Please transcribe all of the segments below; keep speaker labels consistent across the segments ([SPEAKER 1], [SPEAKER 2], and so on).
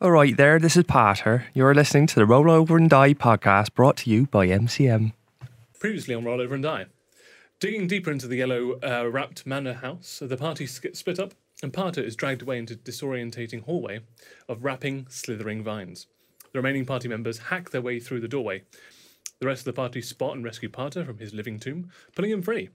[SPEAKER 1] All right, there. This is Pater. You're listening to the Roll Over and Die podcast brought to you by MCM.
[SPEAKER 2] Previously on Roll Over and Die. Digging deeper into the yellow uh, wrapped manor house, the party sk- split up, and Parter is dragged away into disorientating hallway of wrapping, slithering vines. The remaining party members hack their way through the doorway. The rest of the party spot and rescue Parter from his living tomb, pulling him free.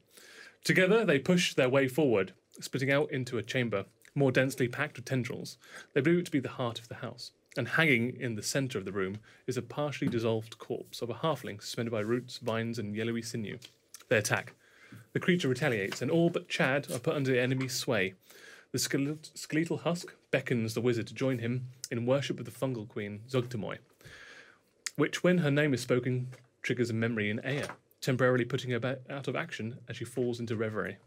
[SPEAKER 2] Together, they push their way forward, splitting out into a chamber more densely packed with tendrils. They believe it to be the heart of the house, and hanging in the centre of the room is a partially dissolved corpse of a halfling suspended by roots, vines, and yellowy sinew. They attack. The creature retaliates, and all but Chad are put under the enemy's sway. The skelet- skeletal husk beckons the wizard to join him in worship of the fungal queen, Zogtamoy, which, when her name is spoken, triggers a memory in Aya, temporarily putting her ba- out of action as she falls into reverie.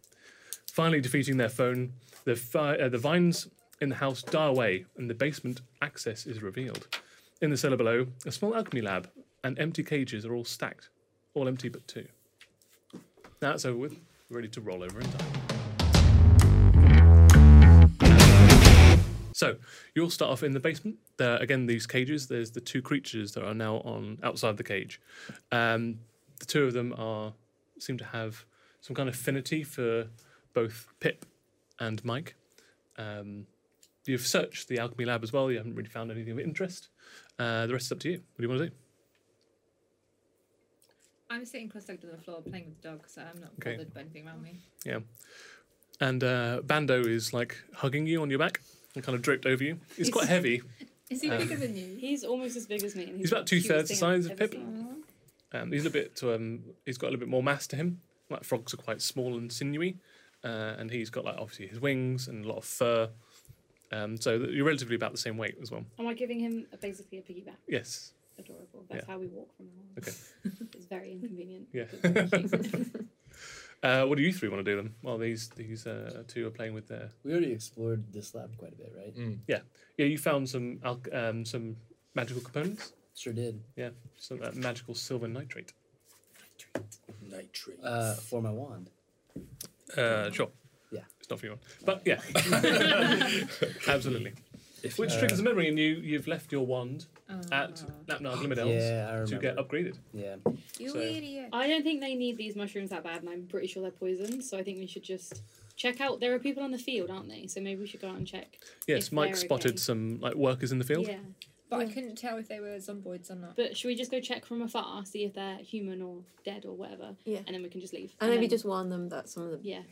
[SPEAKER 2] Finally defeating their phone, the, fi- uh, the vines in the house die away and the basement access is revealed. In the cellar below, a small alchemy lab and empty cages are all stacked, all empty but two. Now it's over with. We're ready to roll over and die. So you'll start off in the basement. There are, again, these cages. There's the two creatures that are now on outside the cage. Um, the two of them are seem to have some kind of affinity for both Pip and Mike. Um, you've searched the alchemy lab as well. You haven't really found anything of interest. Uh, the rest is up to you. What do you want to do?
[SPEAKER 3] I'm sitting cross-legged on the floor playing with the dog, so I'm not
[SPEAKER 2] Okay.
[SPEAKER 3] bothered by anything around me.
[SPEAKER 2] Yeah. And uh, Bando is like hugging you on your back and kind of draped over you. He's quite heavy.
[SPEAKER 3] Is he bigger than you?
[SPEAKER 4] He's almost as big as me. And
[SPEAKER 2] He's about two thirds Uh, the size of Pip.
[SPEAKER 4] everything.
[SPEAKER 2] Um, he's a bit. Um, he's got a little bit more mass to him. Like frogs are quite small and sinewy, uh, and he's got like obviously his wings and a lot of fur. Um, so th- you're relatively about the same weight as well.
[SPEAKER 4] Am I giving him a, basically a piggyback?
[SPEAKER 2] Yes.
[SPEAKER 4] Adorable. That's
[SPEAKER 2] Yeah.
[SPEAKER 4] how we walk from now.
[SPEAKER 2] Okay.
[SPEAKER 4] on. It's very inconvenient.
[SPEAKER 2] Yeah.
[SPEAKER 4] but very cute.
[SPEAKER 2] Uh, what do you three want to do then? While these these uh, two are playing with their
[SPEAKER 5] We already explored this lab quite a bit, right?
[SPEAKER 2] Mm. yeah, you found some al- um, some magical components.
[SPEAKER 5] Sure did.
[SPEAKER 2] Yeah, some uh, magical silver nitrate.
[SPEAKER 6] Nitrate.
[SPEAKER 5] Uh, for my wand.
[SPEAKER 2] Uh, sure.
[SPEAKER 5] Yeah.
[SPEAKER 2] It's not for you, but yeah, absolutely.
[SPEAKER 6] If-
[SPEAKER 2] Which
[SPEAKER 5] Uh,
[SPEAKER 2] triggers a memory, and you you've left your wand at
[SPEAKER 3] Ah,
[SPEAKER 2] Napnar Glimmerdell's
[SPEAKER 5] Yeah, I remember.
[SPEAKER 2] to get upgraded.
[SPEAKER 5] Yeah.
[SPEAKER 3] you
[SPEAKER 2] so-
[SPEAKER 3] idiot.
[SPEAKER 4] I don't think they need these mushrooms that bad, and I'm pretty sure they're poisoned. So I think we should just check out. There are people on the field, aren't they? So maybe we should go out and check.
[SPEAKER 2] Yes,
[SPEAKER 4] If
[SPEAKER 2] Mike
[SPEAKER 4] they're
[SPEAKER 2] spotted
[SPEAKER 4] okay.
[SPEAKER 2] some like workers in the field.
[SPEAKER 4] Yeah.
[SPEAKER 3] But I
[SPEAKER 4] Yeah.
[SPEAKER 3] couldn't tell if they were zomboids or not.
[SPEAKER 4] But should we just go check from afar, see if they're human or dead or whatever?
[SPEAKER 7] Yeah.
[SPEAKER 4] And then we can just leave.
[SPEAKER 7] And maybe
[SPEAKER 4] then-
[SPEAKER 7] just warn them that some of them
[SPEAKER 4] Yeah.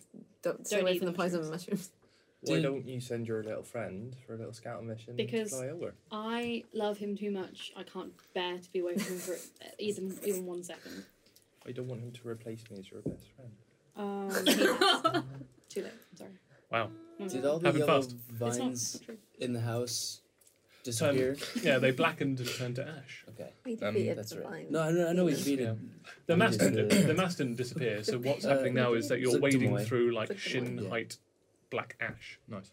[SPEAKER 7] don't stay
[SPEAKER 4] Don't
[SPEAKER 7] away
[SPEAKER 4] eat
[SPEAKER 7] from the
[SPEAKER 4] the
[SPEAKER 7] poison mushrooms.
[SPEAKER 6] Why
[SPEAKER 5] Did-
[SPEAKER 6] don't you send your little friend for a little scouting mission?
[SPEAKER 4] Because-
[SPEAKER 6] to fly over?
[SPEAKER 4] I love him too much. I can't bear to be away from him for even even one second.
[SPEAKER 6] I Oh, don't want him to replace me as your best friend.
[SPEAKER 4] Um, too late. I'm sorry.
[SPEAKER 2] Wow.
[SPEAKER 4] My
[SPEAKER 5] Did
[SPEAKER 4] bad.
[SPEAKER 5] all the
[SPEAKER 2] Happen
[SPEAKER 5] yellow
[SPEAKER 2] fast.
[SPEAKER 4] It's not-
[SPEAKER 5] vines
[SPEAKER 4] not true.
[SPEAKER 5] in the house disappear?
[SPEAKER 2] Yeah, they blackened and turned to ash.
[SPEAKER 5] okay.
[SPEAKER 7] We
[SPEAKER 6] Um,
[SPEAKER 7] defeated
[SPEAKER 5] that's
[SPEAKER 7] the
[SPEAKER 5] right.
[SPEAKER 7] vines.
[SPEAKER 5] No, I know, I know we beat
[SPEAKER 2] Yeah.
[SPEAKER 5] it.
[SPEAKER 2] The
[SPEAKER 5] We
[SPEAKER 2] mass
[SPEAKER 5] just,
[SPEAKER 2] didn't,
[SPEAKER 5] uh,
[SPEAKER 2] the mass didn't disappear. So what's
[SPEAKER 5] Uh,
[SPEAKER 2] happening now is that you're
[SPEAKER 5] Zip them
[SPEAKER 2] wading
[SPEAKER 5] away.
[SPEAKER 2] through like
[SPEAKER 7] Zip them
[SPEAKER 2] shin
[SPEAKER 5] away. Yeah.
[SPEAKER 2] height black ash.
[SPEAKER 6] Nice.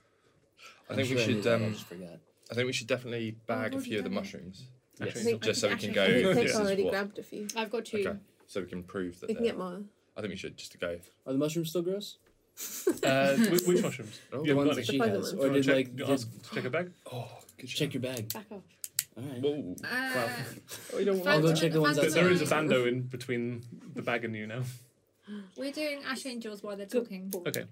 [SPEAKER 6] I
[SPEAKER 5] I'm
[SPEAKER 6] think we
[SPEAKER 5] sure
[SPEAKER 6] should.
[SPEAKER 5] did, I
[SPEAKER 6] Um,
[SPEAKER 5] just forgot.
[SPEAKER 6] I think we should definitely bag a
[SPEAKER 3] already
[SPEAKER 6] few of the
[SPEAKER 3] done it.
[SPEAKER 6] mushrooms.
[SPEAKER 2] Yes.
[SPEAKER 6] Actually,
[SPEAKER 7] I think-
[SPEAKER 6] just so we can go.
[SPEAKER 7] I think
[SPEAKER 6] This
[SPEAKER 7] they've
[SPEAKER 6] is
[SPEAKER 7] already
[SPEAKER 6] what.
[SPEAKER 7] grabbed a few.
[SPEAKER 4] I've got two.
[SPEAKER 6] Okay. So we can prove that.
[SPEAKER 7] We can
[SPEAKER 6] they're-
[SPEAKER 7] get more.
[SPEAKER 6] I think we should just go.
[SPEAKER 5] Are the mushrooms still gross?
[SPEAKER 2] Uh, wh- which mushrooms?
[SPEAKER 6] Oh,
[SPEAKER 2] You haven't
[SPEAKER 5] the
[SPEAKER 2] got
[SPEAKER 5] ones that
[SPEAKER 2] any.
[SPEAKER 5] she
[SPEAKER 7] Find
[SPEAKER 5] has,
[SPEAKER 7] the ones.
[SPEAKER 2] Do you
[SPEAKER 5] or
[SPEAKER 2] wanna
[SPEAKER 5] did
[SPEAKER 2] check,
[SPEAKER 5] like
[SPEAKER 2] do you
[SPEAKER 5] just
[SPEAKER 2] ask- check it back.
[SPEAKER 6] Oh, good
[SPEAKER 5] check your bag?
[SPEAKER 4] Back off.
[SPEAKER 5] All right.
[SPEAKER 6] Whoa.
[SPEAKER 3] Uh,
[SPEAKER 2] Wow.
[SPEAKER 6] I don't want
[SPEAKER 5] I'll go
[SPEAKER 6] that.
[SPEAKER 5] check the ones
[SPEAKER 2] There-
[SPEAKER 5] outside.
[SPEAKER 2] there is a
[SPEAKER 5] Sorry.
[SPEAKER 2] bando in between the bag and you now.
[SPEAKER 3] We're doing Ash Angels while they're
[SPEAKER 4] Good
[SPEAKER 3] talking.
[SPEAKER 4] boy.
[SPEAKER 2] Okay.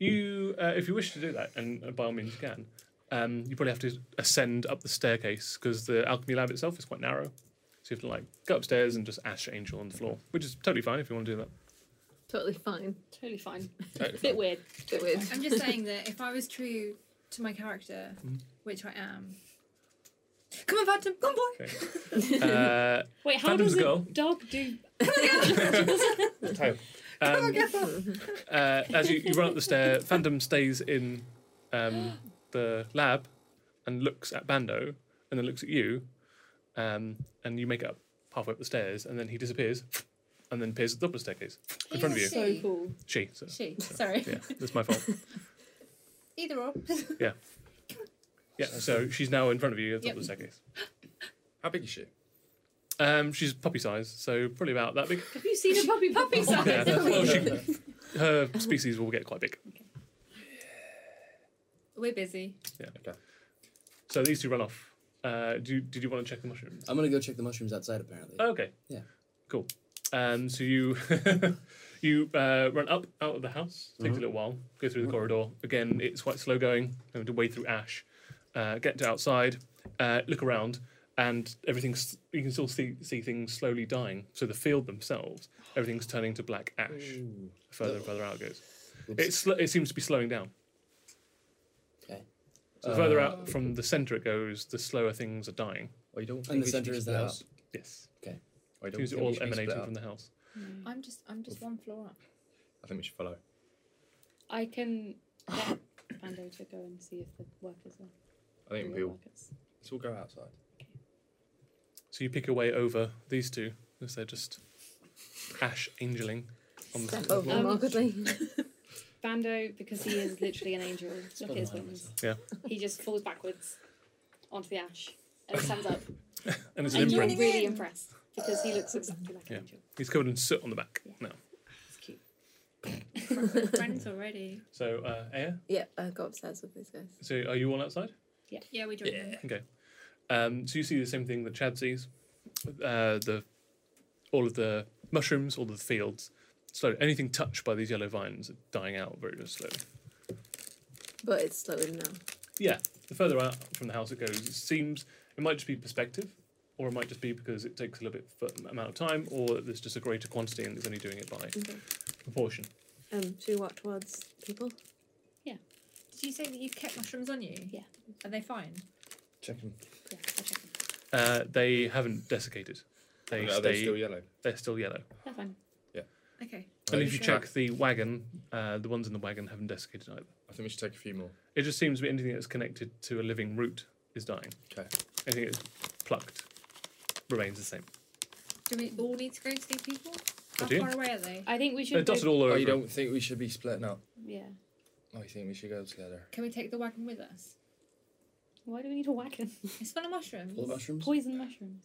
[SPEAKER 2] You, uh, if you wish to do that, and uh, by all means you can, um, you probably have to ascend up the staircase because the alchemy lab itself is quite narrow. So you have to like go upstairs and just ash angel on the floor, which is totally fine if you want to do that.
[SPEAKER 7] Totally fine.
[SPEAKER 4] Totally fine.
[SPEAKER 6] Totally
[SPEAKER 4] Bit weird.
[SPEAKER 7] Bit weird.
[SPEAKER 3] I'm just saying that if I was true to my character,
[SPEAKER 6] Mm-hmm.
[SPEAKER 3] which I am. Come on, Phantom. Come on, boy.
[SPEAKER 2] Uh,
[SPEAKER 4] Wait, how
[SPEAKER 2] Phantom's
[SPEAKER 4] does
[SPEAKER 2] a
[SPEAKER 4] a
[SPEAKER 2] girl.
[SPEAKER 4] dog do?
[SPEAKER 2] um, uh, as you, you run up the stair, Phantom stays in um, the lab and looks at Bando, and then looks at you, um, and you make it up halfway up the stairs, and then he disappears, and then appears at the top of the staircase in front of you.
[SPEAKER 3] Yes.
[SPEAKER 4] So
[SPEAKER 3] She.
[SPEAKER 4] cool.
[SPEAKER 2] She, so,
[SPEAKER 3] She. Sorry.
[SPEAKER 2] yeah, that's my fault.
[SPEAKER 3] Either or.
[SPEAKER 2] Yeah, so she's now in front of you at the top of the
[SPEAKER 3] Yep.
[SPEAKER 2] staircase.
[SPEAKER 6] How big is she?
[SPEAKER 2] Um, she's puppy size, so probably about that big.
[SPEAKER 4] Have you seen a puppy puppy size?
[SPEAKER 2] Yeah. well, she, her species will get quite big.
[SPEAKER 3] We're busy.
[SPEAKER 6] Okay.
[SPEAKER 2] So these two run off. Uh, do you, did you want to check the mushrooms?
[SPEAKER 5] I'm gonna go check the mushrooms outside. Apparently.
[SPEAKER 2] Okay.
[SPEAKER 5] Yeah.
[SPEAKER 2] Cool. Um, so you you uh, run up out of the house. Takes a little while. Go through the corridor again. It's quite slow going. Having to wade through ash. Uh, get to outside. Uh, look around, and everything's you can still see see things slowly dying. So the field themselves, everything's turning to black ash. Further and further out it goes.
[SPEAKER 5] Oops.
[SPEAKER 2] It's sl- it seems to be slowing down.
[SPEAKER 5] Okay.
[SPEAKER 2] So the
[SPEAKER 5] Uh,
[SPEAKER 2] further out from the centre it goes, the slower things are dying.
[SPEAKER 6] I don't think
[SPEAKER 5] And
[SPEAKER 6] we
[SPEAKER 5] the
[SPEAKER 6] should
[SPEAKER 5] center
[SPEAKER 6] be
[SPEAKER 5] is the
[SPEAKER 6] split
[SPEAKER 5] house.
[SPEAKER 6] up.
[SPEAKER 2] Yes.
[SPEAKER 6] I don't
[SPEAKER 2] Seems
[SPEAKER 6] think
[SPEAKER 2] all
[SPEAKER 6] we should be split
[SPEAKER 2] emanating
[SPEAKER 6] up.
[SPEAKER 2] from the house.
[SPEAKER 3] I'm just I'm just one floor up.
[SPEAKER 6] I think we should follow.
[SPEAKER 4] I can get Bando to go and see if the workers are.
[SPEAKER 6] I think
[SPEAKER 4] the
[SPEAKER 6] we'll
[SPEAKER 4] workers.
[SPEAKER 6] let's all go outside.
[SPEAKER 2] So you pick your way over these two as they're just ash angeling on the
[SPEAKER 7] Step over
[SPEAKER 4] Um,
[SPEAKER 7] markedly.
[SPEAKER 4] Bando, because he is literally an angel, look at his
[SPEAKER 5] behind
[SPEAKER 4] wings.
[SPEAKER 2] Yeah.
[SPEAKER 4] He just falls backwards onto the ash and stands up.
[SPEAKER 2] and it's an
[SPEAKER 4] and you're
[SPEAKER 2] imprint.
[SPEAKER 4] really impressed because he looks exactly like
[SPEAKER 2] Yeah.
[SPEAKER 4] an angel.
[SPEAKER 2] He's covered in soot on the back
[SPEAKER 4] Yeah.
[SPEAKER 2] now.
[SPEAKER 4] It's cute.
[SPEAKER 3] Friends already.
[SPEAKER 2] So uh Aya,
[SPEAKER 7] yeah, I got upstairs with these guys.
[SPEAKER 2] so are you all outside?
[SPEAKER 3] Yeah, we joined. them.
[SPEAKER 2] Okay. Um so you see the same thing that Chad sees. Uh the all of the mushrooms, all of the fields. Slowly anything touched by these yellow vines are dying out very slowly.
[SPEAKER 7] But it's slowing now.
[SPEAKER 2] yeah, the further out from the house it goes, it seems it might just be perspective, or it might just be because it takes a little bit f- amount of time, or that there's just a greater quantity and it's only doing it by proportion.
[SPEAKER 7] Um, should we walk towards people?
[SPEAKER 3] Did you say that you kept mushrooms on you?
[SPEAKER 4] Yeah.
[SPEAKER 3] Are they fine?
[SPEAKER 5] Check them.
[SPEAKER 4] Yeah, I'll check him.
[SPEAKER 2] Uh, they haven't desiccated; they
[SPEAKER 6] Are
[SPEAKER 2] stay.
[SPEAKER 6] they still yellow?
[SPEAKER 2] they're still yellow.
[SPEAKER 4] They're fine.
[SPEAKER 3] Okay.
[SPEAKER 2] And
[SPEAKER 6] I
[SPEAKER 2] if you
[SPEAKER 6] think-
[SPEAKER 2] check the wagon, uh, the ones in the wagon haven't desiccated either.
[SPEAKER 6] I think we should take a few more.
[SPEAKER 2] It just seems that anything that's connected to a living root is dying.
[SPEAKER 6] Okay.
[SPEAKER 2] Anything that's plucked remains the same.
[SPEAKER 3] Do we all need to go and see people? How
[SPEAKER 2] do.
[SPEAKER 3] far away are they?
[SPEAKER 4] I think we
[SPEAKER 2] They're
[SPEAKER 4] should. go-
[SPEAKER 2] dotted all over.
[SPEAKER 6] I Oh, don't think we should be splitting up.
[SPEAKER 4] Yeah.
[SPEAKER 6] I think we should go together.
[SPEAKER 3] Can we take the wagon with us?
[SPEAKER 4] Why do we need a wagon?
[SPEAKER 3] It's full of mushrooms.
[SPEAKER 5] Full of mushrooms.
[SPEAKER 4] Poison mushrooms.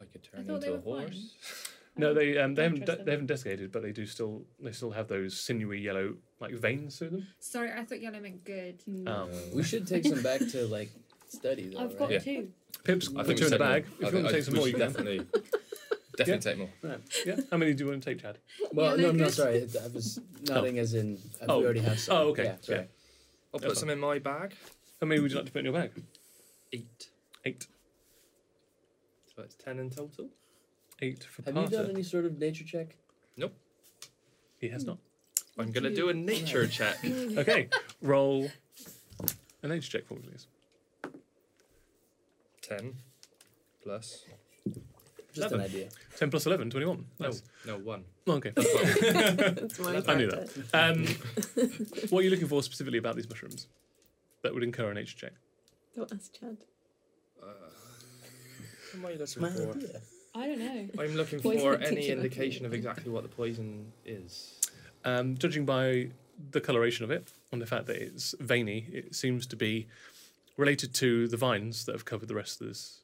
[SPEAKER 6] I could turn
[SPEAKER 3] thought they
[SPEAKER 6] into a
[SPEAKER 3] were fine.
[SPEAKER 6] horse.
[SPEAKER 2] No, they um, they haven't de-
[SPEAKER 4] Interesting.
[SPEAKER 2] they haven't desiccated, but they do still they still have those sinewy yellow like veins through them.
[SPEAKER 3] Sorry, I thought yellow meant good.
[SPEAKER 4] Mm.
[SPEAKER 5] Hmm.
[SPEAKER 2] Um,
[SPEAKER 5] We should take some back to like study though.
[SPEAKER 4] I've
[SPEAKER 5] right?
[SPEAKER 4] got
[SPEAKER 6] Yeah.
[SPEAKER 4] two.
[SPEAKER 2] Pips,
[SPEAKER 5] I
[SPEAKER 6] I
[SPEAKER 2] put
[SPEAKER 6] think
[SPEAKER 2] two
[SPEAKER 6] we
[SPEAKER 2] in a
[SPEAKER 6] take more.
[SPEAKER 2] bag.
[SPEAKER 6] I
[SPEAKER 2] If you
[SPEAKER 6] think-
[SPEAKER 2] want
[SPEAKER 6] I-
[SPEAKER 2] to take some
[SPEAKER 6] we
[SPEAKER 2] more,
[SPEAKER 6] should
[SPEAKER 2] you can.
[SPEAKER 6] definitely, definitely
[SPEAKER 2] Yeah.
[SPEAKER 6] take more.
[SPEAKER 2] Yeah. How many do you want to take, Chad?
[SPEAKER 5] Well,
[SPEAKER 3] Yeah,
[SPEAKER 5] no, no,
[SPEAKER 3] Lucas.
[SPEAKER 5] sorry. it- I was nodding as in uh,
[SPEAKER 2] Oh.
[SPEAKER 5] we already have some.
[SPEAKER 2] Oh, okay,
[SPEAKER 5] Yeah, sorry.
[SPEAKER 6] I'll
[SPEAKER 2] That's
[SPEAKER 6] put some in my bag.
[SPEAKER 2] How many would you like to put in your bag?
[SPEAKER 6] Eight.
[SPEAKER 2] Eight.
[SPEAKER 6] So that's ten in total.
[SPEAKER 2] Eight for
[SPEAKER 5] Have you done
[SPEAKER 2] Parter.
[SPEAKER 5] any sort of nature check?
[SPEAKER 2] He has not.
[SPEAKER 6] I'm gonna do a nature check.
[SPEAKER 2] Okay. Roll an age check for me, please.
[SPEAKER 6] Ten plus.
[SPEAKER 5] Just
[SPEAKER 2] Seven.
[SPEAKER 5] an idea.
[SPEAKER 2] 10 plus 11, 21. Nice.
[SPEAKER 6] No, one.
[SPEAKER 2] Oh, okay.
[SPEAKER 7] It's my
[SPEAKER 2] I knew
[SPEAKER 7] character.
[SPEAKER 2] Um, what are you looking for specifically about these mushrooms that would incur an age check?
[SPEAKER 7] Don't ask Chad.
[SPEAKER 6] What Uh, am I looking
[SPEAKER 5] My
[SPEAKER 6] for?
[SPEAKER 5] idea.
[SPEAKER 4] I don't know.
[SPEAKER 6] I'm looking
[SPEAKER 4] Poison
[SPEAKER 6] for any
[SPEAKER 4] tincture.
[SPEAKER 6] indication of exactly what the poison is.
[SPEAKER 2] Um, judging by the coloration of it and the fact that it's veiny, it seems to be related to the vines that have covered the rest of this,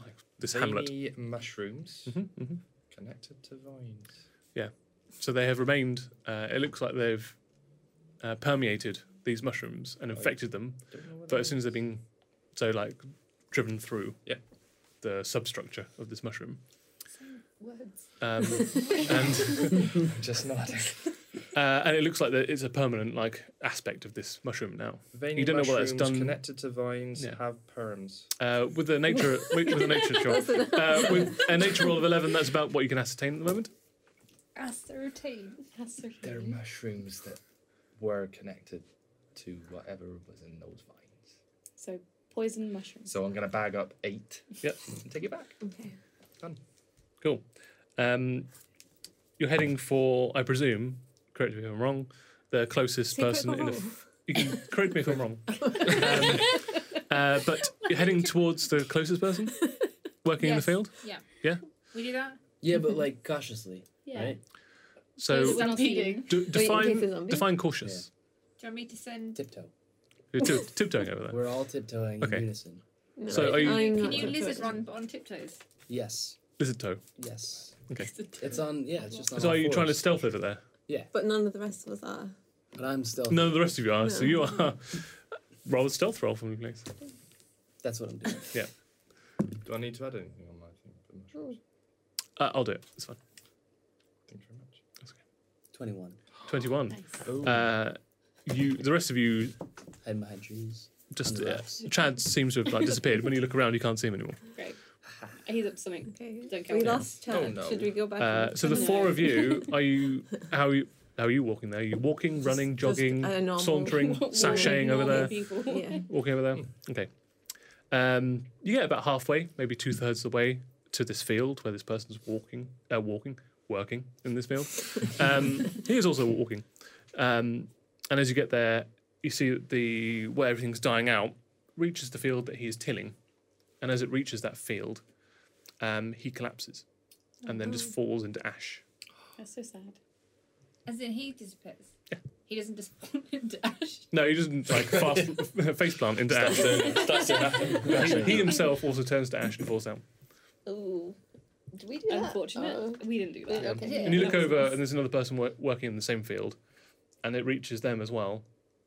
[SPEAKER 2] like, this hamlet.
[SPEAKER 6] Veiny mushrooms
[SPEAKER 2] Mhm, mhm.
[SPEAKER 6] connected to vines.
[SPEAKER 2] So they have remained. Uh, it looks like they've uh, permeated these mushrooms and infected them.
[SPEAKER 6] Don't know what
[SPEAKER 2] But
[SPEAKER 6] it
[SPEAKER 2] as soon as they've been so like driven through,
[SPEAKER 6] Yeah.
[SPEAKER 2] the substructure of this mushroom,
[SPEAKER 3] Words.
[SPEAKER 2] um, and
[SPEAKER 6] is. just not
[SPEAKER 2] uh, and it looks like that it's a permanent like aspect of this mushroom now.
[SPEAKER 6] veiny
[SPEAKER 2] You don't know what that's
[SPEAKER 6] mushrooms
[SPEAKER 2] done-
[SPEAKER 6] connected to vines
[SPEAKER 2] Yeah.
[SPEAKER 6] have perms.
[SPEAKER 2] Uh, with the nature with, with a nature roll, uh, with a nature roll of eleven, that's about what you can ascertain at the moment.
[SPEAKER 3] Ascertain.
[SPEAKER 4] That's so
[SPEAKER 6] They're
[SPEAKER 4] funny.
[SPEAKER 6] mushrooms that were connected to whatever was in those vines.
[SPEAKER 4] So poison mushrooms.
[SPEAKER 6] So I'm gonna bag up eight.
[SPEAKER 2] Yep.
[SPEAKER 6] And take it back.
[SPEAKER 7] Okay.
[SPEAKER 2] Cool. Um, you're heading for, I presume, correct me if I'm wrong, the closest
[SPEAKER 7] Secret
[SPEAKER 2] person in the.
[SPEAKER 7] bubble.
[SPEAKER 2] F- you can correct me if I'm wrong. Um, uh, but you're heading towards the closest person working in the
[SPEAKER 3] Yes.
[SPEAKER 2] field.
[SPEAKER 3] Yeah.
[SPEAKER 2] Yeah?
[SPEAKER 3] We do that?
[SPEAKER 5] Yeah, but like cautiously,
[SPEAKER 4] Yeah.
[SPEAKER 5] right?
[SPEAKER 2] So
[SPEAKER 4] We're not seeing.
[SPEAKER 2] d- define
[SPEAKER 7] case the zombie-
[SPEAKER 2] define cautious.
[SPEAKER 3] Do you want me to send.
[SPEAKER 5] Tiptoe.
[SPEAKER 2] You're tip- tiptoeing over there.
[SPEAKER 5] We're all tiptoeing
[SPEAKER 2] Okay.
[SPEAKER 5] in unison.
[SPEAKER 7] No,
[SPEAKER 2] So are you-
[SPEAKER 7] I'm
[SPEAKER 3] Can
[SPEAKER 7] not
[SPEAKER 3] you
[SPEAKER 7] gonna do it.
[SPEAKER 3] lizard run but on tiptoes?
[SPEAKER 5] Yes.
[SPEAKER 2] Lizard toe.
[SPEAKER 5] Yes.
[SPEAKER 2] Okay.
[SPEAKER 5] It's on. Yeah, it's just on.
[SPEAKER 2] So
[SPEAKER 5] all
[SPEAKER 2] are you trying to
[SPEAKER 5] fours.
[SPEAKER 2] stealth over there?
[SPEAKER 7] But none of the rest of us are.
[SPEAKER 5] But I'm still.
[SPEAKER 2] No, the rest of you are. So
[SPEAKER 7] No.
[SPEAKER 2] you are. Roll a stealth roll for me, please.
[SPEAKER 5] That's what I'm doing.
[SPEAKER 8] Do I need to add anything on my thing? for mushrooms?
[SPEAKER 2] Uh, I'll do it. It's fine.
[SPEAKER 8] Thank you very much.
[SPEAKER 5] 21.
[SPEAKER 2] 21.
[SPEAKER 4] Nice.
[SPEAKER 8] Oh,
[SPEAKER 2] Uh, you, the rest of you,
[SPEAKER 5] Hide my trees.
[SPEAKER 2] just
[SPEAKER 5] Under
[SPEAKER 2] uh,
[SPEAKER 5] wraps.
[SPEAKER 2] Chad seems to have like disappeared. When you look around, you can't see him anymore.
[SPEAKER 4] Great. He's up to something.
[SPEAKER 7] Okay.
[SPEAKER 4] Don't count
[SPEAKER 7] we
[SPEAKER 4] it.
[SPEAKER 7] lost Chad.
[SPEAKER 8] Oh, no.
[SPEAKER 7] Should we go back?
[SPEAKER 2] Uh,
[SPEAKER 7] and-
[SPEAKER 2] so the
[SPEAKER 4] No.
[SPEAKER 2] four of you, are you how are you how are you walking there? Are you walking, running,
[SPEAKER 7] just
[SPEAKER 2] jogging,
[SPEAKER 7] a normal-
[SPEAKER 2] sauntering,
[SPEAKER 4] Normal-
[SPEAKER 2] sashaying over
[SPEAKER 4] normal
[SPEAKER 2] there,
[SPEAKER 4] People.
[SPEAKER 7] Yeah.
[SPEAKER 2] walking over there? Okay. Um, you get about halfway, maybe two thirds of the way to this field where this person's walking, uh, walking, working in this field. Um, he is also walking, um, and as you get there, you see that the where everything's dying out reaches the field that he is tilling, and as it reaches that field, um, he collapses, and then just falls into ash.
[SPEAKER 4] That's so sad.
[SPEAKER 3] As in, he disappears. He doesn't just fall into ash.
[SPEAKER 2] No, he doesn't like fast faceplant into ash.
[SPEAKER 8] that's it. happened.
[SPEAKER 2] He, he himself also turns to ash and falls down.
[SPEAKER 9] Ooh. Did we do that?
[SPEAKER 4] Unfortunate.
[SPEAKER 9] Oh.
[SPEAKER 3] Uh,
[SPEAKER 4] We didn't do that.
[SPEAKER 9] Okay.
[SPEAKER 2] And you look over, and there's another person wor- working in the same field, and it reaches them as well,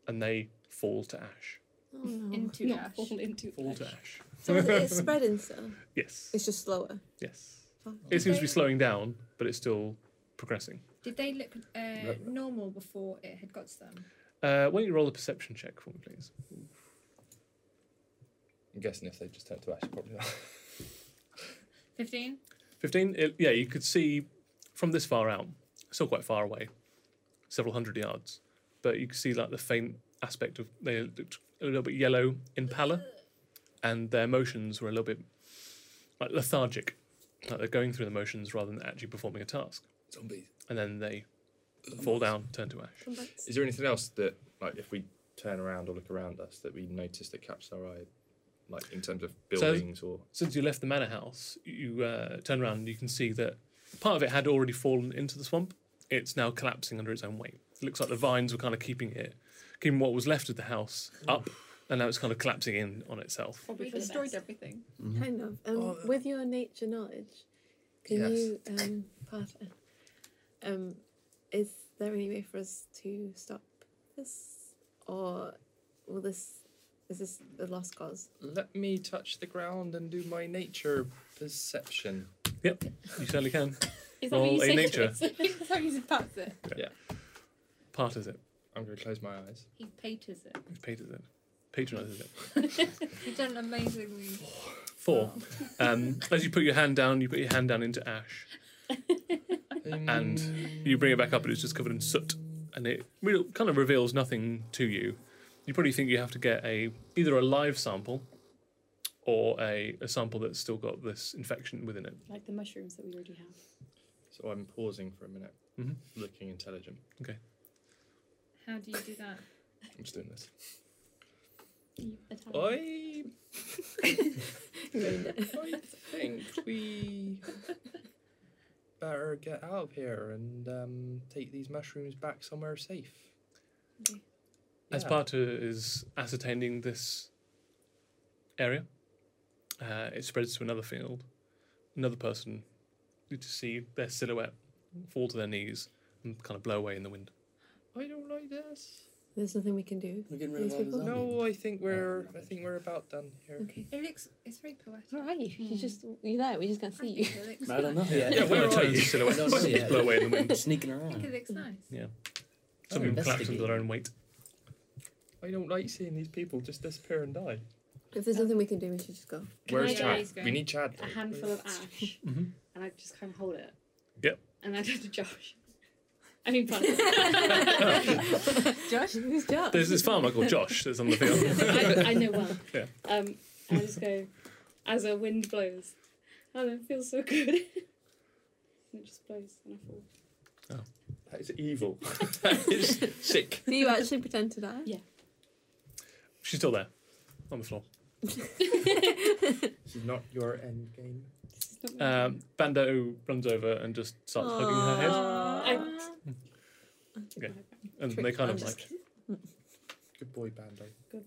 [SPEAKER 2] and they fall to ash.
[SPEAKER 7] Oh, no.
[SPEAKER 3] Into
[SPEAKER 4] Not
[SPEAKER 3] ash.
[SPEAKER 4] fall into
[SPEAKER 2] Fall
[SPEAKER 4] ash.
[SPEAKER 2] to ash.
[SPEAKER 7] So is it- it's spreading still.
[SPEAKER 2] Yes.
[SPEAKER 7] It's just slower.
[SPEAKER 2] Yes.
[SPEAKER 7] Fuck.
[SPEAKER 2] It seems to be slowing down, but it's still progressing.
[SPEAKER 3] Did they look uh, normal before it had got to them?
[SPEAKER 2] Uh, why don't you roll a perception check for me, please?
[SPEAKER 8] I'm guessing if they just turned to ash, probably not.
[SPEAKER 3] 15?
[SPEAKER 2] 15? It- yeah, you could see from this far out, still quite far away, several hundred yards, but you could see like the faint aspect of they looked a little bit yellow in pallor, and their motions were a little bit like lethargic, like they're going through the motions rather than actually performing a task.
[SPEAKER 8] Zombies.
[SPEAKER 2] And then they fall down, turn to ash.
[SPEAKER 7] Come back.
[SPEAKER 8] Is there anything else that, like, if we turn around or look around us, that we notice that catches our eye, like in terms of buildings or?
[SPEAKER 2] Since you left the manor house, you uh, turn around and you can see that part of it had already fallen into the swamp. It's now collapsing under its own weight. It looks like the vines were kind of keeping it, keeping what was left of the house up, and now it's kind of collapsing in on itself.
[SPEAKER 4] Probably
[SPEAKER 3] We've
[SPEAKER 4] for the
[SPEAKER 3] destroyed
[SPEAKER 4] best.
[SPEAKER 3] everything.
[SPEAKER 7] Kind of. Um, with your nature knowledge, can
[SPEAKER 8] Yes.
[SPEAKER 7] you, um, pardon, um, is there any way for us to stop this, or will this is this a lost cause?
[SPEAKER 8] Let me touch the ground and do my nature perception.
[SPEAKER 2] Yep, you certainly can.
[SPEAKER 4] Is that what you
[SPEAKER 2] Roll a
[SPEAKER 4] say?
[SPEAKER 2] nature.
[SPEAKER 4] Is that what you said?
[SPEAKER 3] That's it.
[SPEAKER 2] Part is it.
[SPEAKER 8] I'm going to close my eyes.
[SPEAKER 3] He paters it.
[SPEAKER 2] Patronizes it. Patronizes it.
[SPEAKER 3] You've done amazingly.
[SPEAKER 2] Four. Um, as you put your hand down, you put your hand down into ash.
[SPEAKER 8] Um,
[SPEAKER 2] You bring it back up, and it's just covered in soot, and it re- kind of reveals nothing to you. You probably think you have to get a either a live sample or a, a sample that's still got this infection within it.
[SPEAKER 4] Like the mushrooms that we already have.
[SPEAKER 8] So I'm pausing for a minute,
[SPEAKER 2] Mhm.
[SPEAKER 8] looking intelligent.
[SPEAKER 3] How do you do that?
[SPEAKER 8] I'm just doing this.
[SPEAKER 4] You attack.
[SPEAKER 8] I,
[SPEAKER 7] Ruined it.
[SPEAKER 8] I think we better get out of here and um, take these mushrooms back somewhere safe.
[SPEAKER 7] Okay.
[SPEAKER 2] As
[SPEAKER 8] Yeah.
[SPEAKER 2] part is ascertaining this area, uh, it spreads to another field. Another person, you just see their silhouette fall to their knees and kind of blow away in the wind.
[SPEAKER 8] I don't like this.
[SPEAKER 7] There's nothing we can do.
[SPEAKER 5] We're getting rid of all the
[SPEAKER 7] These people-
[SPEAKER 5] zombies.
[SPEAKER 8] No, I think we're
[SPEAKER 4] Oh,
[SPEAKER 8] I
[SPEAKER 5] rubbish.
[SPEAKER 8] think we're about done here.
[SPEAKER 7] Okay.
[SPEAKER 3] It looks. It's very poetic.
[SPEAKER 9] Where are you?
[SPEAKER 7] Hmm.
[SPEAKER 9] You just you're there. We just can't
[SPEAKER 3] I
[SPEAKER 9] see you.
[SPEAKER 3] think it looks
[SPEAKER 5] I don't know.
[SPEAKER 3] nice.
[SPEAKER 5] Yeah,
[SPEAKER 2] Yeah,
[SPEAKER 5] where
[SPEAKER 2] when it
[SPEAKER 5] are
[SPEAKER 2] turns
[SPEAKER 5] you?
[SPEAKER 2] the silhouette,
[SPEAKER 5] I don't know
[SPEAKER 2] blow away in the wind.
[SPEAKER 5] Sneaking
[SPEAKER 3] I think it
[SPEAKER 5] around.
[SPEAKER 3] looks nice.
[SPEAKER 2] Some of them collapse
[SPEAKER 5] investigate.
[SPEAKER 2] under their own weight.
[SPEAKER 8] I don't like seeing these people just disappear and die.
[SPEAKER 7] If there's nothing we can do, we should just go.
[SPEAKER 4] Can
[SPEAKER 8] Where's
[SPEAKER 4] I get
[SPEAKER 8] Chad?
[SPEAKER 3] raise
[SPEAKER 8] We
[SPEAKER 3] going?
[SPEAKER 8] need Chad.
[SPEAKER 4] a
[SPEAKER 8] though.
[SPEAKER 4] handful of ash
[SPEAKER 2] Mhm.
[SPEAKER 4] and I just kind of hold it.
[SPEAKER 2] Yep.
[SPEAKER 4] And I go to Josh. I mean, pardon.
[SPEAKER 7] Josh, who's Josh?
[SPEAKER 2] There's this farmer called Josh that's on the field.
[SPEAKER 4] I, I know well.
[SPEAKER 2] Yeah.
[SPEAKER 4] Um, and I just go, as a wind blows, and it feels so good. and it just blows and I fall.
[SPEAKER 8] That is evil. that is sick.
[SPEAKER 7] Do you actually pretend to die?
[SPEAKER 2] She's still there on the floor.
[SPEAKER 8] This is not your end game.
[SPEAKER 4] This is not my
[SPEAKER 2] Um, Bando runs over and just starts hugging her head.
[SPEAKER 4] I-
[SPEAKER 7] Aww.
[SPEAKER 2] Okay. And they kind of like,
[SPEAKER 8] Good boy, Bando.
[SPEAKER 4] Good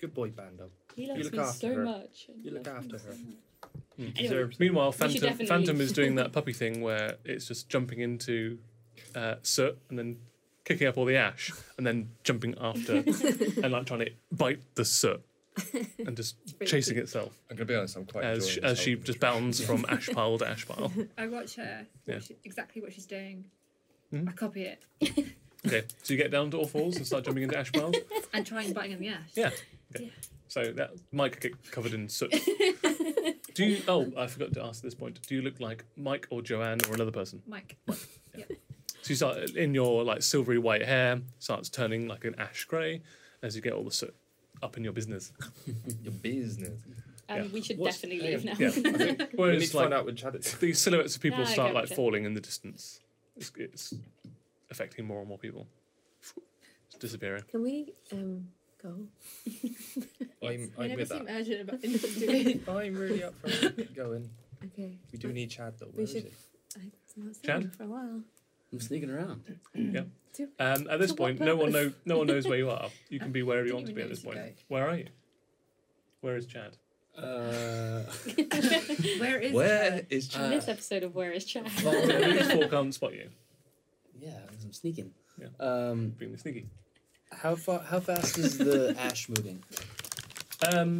[SPEAKER 8] Good boy, Bando.
[SPEAKER 4] He
[SPEAKER 8] You
[SPEAKER 4] loves
[SPEAKER 8] look
[SPEAKER 4] me
[SPEAKER 8] after
[SPEAKER 4] so
[SPEAKER 8] her.
[SPEAKER 4] much. and
[SPEAKER 8] You look
[SPEAKER 4] loves me
[SPEAKER 8] after her.
[SPEAKER 4] so much.
[SPEAKER 8] Deserves it.
[SPEAKER 2] mm. meanwhile,
[SPEAKER 4] should
[SPEAKER 2] Phantom,
[SPEAKER 4] definitely-
[SPEAKER 2] Phantom is doing that puppy thing where it's just jumping into uh, soot and then kicking up all the ash and then jumping after and like trying to bite the soot. and just
[SPEAKER 7] pretty
[SPEAKER 2] chasing
[SPEAKER 7] cute.
[SPEAKER 2] itself
[SPEAKER 6] I'm gonna be honest. I'm quite
[SPEAKER 2] as,
[SPEAKER 6] enjoying
[SPEAKER 2] sh
[SPEAKER 6] this
[SPEAKER 2] as she
[SPEAKER 6] whole
[SPEAKER 2] just bounds from ash pile to ash pile.
[SPEAKER 3] I watch her
[SPEAKER 2] Yeah.
[SPEAKER 3] watch exactly what she's doing.
[SPEAKER 2] Mhm.
[SPEAKER 3] I copy it
[SPEAKER 2] Okay, so you get down to all fours and start jumping into ash piles.
[SPEAKER 3] and try and biting on the ash.
[SPEAKER 2] Yeah. So that Mike get covered in soot. Do you? Oh, I forgot to ask at this point. Do you look like Mike or Joanne or another person?
[SPEAKER 3] Mike.
[SPEAKER 2] So you start in your like silvery white hair starts turning like an ash grey as you get all the soot up in your business.
[SPEAKER 6] Your business.
[SPEAKER 4] Um,
[SPEAKER 2] Yeah.
[SPEAKER 4] we should
[SPEAKER 6] What's-
[SPEAKER 4] definitely
[SPEAKER 6] hang
[SPEAKER 4] leave now.
[SPEAKER 6] on.
[SPEAKER 2] Yeah.
[SPEAKER 6] We need
[SPEAKER 2] Whereas
[SPEAKER 6] to
[SPEAKER 2] like
[SPEAKER 6] find out which had it.
[SPEAKER 2] these silhouettes of people
[SPEAKER 4] No, I
[SPEAKER 2] start
[SPEAKER 4] get
[SPEAKER 2] like
[SPEAKER 4] it.
[SPEAKER 2] falling in the distance. It's, it's affecting more and more people. It's disappearing.
[SPEAKER 7] Can we um go?
[SPEAKER 6] I'm,
[SPEAKER 3] I
[SPEAKER 6] I'm
[SPEAKER 3] never
[SPEAKER 6] with
[SPEAKER 3] seem
[SPEAKER 6] that.
[SPEAKER 3] urgent about in not doing it.
[SPEAKER 6] I'm really up for it. going.
[SPEAKER 7] Okay.
[SPEAKER 6] We do need Chad though. Where
[SPEAKER 7] We
[SPEAKER 6] is
[SPEAKER 7] should-
[SPEAKER 6] it?
[SPEAKER 7] I haven't seen
[SPEAKER 2] Chad?
[SPEAKER 7] him for a while.
[SPEAKER 5] I'm sneaking around.
[SPEAKER 2] Um, at this
[SPEAKER 7] For what
[SPEAKER 2] point, no one know
[SPEAKER 7] purpose?
[SPEAKER 2] no one knows where you are. You can be wherever you
[SPEAKER 3] Didn't
[SPEAKER 2] want to
[SPEAKER 3] even
[SPEAKER 2] be at
[SPEAKER 3] notice
[SPEAKER 2] this point.
[SPEAKER 3] you
[SPEAKER 2] Where are you? Where is Chad?
[SPEAKER 5] Uh,
[SPEAKER 3] Where is
[SPEAKER 6] Where
[SPEAKER 3] Chad?
[SPEAKER 6] is Chad?
[SPEAKER 5] uh,
[SPEAKER 4] this episode of Where is Chad?
[SPEAKER 2] The These four can't spot you.
[SPEAKER 5] yeah, I'm sneaking.
[SPEAKER 2] Yeah.
[SPEAKER 5] Um,
[SPEAKER 2] Being sneaky.
[SPEAKER 5] how far? How fast is the ash moving?
[SPEAKER 2] Um,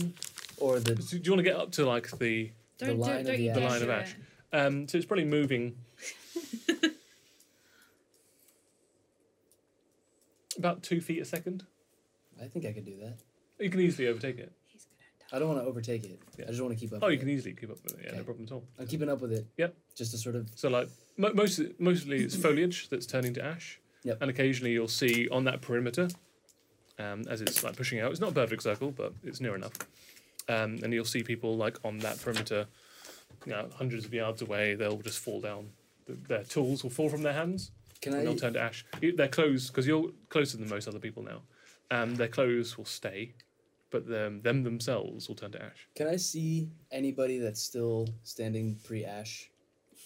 [SPEAKER 5] Or the?
[SPEAKER 2] so do you want to get up to like the?
[SPEAKER 3] Don't do
[SPEAKER 5] line
[SPEAKER 3] it,
[SPEAKER 5] of
[SPEAKER 3] don't
[SPEAKER 5] the
[SPEAKER 3] you
[SPEAKER 5] ash.
[SPEAKER 2] The
[SPEAKER 3] dare
[SPEAKER 2] line of
[SPEAKER 3] do
[SPEAKER 2] ash.
[SPEAKER 3] it.
[SPEAKER 2] Um, so it's probably moving about two feet a second.
[SPEAKER 5] I think I could do that.
[SPEAKER 2] You can easily overtake it.
[SPEAKER 4] He's gonna
[SPEAKER 5] I don't want to overtake it.
[SPEAKER 2] Yeah.
[SPEAKER 5] I just want to keep up.
[SPEAKER 2] Oh,
[SPEAKER 5] with
[SPEAKER 2] you can
[SPEAKER 5] It.
[SPEAKER 2] easily keep up with it. Yeah, no
[SPEAKER 5] Okay.
[SPEAKER 2] problem at all.
[SPEAKER 5] I'm keeping up with it.
[SPEAKER 2] Yep.
[SPEAKER 5] Just to sort of.
[SPEAKER 2] So like mo- most mostly it's foliage that's turning to ash,
[SPEAKER 5] Yep.
[SPEAKER 2] and occasionally you'll see on that perimeter, um, as it's like pushing out. It's not a perfect circle, but it's near enough. Um, and you'll see people like on that perimeter, you know, hundreds of yards away. They'll just fall down. Th- Their tools will fall from their hands,
[SPEAKER 5] Can
[SPEAKER 2] and
[SPEAKER 5] I?
[SPEAKER 2] they'll turn to ash. You- Their clothes, because you're closer than most other people now, um, their clothes will stay, but them, them themselves will turn to ash.
[SPEAKER 5] Can I see anybody that's still standing pre-ash?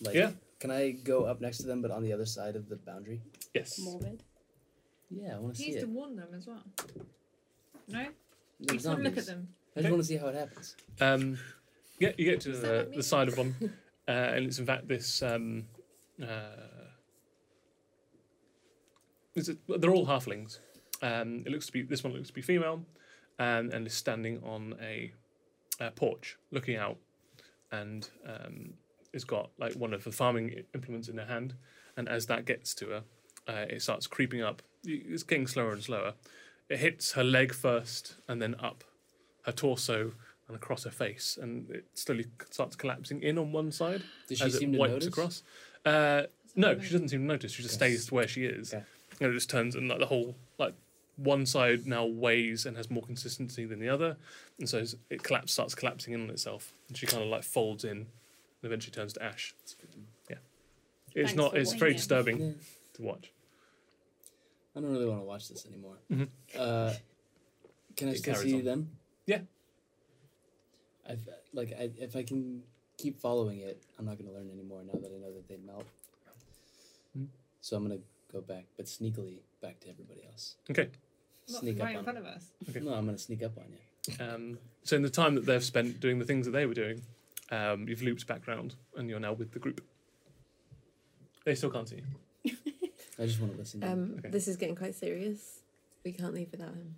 [SPEAKER 5] Like,
[SPEAKER 2] Yeah.
[SPEAKER 5] Can I go up next to them, but on the other side of the boundary?
[SPEAKER 2] Yes.
[SPEAKER 4] Morbid.
[SPEAKER 5] Yeah, I want to
[SPEAKER 3] He
[SPEAKER 5] see
[SPEAKER 3] used to
[SPEAKER 5] it.
[SPEAKER 3] warn them as well. No?
[SPEAKER 5] They're
[SPEAKER 3] You just want to look
[SPEAKER 5] zombies.
[SPEAKER 3] at them.
[SPEAKER 5] I just want to see how it happens.
[SPEAKER 2] Um, yeah, you get to
[SPEAKER 7] Does that
[SPEAKER 2] the,
[SPEAKER 7] not mean-
[SPEAKER 2] the side of one, uh, and it's in fact this. Um, uh, is it, well, they're all halflings. Um, it looks to be this one looks to be female, um, and and is standing on a, uh porch looking out, and um, has got like one of the farming i- implements in her hand, and as that gets to her, uh, it starts creeping up. Y- It's getting slower and slower. It hits her leg first, and then up her torso and across her face, and it slowly c- starts collapsing in on one side
[SPEAKER 5] Does she
[SPEAKER 2] as
[SPEAKER 5] seem
[SPEAKER 2] it
[SPEAKER 5] to
[SPEAKER 2] wipes
[SPEAKER 5] notice?
[SPEAKER 2] across. Uh, no, she
[SPEAKER 3] amazing.
[SPEAKER 2] doesn't seem to notice. She just
[SPEAKER 5] Okay.
[SPEAKER 2] stays where she is,
[SPEAKER 5] Okay.
[SPEAKER 2] and it just turns and like the whole like one side now weighs and has more consistency than the other, and so s- it collapse starts collapsing in on itself, and she kind of like folds in, and eventually turns to ash. Yeah, it's
[SPEAKER 4] Thanks
[SPEAKER 2] not.
[SPEAKER 4] for
[SPEAKER 2] It's very
[SPEAKER 4] watching.
[SPEAKER 2] disturbing
[SPEAKER 5] Yeah.
[SPEAKER 2] to watch.
[SPEAKER 5] I don't really want to watch this anymore.
[SPEAKER 2] Mhm.
[SPEAKER 5] Uh, can I
[SPEAKER 2] It
[SPEAKER 5] still
[SPEAKER 2] carries
[SPEAKER 5] see
[SPEAKER 2] on.
[SPEAKER 5] them?
[SPEAKER 2] Yeah.
[SPEAKER 5] I've, like I, if I can keep following it, I'm not going to learn anymore now that I know that they melt.
[SPEAKER 2] Mm.
[SPEAKER 5] So I'm going to go back, but sneakily back to everybody else.
[SPEAKER 2] Okay.
[SPEAKER 3] Not
[SPEAKER 5] Sneak
[SPEAKER 3] right in
[SPEAKER 5] up on.
[SPEAKER 3] front of us.
[SPEAKER 5] you. No, I'm going to sneak up on you.
[SPEAKER 2] Um, so in the time that they've spent doing the things that they were doing, um, you've looped back round and you're now with the group. They still can't see. you.
[SPEAKER 5] I just want to listen. to
[SPEAKER 7] Um,
[SPEAKER 2] Okay.
[SPEAKER 7] this is getting quite serious. We can't leave without him.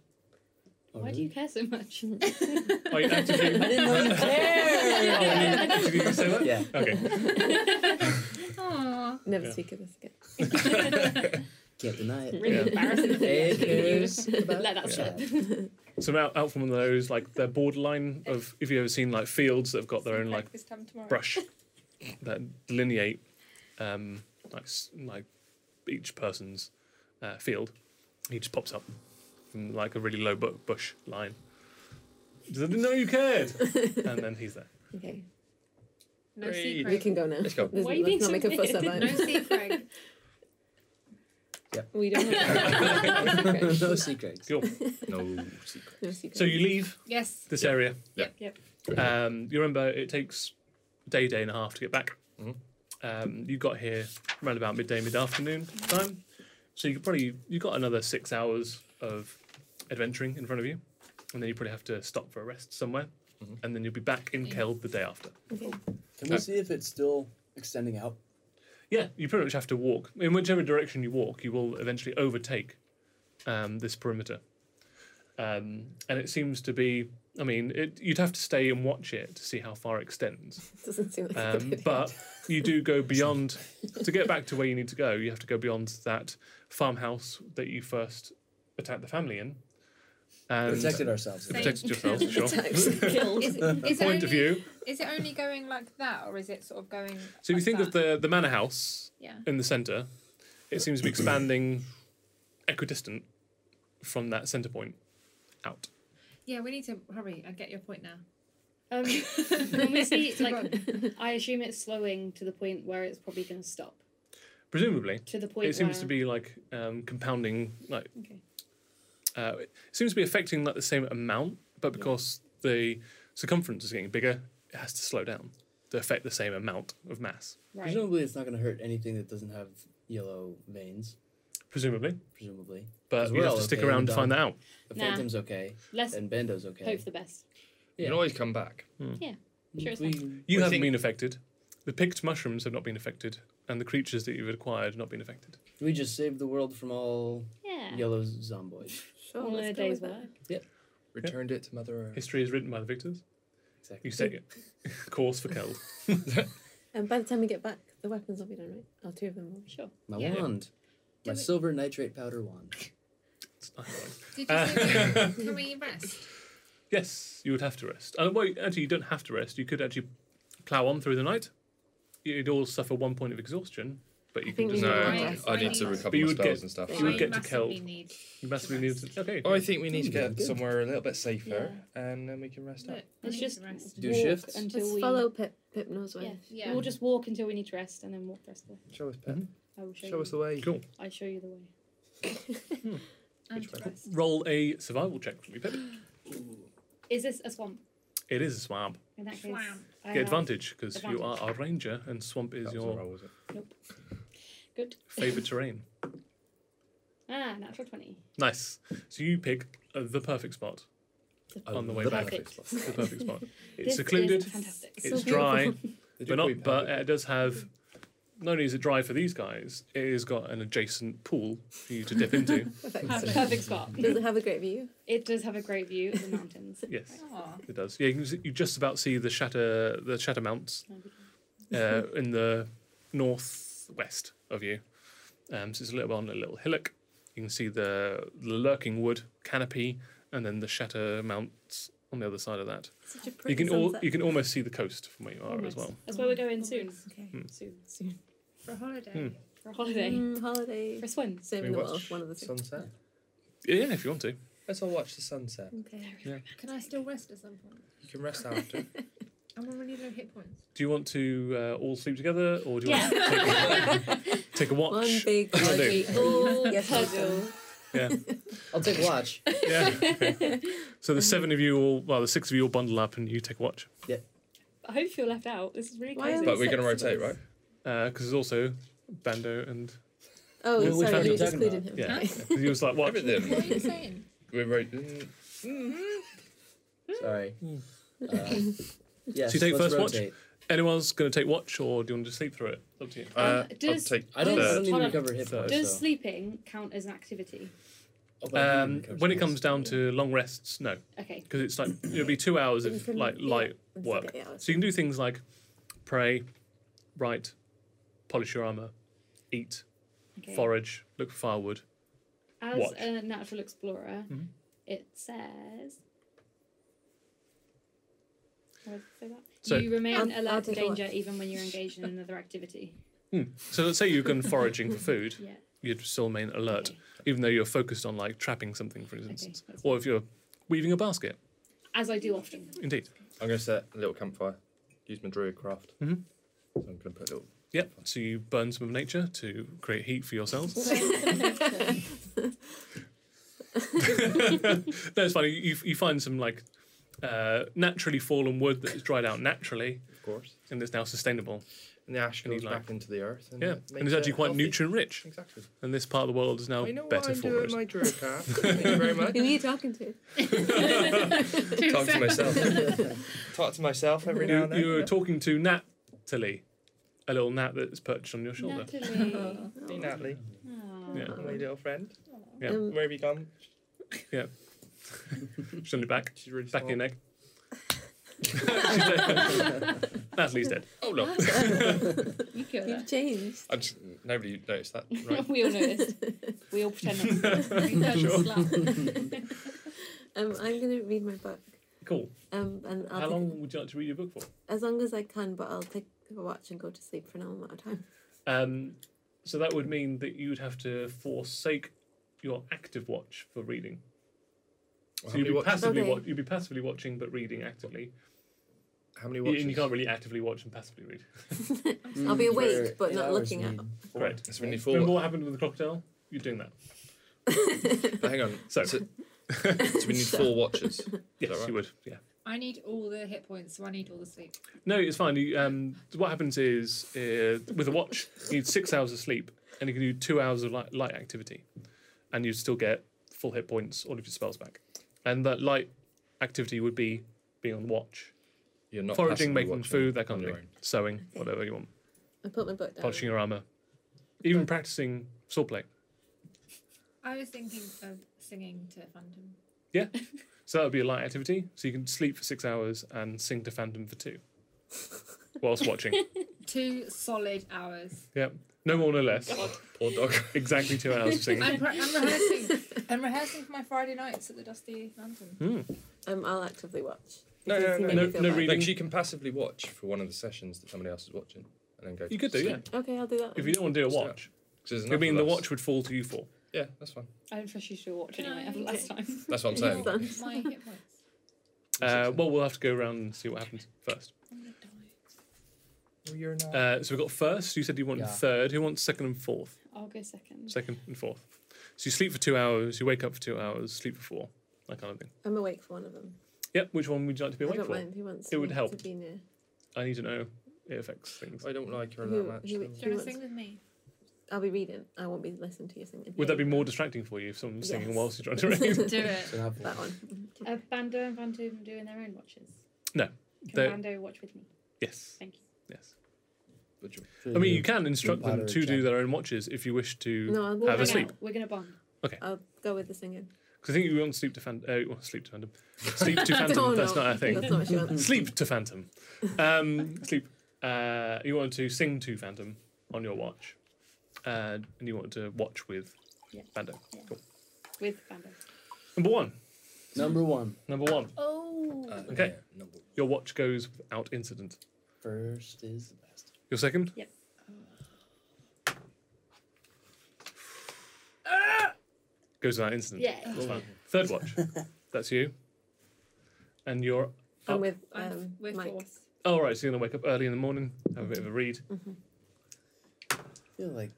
[SPEAKER 5] oh,
[SPEAKER 4] Why do you
[SPEAKER 5] really?
[SPEAKER 8] Mm-hmm.
[SPEAKER 4] care so much?
[SPEAKER 2] Are you actively?
[SPEAKER 5] I didn't know
[SPEAKER 2] Oh,
[SPEAKER 5] you
[SPEAKER 2] you
[SPEAKER 5] cared.
[SPEAKER 2] actively gonna say that?
[SPEAKER 5] yeah.
[SPEAKER 2] Okay.
[SPEAKER 3] Aww.
[SPEAKER 7] Never
[SPEAKER 2] Yeah.
[SPEAKER 7] speak of this again.
[SPEAKER 5] Can't deny it.
[SPEAKER 4] really
[SPEAKER 2] Yeah.
[SPEAKER 4] embarrassing for
[SPEAKER 5] Hey,
[SPEAKER 4] you.
[SPEAKER 5] cares about
[SPEAKER 4] Let that
[SPEAKER 5] Chad.
[SPEAKER 4] slip.
[SPEAKER 2] So out, out from one of those, like they're borderline of if you've ever seen like fields that have got their own like
[SPEAKER 3] this time tomorrow.
[SPEAKER 2] brush that delineate um, like s- like each person's uh, field. He just pops up from like a really low bu- bush line. Just, I didn't know you cared, and then he's there.
[SPEAKER 7] Okay,
[SPEAKER 3] No
[SPEAKER 6] Great.
[SPEAKER 7] we
[SPEAKER 3] secret.
[SPEAKER 7] can go now.
[SPEAKER 6] Let's go.
[SPEAKER 7] There's-
[SPEAKER 4] Why are you being
[SPEAKER 7] Let's not
[SPEAKER 4] so
[SPEAKER 7] make a fuss
[SPEAKER 4] weird?
[SPEAKER 7] about
[SPEAKER 3] No
[SPEAKER 7] it.
[SPEAKER 3] secret.
[SPEAKER 10] We don't have
[SPEAKER 5] no secrets.
[SPEAKER 2] Cool.
[SPEAKER 6] No secret.
[SPEAKER 7] No secret.
[SPEAKER 2] So you leave
[SPEAKER 3] Yes.
[SPEAKER 2] this area.
[SPEAKER 6] Yeah.
[SPEAKER 4] Yep.
[SPEAKER 2] Um, you remember it takes day, day and a half to get back.
[SPEAKER 6] Mhm.
[SPEAKER 2] Um, you got here around about midday, mid afternoon time. So you could probably you got another six hours of adventuring in front of you, and then you probably have to stop for a rest somewhere,
[SPEAKER 6] Mhm.
[SPEAKER 2] and then you'll be back in Keld the day after.
[SPEAKER 7] Okay.
[SPEAKER 5] Can we see if it's still extending out?
[SPEAKER 2] Yeah, you pretty much have to walk. In whichever direction you walk, you will eventually overtake um, this perimeter. Um, and it seems to be I mean, it, you'd have to stay and watch it to see how far it extends.
[SPEAKER 7] Doesn't seem like a good
[SPEAKER 2] Um,
[SPEAKER 7] idea.
[SPEAKER 2] but you do go beyond to get back to where you need to go. You have to go beyond that farmhouse that you first attacked the family in, and
[SPEAKER 5] protected ourselves.
[SPEAKER 3] Same.
[SPEAKER 2] protected yourselves. Sure.
[SPEAKER 7] Attacks.
[SPEAKER 4] Killed.
[SPEAKER 3] Is, it- is, it
[SPEAKER 2] Point
[SPEAKER 3] only,
[SPEAKER 2] of view.
[SPEAKER 3] is it only going like that, or is it sort of going?
[SPEAKER 2] So if you
[SPEAKER 3] like
[SPEAKER 2] think
[SPEAKER 3] that?
[SPEAKER 2] of the the manor house
[SPEAKER 3] yeah.
[SPEAKER 2] in the centre, it seems to be expanding equidistant from that centre point out.
[SPEAKER 3] Yeah, we need to hurry. I get your point now.
[SPEAKER 4] Um, when we see, like, I assume it's slowing to the point where it's probably going to stop.
[SPEAKER 2] Presumably,
[SPEAKER 4] To the point
[SPEAKER 2] it seems
[SPEAKER 4] where,
[SPEAKER 2] to be like um, compounding, like
[SPEAKER 4] Okay.
[SPEAKER 2] uh, it seems to be affecting like the same amount, but because the circumference is getting bigger, it has to slow down to affect the same amount of mass.
[SPEAKER 4] Right.
[SPEAKER 5] Presumably, it's not going to hurt anything that doesn't have yellow veins.
[SPEAKER 2] presumably.
[SPEAKER 5] Presumably,
[SPEAKER 2] But
[SPEAKER 5] As
[SPEAKER 2] you have
[SPEAKER 5] well,
[SPEAKER 2] to stick
[SPEAKER 5] okay, um,
[SPEAKER 2] around to
[SPEAKER 5] done.
[SPEAKER 2] find that out.
[SPEAKER 5] the
[SPEAKER 4] Nah.
[SPEAKER 5] Phantom's okay,
[SPEAKER 4] Let's
[SPEAKER 5] and Bando's okay.
[SPEAKER 4] hope for the best.
[SPEAKER 6] You can
[SPEAKER 5] Yeah.
[SPEAKER 6] always come back.
[SPEAKER 4] Sure, it's
[SPEAKER 5] we,
[SPEAKER 6] Well,
[SPEAKER 2] You
[SPEAKER 6] I
[SPEAKER 2] haven't
[SPEAKER 6] think-
[SPEAKER 2] been affected. The picked mushrooms have not been affected, and the creatures that you've acquired have not been affected.
[SPEAKER 5] we just saved the world from all
[SPEAKER 4] Yeah.
[SPEAKER 5] yellow zomboids.
[SPEAKER 7] Sure,
[SPEAKER 4] All in
[SPEAKER 7] let's
[SPEAKER 4] a
[SPEAKER 7] go
[SPEAKER 4] day's
[SPEAKER 7] with
[SPEAKER 4] work.
[SPEAKER 7] that.
[SPEAKER 6] Returned it to Mother Earth.
[SPEAKER 2] History is written by the victors.
[SPEAKER 5] Exactly.
[SPEAKER 2] You set it. course for Kel.
[SPEAKER 7] And by the time we get back, the weapons will be done, right? Or two of them will be.
[SPEAKER 4] Sure.
[SPEAKER 5] My
[SPEAKER 3] Yeah.
[SPEAKER 5] wand.
[SPEAKER 3] Do
[SPEAKER 5] My
[SPEAKER 3] we-
[SPEAKER 5] silver nitrate powder wand.
[SPEAKER 2] It's not right.
[SPEAKER 3] Did you
[SPEAKER 2] Uh,
[SPEAKER 3] say that- can we rest?
[SPEAKER 2] yes, you would have to rest. Uh, well, actually, you don't have to rest. You could actually plough on through the night. You'd all suffer one point of exhaustion, but you
[SPEAKER 7] I
[SPEAKER 2] can
[SPEAKER 7] think we
[SPEAKER 2] just.
[SPEAKER 7] need
[SPEAKER 8] No,
[SPEAKER 3] Right.
[SPEAKER 8] I need to
[SPEAKER 3] Right.
[SPEAKER 8] recover
[SPEAKER 2] But you
[SPEAKER 8] my
[SPEAKER 2] would
[SPEAKER 8] spells
[SPEAKER 2] get-
[SPEAKER 8] and stuff.
[SPEAKER 2] you would
[SPEAKER 3] I
[SPEAKER 2] get to
[SPEAKER 3] massively
[SPEAKER 2] Kel.
[SPEAKER 3] Need
[SPEAKER 2] You massively need to. Okay.
[SPEAKER 6] Oh, I think we need to
[SPEAKER 5] Sounds
[SPEAKER 6] get
[SPEAKER 5] good.
[SPEAKER 6] somewhere a little bit safer, and then we can rest up.
[SPEAKER 3] Look, I
[SPEAKER 4] Let's
[SPEAKER 3] need
[SPEAKER 4] just
[SPEAKER 3] to rest.
[SPEAKER 5] Do
[SPEAKER 4] walk
[SPEAKER 5] shifts?
[SPEAKER 4] until
[SPEAKER 7] Just
[SPEAKER 4] we.
[SPEAKER 7] follow Pip. Pip knows where.
[SPEAKER 4] Yeah.
[SPEAKER 3] Yeah.
[SPEAKER 4] We'll just walk until we need to rest, and then walk the rest of the way.
[SPEAKER 6] Show us, Pep.
[SPEAKER 4] I will show
[SPEAKER 6] Show
[SPEAKER 4] you.
[SPEAKER 6] us the way.
[SPEAKER 2] Cool.
[SPEAKER 4] I show you the way.
[SPEAKER 3] And
[SPEAKER 6] Which
[SPEAKER 3] to
[SPEAKER 6] way?
[SPEAKER 3] rest.
[SPEAKER 2] Roll a survival check for me, Pip.
[SPEAKER 4] Is this a swamp?
[SPEAKER 2] It is a swamp.
[SPEAKER 4] In that case,
[SPEAKER 3] Swamp.
[SPEAKER 4] I
[SPEAKER 2] Get
[SPEAKER 4] have-
[SPEAKER 2] advantage because you are
[SPEAKER 4] advantage.
[SPEAKER 2] our ranger, and swamp is
[SPEAKER 8] That was a
[SPEAKER 2] your
[SPEAKER 8] roll, was it?
[SPEAKER 4] Good.
[SPEAKER 2] favorite terrain.
[SPEAKER 4] Ah, natural twenty.
[SPEAKER 2] Nice. So you pick uh, the perfect spot. On the
[SPEAKER 8] Oh,
[SPEAKER 2] way back.
[SPEAKER 4] Perfect.
[SPEAKER 2] The perfect spot.
[SPEAKER 4] This
[SPEAKER 2] It's
[SPEAKER 4] is
[SPEAKER 2] secluded.
[SPEAKER 4] fantastic.
[SPEAKER 2] It's dry,
[SPEAKER 5] Did
[SPEAKER 2] but
[SPEAKER 5] you
[SPEAKER 2] not.
[SPEAKER 5] queep
[SPEAKER 2] But
[SPEAKER 5] out?
[SPEAKER 2] it does have. Not only is it dry for these guys, it has got an adjacent pool for you to dip into.
[SPEAKER 7] Perfect.
[SPEAKER 4] Perfect. Perfect spot.
[SPEAKER 7] Does it have a great view?
[SPEAKER 4] It does have a great view of the mountains.
[SPEAKER 2] yes,
[SPEAKER 3] Aw.
[SPEAKER 2] it does. Yeah, you, can see- you just about see the shatter, the shatter mounts uh, in the northwest of you. Um, so it's a little bit on a little hillock. You can see the, the lurking wood canopy, and then the shatter mounts on the other side of that.
[SPEAKER 7] Such a pretty
[SPEAKER 2] You can all,
[SPEAKER 7] sunset.
[SPEAKER 2] you can almost see the coast from where you are as
[SPEAKER 4] Almost.
[SPEAKER 2] well.
[SPEAKER 4] That's where we're going soon.
[SPEAKER 7] Okay.
[SPEAKER 4] Soon.
[SPEAKER 7] Soon.
[SPEAKER 3] For a holiday.
[SPEAKER 2] Hmm.
[SPEAKER 4] For a holiday.
[SPEAKER 7] Mm, holiday.
[SPEAKER 4] For a swim.
[SPEAKER 6] We
[SPEAKER 7] Saving the world.
[SPEAKER 6] watch
[SPEAKER 7] One of the two.
[SPEAKER 6] sunset.
[SPEAKER 2] Yeah, if you want to.
[SPEAKER 6] Let's all watch the sunset.
[SPEAKER 7] Okay.
[SPEAKER 3] Can I still rest at some point?
[SPEAKER 6] You can rest after.
[SPEAKER 3] I'm already low hit points.
[SPEAKER 2] Do you want to uh, all sleep together, or do you
[SPEAKER 4] Yeah.
[SPEAKER 2] want to take, take a watch?
[SPEAKER 7] One big
[SPEAKER 2] Will do.
[SPEAKER 7] holiday. Oh,
[SPEAKER 4] All
[SPEAKER 7] Yes, well
[SPEAKER 4] puzzle.
[SPEAKER 7] done.
[SPEAKER 5] I'll take watch.
[SPEAKER 2] Yeah. okay. So the seven of you all, well, the six of you all bundle up and you take a watch.
[SPEAKER 4] I hope you feel left out. This is really
[SPEAKER 7] Why
[SPEAKER 4] crazy.
[SPEAKER 7] are
[SPEAKER 6] but we're gonna
[SPEAKER 7] Six of
[SPEAKER 6] rotate,
[SPEAKER 7] us.
[SPEAKER 6] right?
[SPEAKER 2] Because Uh, there's also Bando and
[SPEAKER 7] Oh,
[SPEAKER 5] Wh- which one
[SPEAKER 7] sorry,
[SPEAKER 5] are
[SPEAKER 7] we
[SPEAKER 5] you
[SPEAKER 7] just
[SPEAKER 5] talking
[SPEAKER 7] included him.
[SPEAKER 2] Yeah.
[SPEAKER 7] Okay.
[SPEAKER 2] he was like, "What?"
[SPEAKER 6] Everything.
[SPEAKER 3] What are you saying?
[SPEAKER 6] We're rotating.
[SPEAKER 5] Sorry. Uh, yes,
[SPEAKER 2] So you take
[SPEAKER 5] let's
[SPEAKER 2] first watch?
[SPEAKER 5] rotate.
[SPEAKER 2] Anyone's going to take watch, or do you want to just sleep through it? It's up to you.
[SPEAKER 6] Uh,
[SPEAKER 4] Um, does-
[SPEAKER 6] I'll take.
[SPEAKER 5] I don't, I
[SPEAKER 4] Does-
[SPEAKER 5] don't need to
[SPEAKER 4] hold on.
[SPEAKER 5] recover hit points.
[SPEAKER 4] Does
[SPEAKER 2] uh,
[SPEAKER 5] so-
[SPEAKER 4] sleeping count as an activity?
[SPEAKER 5] Oh, but I do
[SPEAKER 2] Um,
[SPEAKER 5] recover
[SPEAKER 2] when it
[SPEAKER 5] hit
[SPEAKER 2] comes
[SPEAKER 5] points.
[SPEAKER 2] down to long rests, no,
[SPEAKER 4] Okay.
[SPEAKER 2] because it's like it'll be two hours
[SPEAKER 7] You
[SPEAKER 2] of
[SPEAKER 7] can-
[SPEAKER 2] like light
[SPEAKER 7] yeah,
[SPEAKER 2] work.
[SPEAKER 7] it's okay, yeah.
[SPEAKER 2] So you can do things like pray, write, polish your armor, eat,
[SPEAKER 4] okay.
[SPEAKER 2] forage, look for firewood.
[SPEAKER 4] As
[SPEAKER 2] watch.
[SPEAKER 4] a natural explorer,
[SPEAKER 2] Mhm.
[SPEAKER 4] it says. Where does it say that?
[SPEAKER 2] So-
[SPEAKER 4] you remain
[SPEAKER 7] I'll- I'll
[SPEAKER 4] alert to
[SPEAKER 7] take a
[SPEAKER 4] danger
[SPEAKER 7] watch.
[SPEAKER 4] even when you're engaged in another activity.
[SPEAKER 2] So let's say you've gone foraging for food,
[SPEAKER 4] Yeah.
[SPEAKER 2] you'd still remain alert,
[SPEAKER 4] Okay.
[SPEAKER 2] even though you're focused on like trapping something, for instance,
[SPEAKER 4] that's
[SPEAKER 2] or if you're weaving a basket.
[SPEAKER 4] As I do often.
[SPEAKER 2] Indeed.
[SPEAKER 8] I'm going to set a little campfire. Use my druid craft.
[SPEAKER 2] Mhm.
[SPEAKER 8] So I'm going to put a little.
[SPEAKER 2] Yep. So you burn some of nature to create heat for yourselves. no, it's funny. You, you find some like uh, naturally fallen wood that is dried out naturally
[SPEAKER 6] Of course.
[SPEAKER 2] and is now sustainable.
[SPEAKER 6] And the ash
[SPEAKER 2] And you
[SPEAKER 6] goes
[SPEAKER 2] like-
[SPEAKER 6] back into the earth. And
[SPEAKER 2] Yeah,
[SPEAKER 6] it
[SPEAKER 2] and
[SPEAKER 6] makes
[SPEAKER 2] it's
[SPEAKER 6] it
[SPEAKER 2] actually quite
[SPEAKER 6] healthy.
[SPEAKER 2] nutrient rich.
[SPEAKER 6] Exactly.
[SPEAKER 2] And this part of the world is now
[SPEAKER 6] I know what
[SPEAKER 2] better
[SPEAKER 6] I'm
[SPEAKER 2] for
[SPEAKER 6] doing,
[SPEAKER 2] it.
[SPEAKER 6] my druid craft. Thank you very much.
[SPEAKER 7] Who are you talking to?
[SPEAKER 6] Talk to myself. Talk to myself every now
[SPEAKER 2] You,
[SPEAKER 6] and then.
[SPEAKER 2] you were talking to Natalie, a little gnat that's perched on your shoulder.
[SPEAKER 4] Natalie.
[SPEAKER 6] Hey, Natalie,
[SPEAKER 4] Aw.
[SPEAKER 2] Yeah.
[SPEAKER 6] my little friend.
[SPEAKER 2] Yeah.
[SPEAKER 7] Um,
[SPEAKER 6] Where have you gone?
[SPEAKER 2] She's on your back.
[SPEAKER 6] She's really
[SPEAKER 2] Back of your
[SPEAKER 6] smart.
[SPEAKER 2] neck. She's dead. Natalie's dead.
[SPEAKER 8] Oh no!
[SPEAKER 3] You killed
[SPEAKER 7] You've
[SPEAKER 3] that.
[SPEAKER 7] changed.
[SPEAKER 8] I just, nobody noticed that. Right.
[SPEAKER 4] we all noticed. We all pretend. that's- we don't
[SPEAKER 2] Sure.
[SPEAKER 4] slap.
[SPEAKER 7] Um, I'm gonna read my book.
[SPEAKER 2] Cool.
[SPEAKER 7] Um, and I'll
[SPEAKER 2] How
[SPEAKER 7] take-
[SPEAKER 2] long would you like to read your book for?
[SPEAKER 7] as long as I can, but I'll take a watch and go to sleep for an amount of time.
[SPEAKER 2] Um, so that would mean that you would have to forsake your active watch for reading. so
[SPEAKER 8] Well, how,
[SPEAKER 2] you'd
[SPEAKER 8] many
[SPEAKER 2] be
[SPEAKER 8] watch,
[SPEAKER 2] passively
[SPEAKER 7] Okay.
[SPEAKER 2] wa- you'd be passively watching but reading actively.
[SPEAKER 8] how many
[SPEAKER 2] You-
[SPEAKER 8] watches?
[SPEAKER 2] And you can't really actively watch and passively read.
[SPEAKER 7] I'll
[SPEAKER 5] Mm,
[SPEAKER 7] be
[SPEAKER 5] For
[SPEAKER 7] awake but
[SPEAKER 5] eight
[SPEAKER 7] not
[SPEAKER 5] hours,
[SPEAKER 7] looking
[SPEAKER 5] you
[SPEAKER 7] out.
[SPEAKER 5] mean.
[SPEAKER 2] Great.
[SPEAKER 8] That's when you
[SPEAKER 2] Remember
[SPEAKER 8] fall.
[SPEAKER 2] what happened with the crocodile? You're doing that.
[SPEAKER 8] But hang on.
[SPEAKER 2] So-
[SPEAKER 8] So, so we need four watches.
[SPEAKER 2] Yes,
[SPEAKER 8] right?
[SPEAKER 2] you would. Yeah.
[SPEAKER 3] I need all the hit points, so I need all the sleep.
[SPEAKER 2] No, it's fine. You, um, what happens is uh, with a watch, you need six hours of sleep, and you can do two hours of light, light activity, and you still get full hit points, all of your spells back. And that light activity would be being on the watch,
[SPEAKER 8] You're not
[SPEAKER 2] foraging,
[SPEAKER 8] passively
[SPEAKER 2] making
[SPEAKER 8] watching
[SPEAKER 2] food, that
[SPEAKER 8] on
[SPEAKER 2] kind of
[SPEAKER 8] your
[SPEAKER 2] thing, sewing, whatever you want,
[SPEAKER 7] I put my book down.
[SPEAKER 2] polishing your armor, even practicing swordplay.
[SPEAKER 3] I was thinking of singing to Phantom.
[SPEAKER 2] So that would be a light activity. So you can sleep for six hours and sing to Phantom for two, whilst watching.
[SPEAKER 3] Two solid hours.
[SPEAKER 2] yep, no more, no less.
[SPEAKER 8] own. Poor dog.
[SPEAKER 2] Exactly two hours of singing.
[SPEAKER 3] I'm, pre- I'm rehearsing. I'm rehearsing for my Friday nights at the Dusty Lantern.
[SPEAKER 2] Hmm.
[SPEAKER 7] Um, I'll actively watch.
[SPEAKER 8] No,
[SPEAKER 7] Because
[SPEAKER 8] no,
[SPEAKER 7] you make
[SPEAKER 8] no,
[SPEAKER 2] no,
[SPEAKER 7] me feel
[SPEAKER 2] no
[SPEAKER 7] bad.
[SPEAKER 2] reading.
[SPEAKER 8] Like she can passively watch for one of the sessions that somebody else is watching, and then go.
[SPEAKER 2] You could do, yeah.
[SPEAKER 7] Okay, I'll do that.
[SPEAKER 2] If
[SPEAKER 7] one.
[SPEAKER 2] you don't want to do a
[SPEAKER 8] Just do it.
[SPEAKER 2] watch, I
[SPEAKER 8] I
[SPEAKER 2] mean the watch would fall to you four.
[SPEAKER 8] Yeah, that's fine.
[SPEAKER 4] I don't trust you to watch
[SPEAKER 3] No,
[SPEAKER 4] anyway. after
[SPEAKER 3] you
[SPEAKER 4] last time.
[SPEAKER 8] That's what I'm
[SPEAKER 7] Yeah.
[SPEAKER 8] saying.
[SPEAKER 7] Done.
[SPEAKER 3] My hit points.
[SPEAKER 2] Uh, well, we'll have to go around and see what happens first.
[SPEAKER 3] I'm gonna die.
[SPEAKER 6] Well, you're not.
[SPEAKER 2] Uh, so we got first. You said you wanted
[SPEAKER 5] Yeah.
[SPEAKER 2] third. Who wants second and fourth?
[SPEAKER 4] I'll go second.
[SPEAKER 2] Second and fourth. So you sleep for two hours. You wake up for two hours. Sleep for four. That kind of thing.
[SPEAKER 7] I'm awake for one of them.
[SPEAKER 2] Yep. Which one would you like to be
[SPEAKER 7] I
[SPEAKER 2] awake
[SPEAKER 7] don't
[SPEAKER 2] for?
[SPEAKER 7] mind who wants
[SPEAKER 2] It would
[SPEAKER 7] me
[SPEAKER 2] help.
[SPEAKER 7] to be near.
[SPEAKER 2] I need to know. It affects things.
[SPEAKER 8] I don't like her
[SPEAKER 7] Who-
[SPEAKER 8] that
[SPEAKER 7] who-
[SPEAKER 8] much. though.
[SPEAKER 3] Do you want
[SPEAKER 7] wants-
[SPEAKER 3] to sing with me?
[SPEAKER 7] I'll be reading. I won't be listening to you singing.
[SPEAKER 2] Would that be more distracting for you if someone's singing
[SPEAKER 7] Yes.
[SPEAKER 2] whilst you're trying to read?
[SPEAKER 3] Do it.
[SPEAKER 5] So not
[SPEAKER 7] That
[SPEAKER 5] one.
[SPEAKER 7] one.
[SPEAKER 4] Are Bando and Phantom doing their own watches?
[SPEAKER 2] No,
[SPEAKER 4] Can
[SPEAKER 2] they're-
[SPEAKER 4] Bando watch with me?
[SPEAKER 2] yes.
[SPEAKER 4] Thank you.
[SPEAKER 2] Yes.
[SPEAKER 8] Would you-
[SPEAKER 2] I mean, you can instruct
[SPEAKER 5] Bada
[SPEAKER 2] them
[SPEAKER 5] and
[SPEAKER 2] to do
[SPEAKER 5] Jack.
[SPEAKER 2] their own watches if you wish to
[SPEAKER 7] No, I'll
[SPEAKER 2] have
[SPEAKER 4] Hang
[SPEAKER 2] a
[SPEAKER 4] on,
[SPEAKER 2] sleep.
[SPEAKER 4] We're gonna bond.
[SPEAKER 7] I'll go with the singing.
[SPEAKER 2] Because I think you want sleep to phantom. Uh, well, sleep to phantom. Sleep to phantom.
[SPEAKER 7] Oh,
[SPEAKER 2] that's
[SPEAKER 7] no.
[SPEAKER 2] not our thing.
[SPEAKER 7] That's not what she
[SPEAKER 4] Mm.
[SPEAKER 7] wants.
[SPEAKER 2] sleep to phantom um, sleep uh, you want to sing to phantom on your watch uh, and you want to watch with
[SPEAKER 4] Yeah.
[SPEAKER 2] Bando.
[SPEAKER 4] With Bando.
[SPEAKER 2] number one
[SPEAKER 5] Number one,
[SPEAKER 2] number one
[SPEAKER 3] Oh.
[SPEAKER 8] Uh,
[SPEAKER 2] Okay.
[SPEAKER 8] yeah, number-
[SPEAKER 2] your watch goes without incident
[SPEAKER 5] first is the best.
[SPEAKER 2] your second
[SPEAKER 4] Yep.
[SPEAKER 2] Uh, goes without incident
[SPEAKER 4] Yeah.
[SPEAKER 2] That's fine. third watch that's you and you're
[SPEAKER 7] I'm with
[SPEAKER 3] Oh, I'm f-
[SPEAKER 7] um,
[SPEAKER 3] we're
[SPEAKER 7] Mike.
[SPEAKER 3] forced.
[SPEAKER 2] all right so you're gonna wake up early in the morning have a bit of a read
[SPEAKER 5] I feel like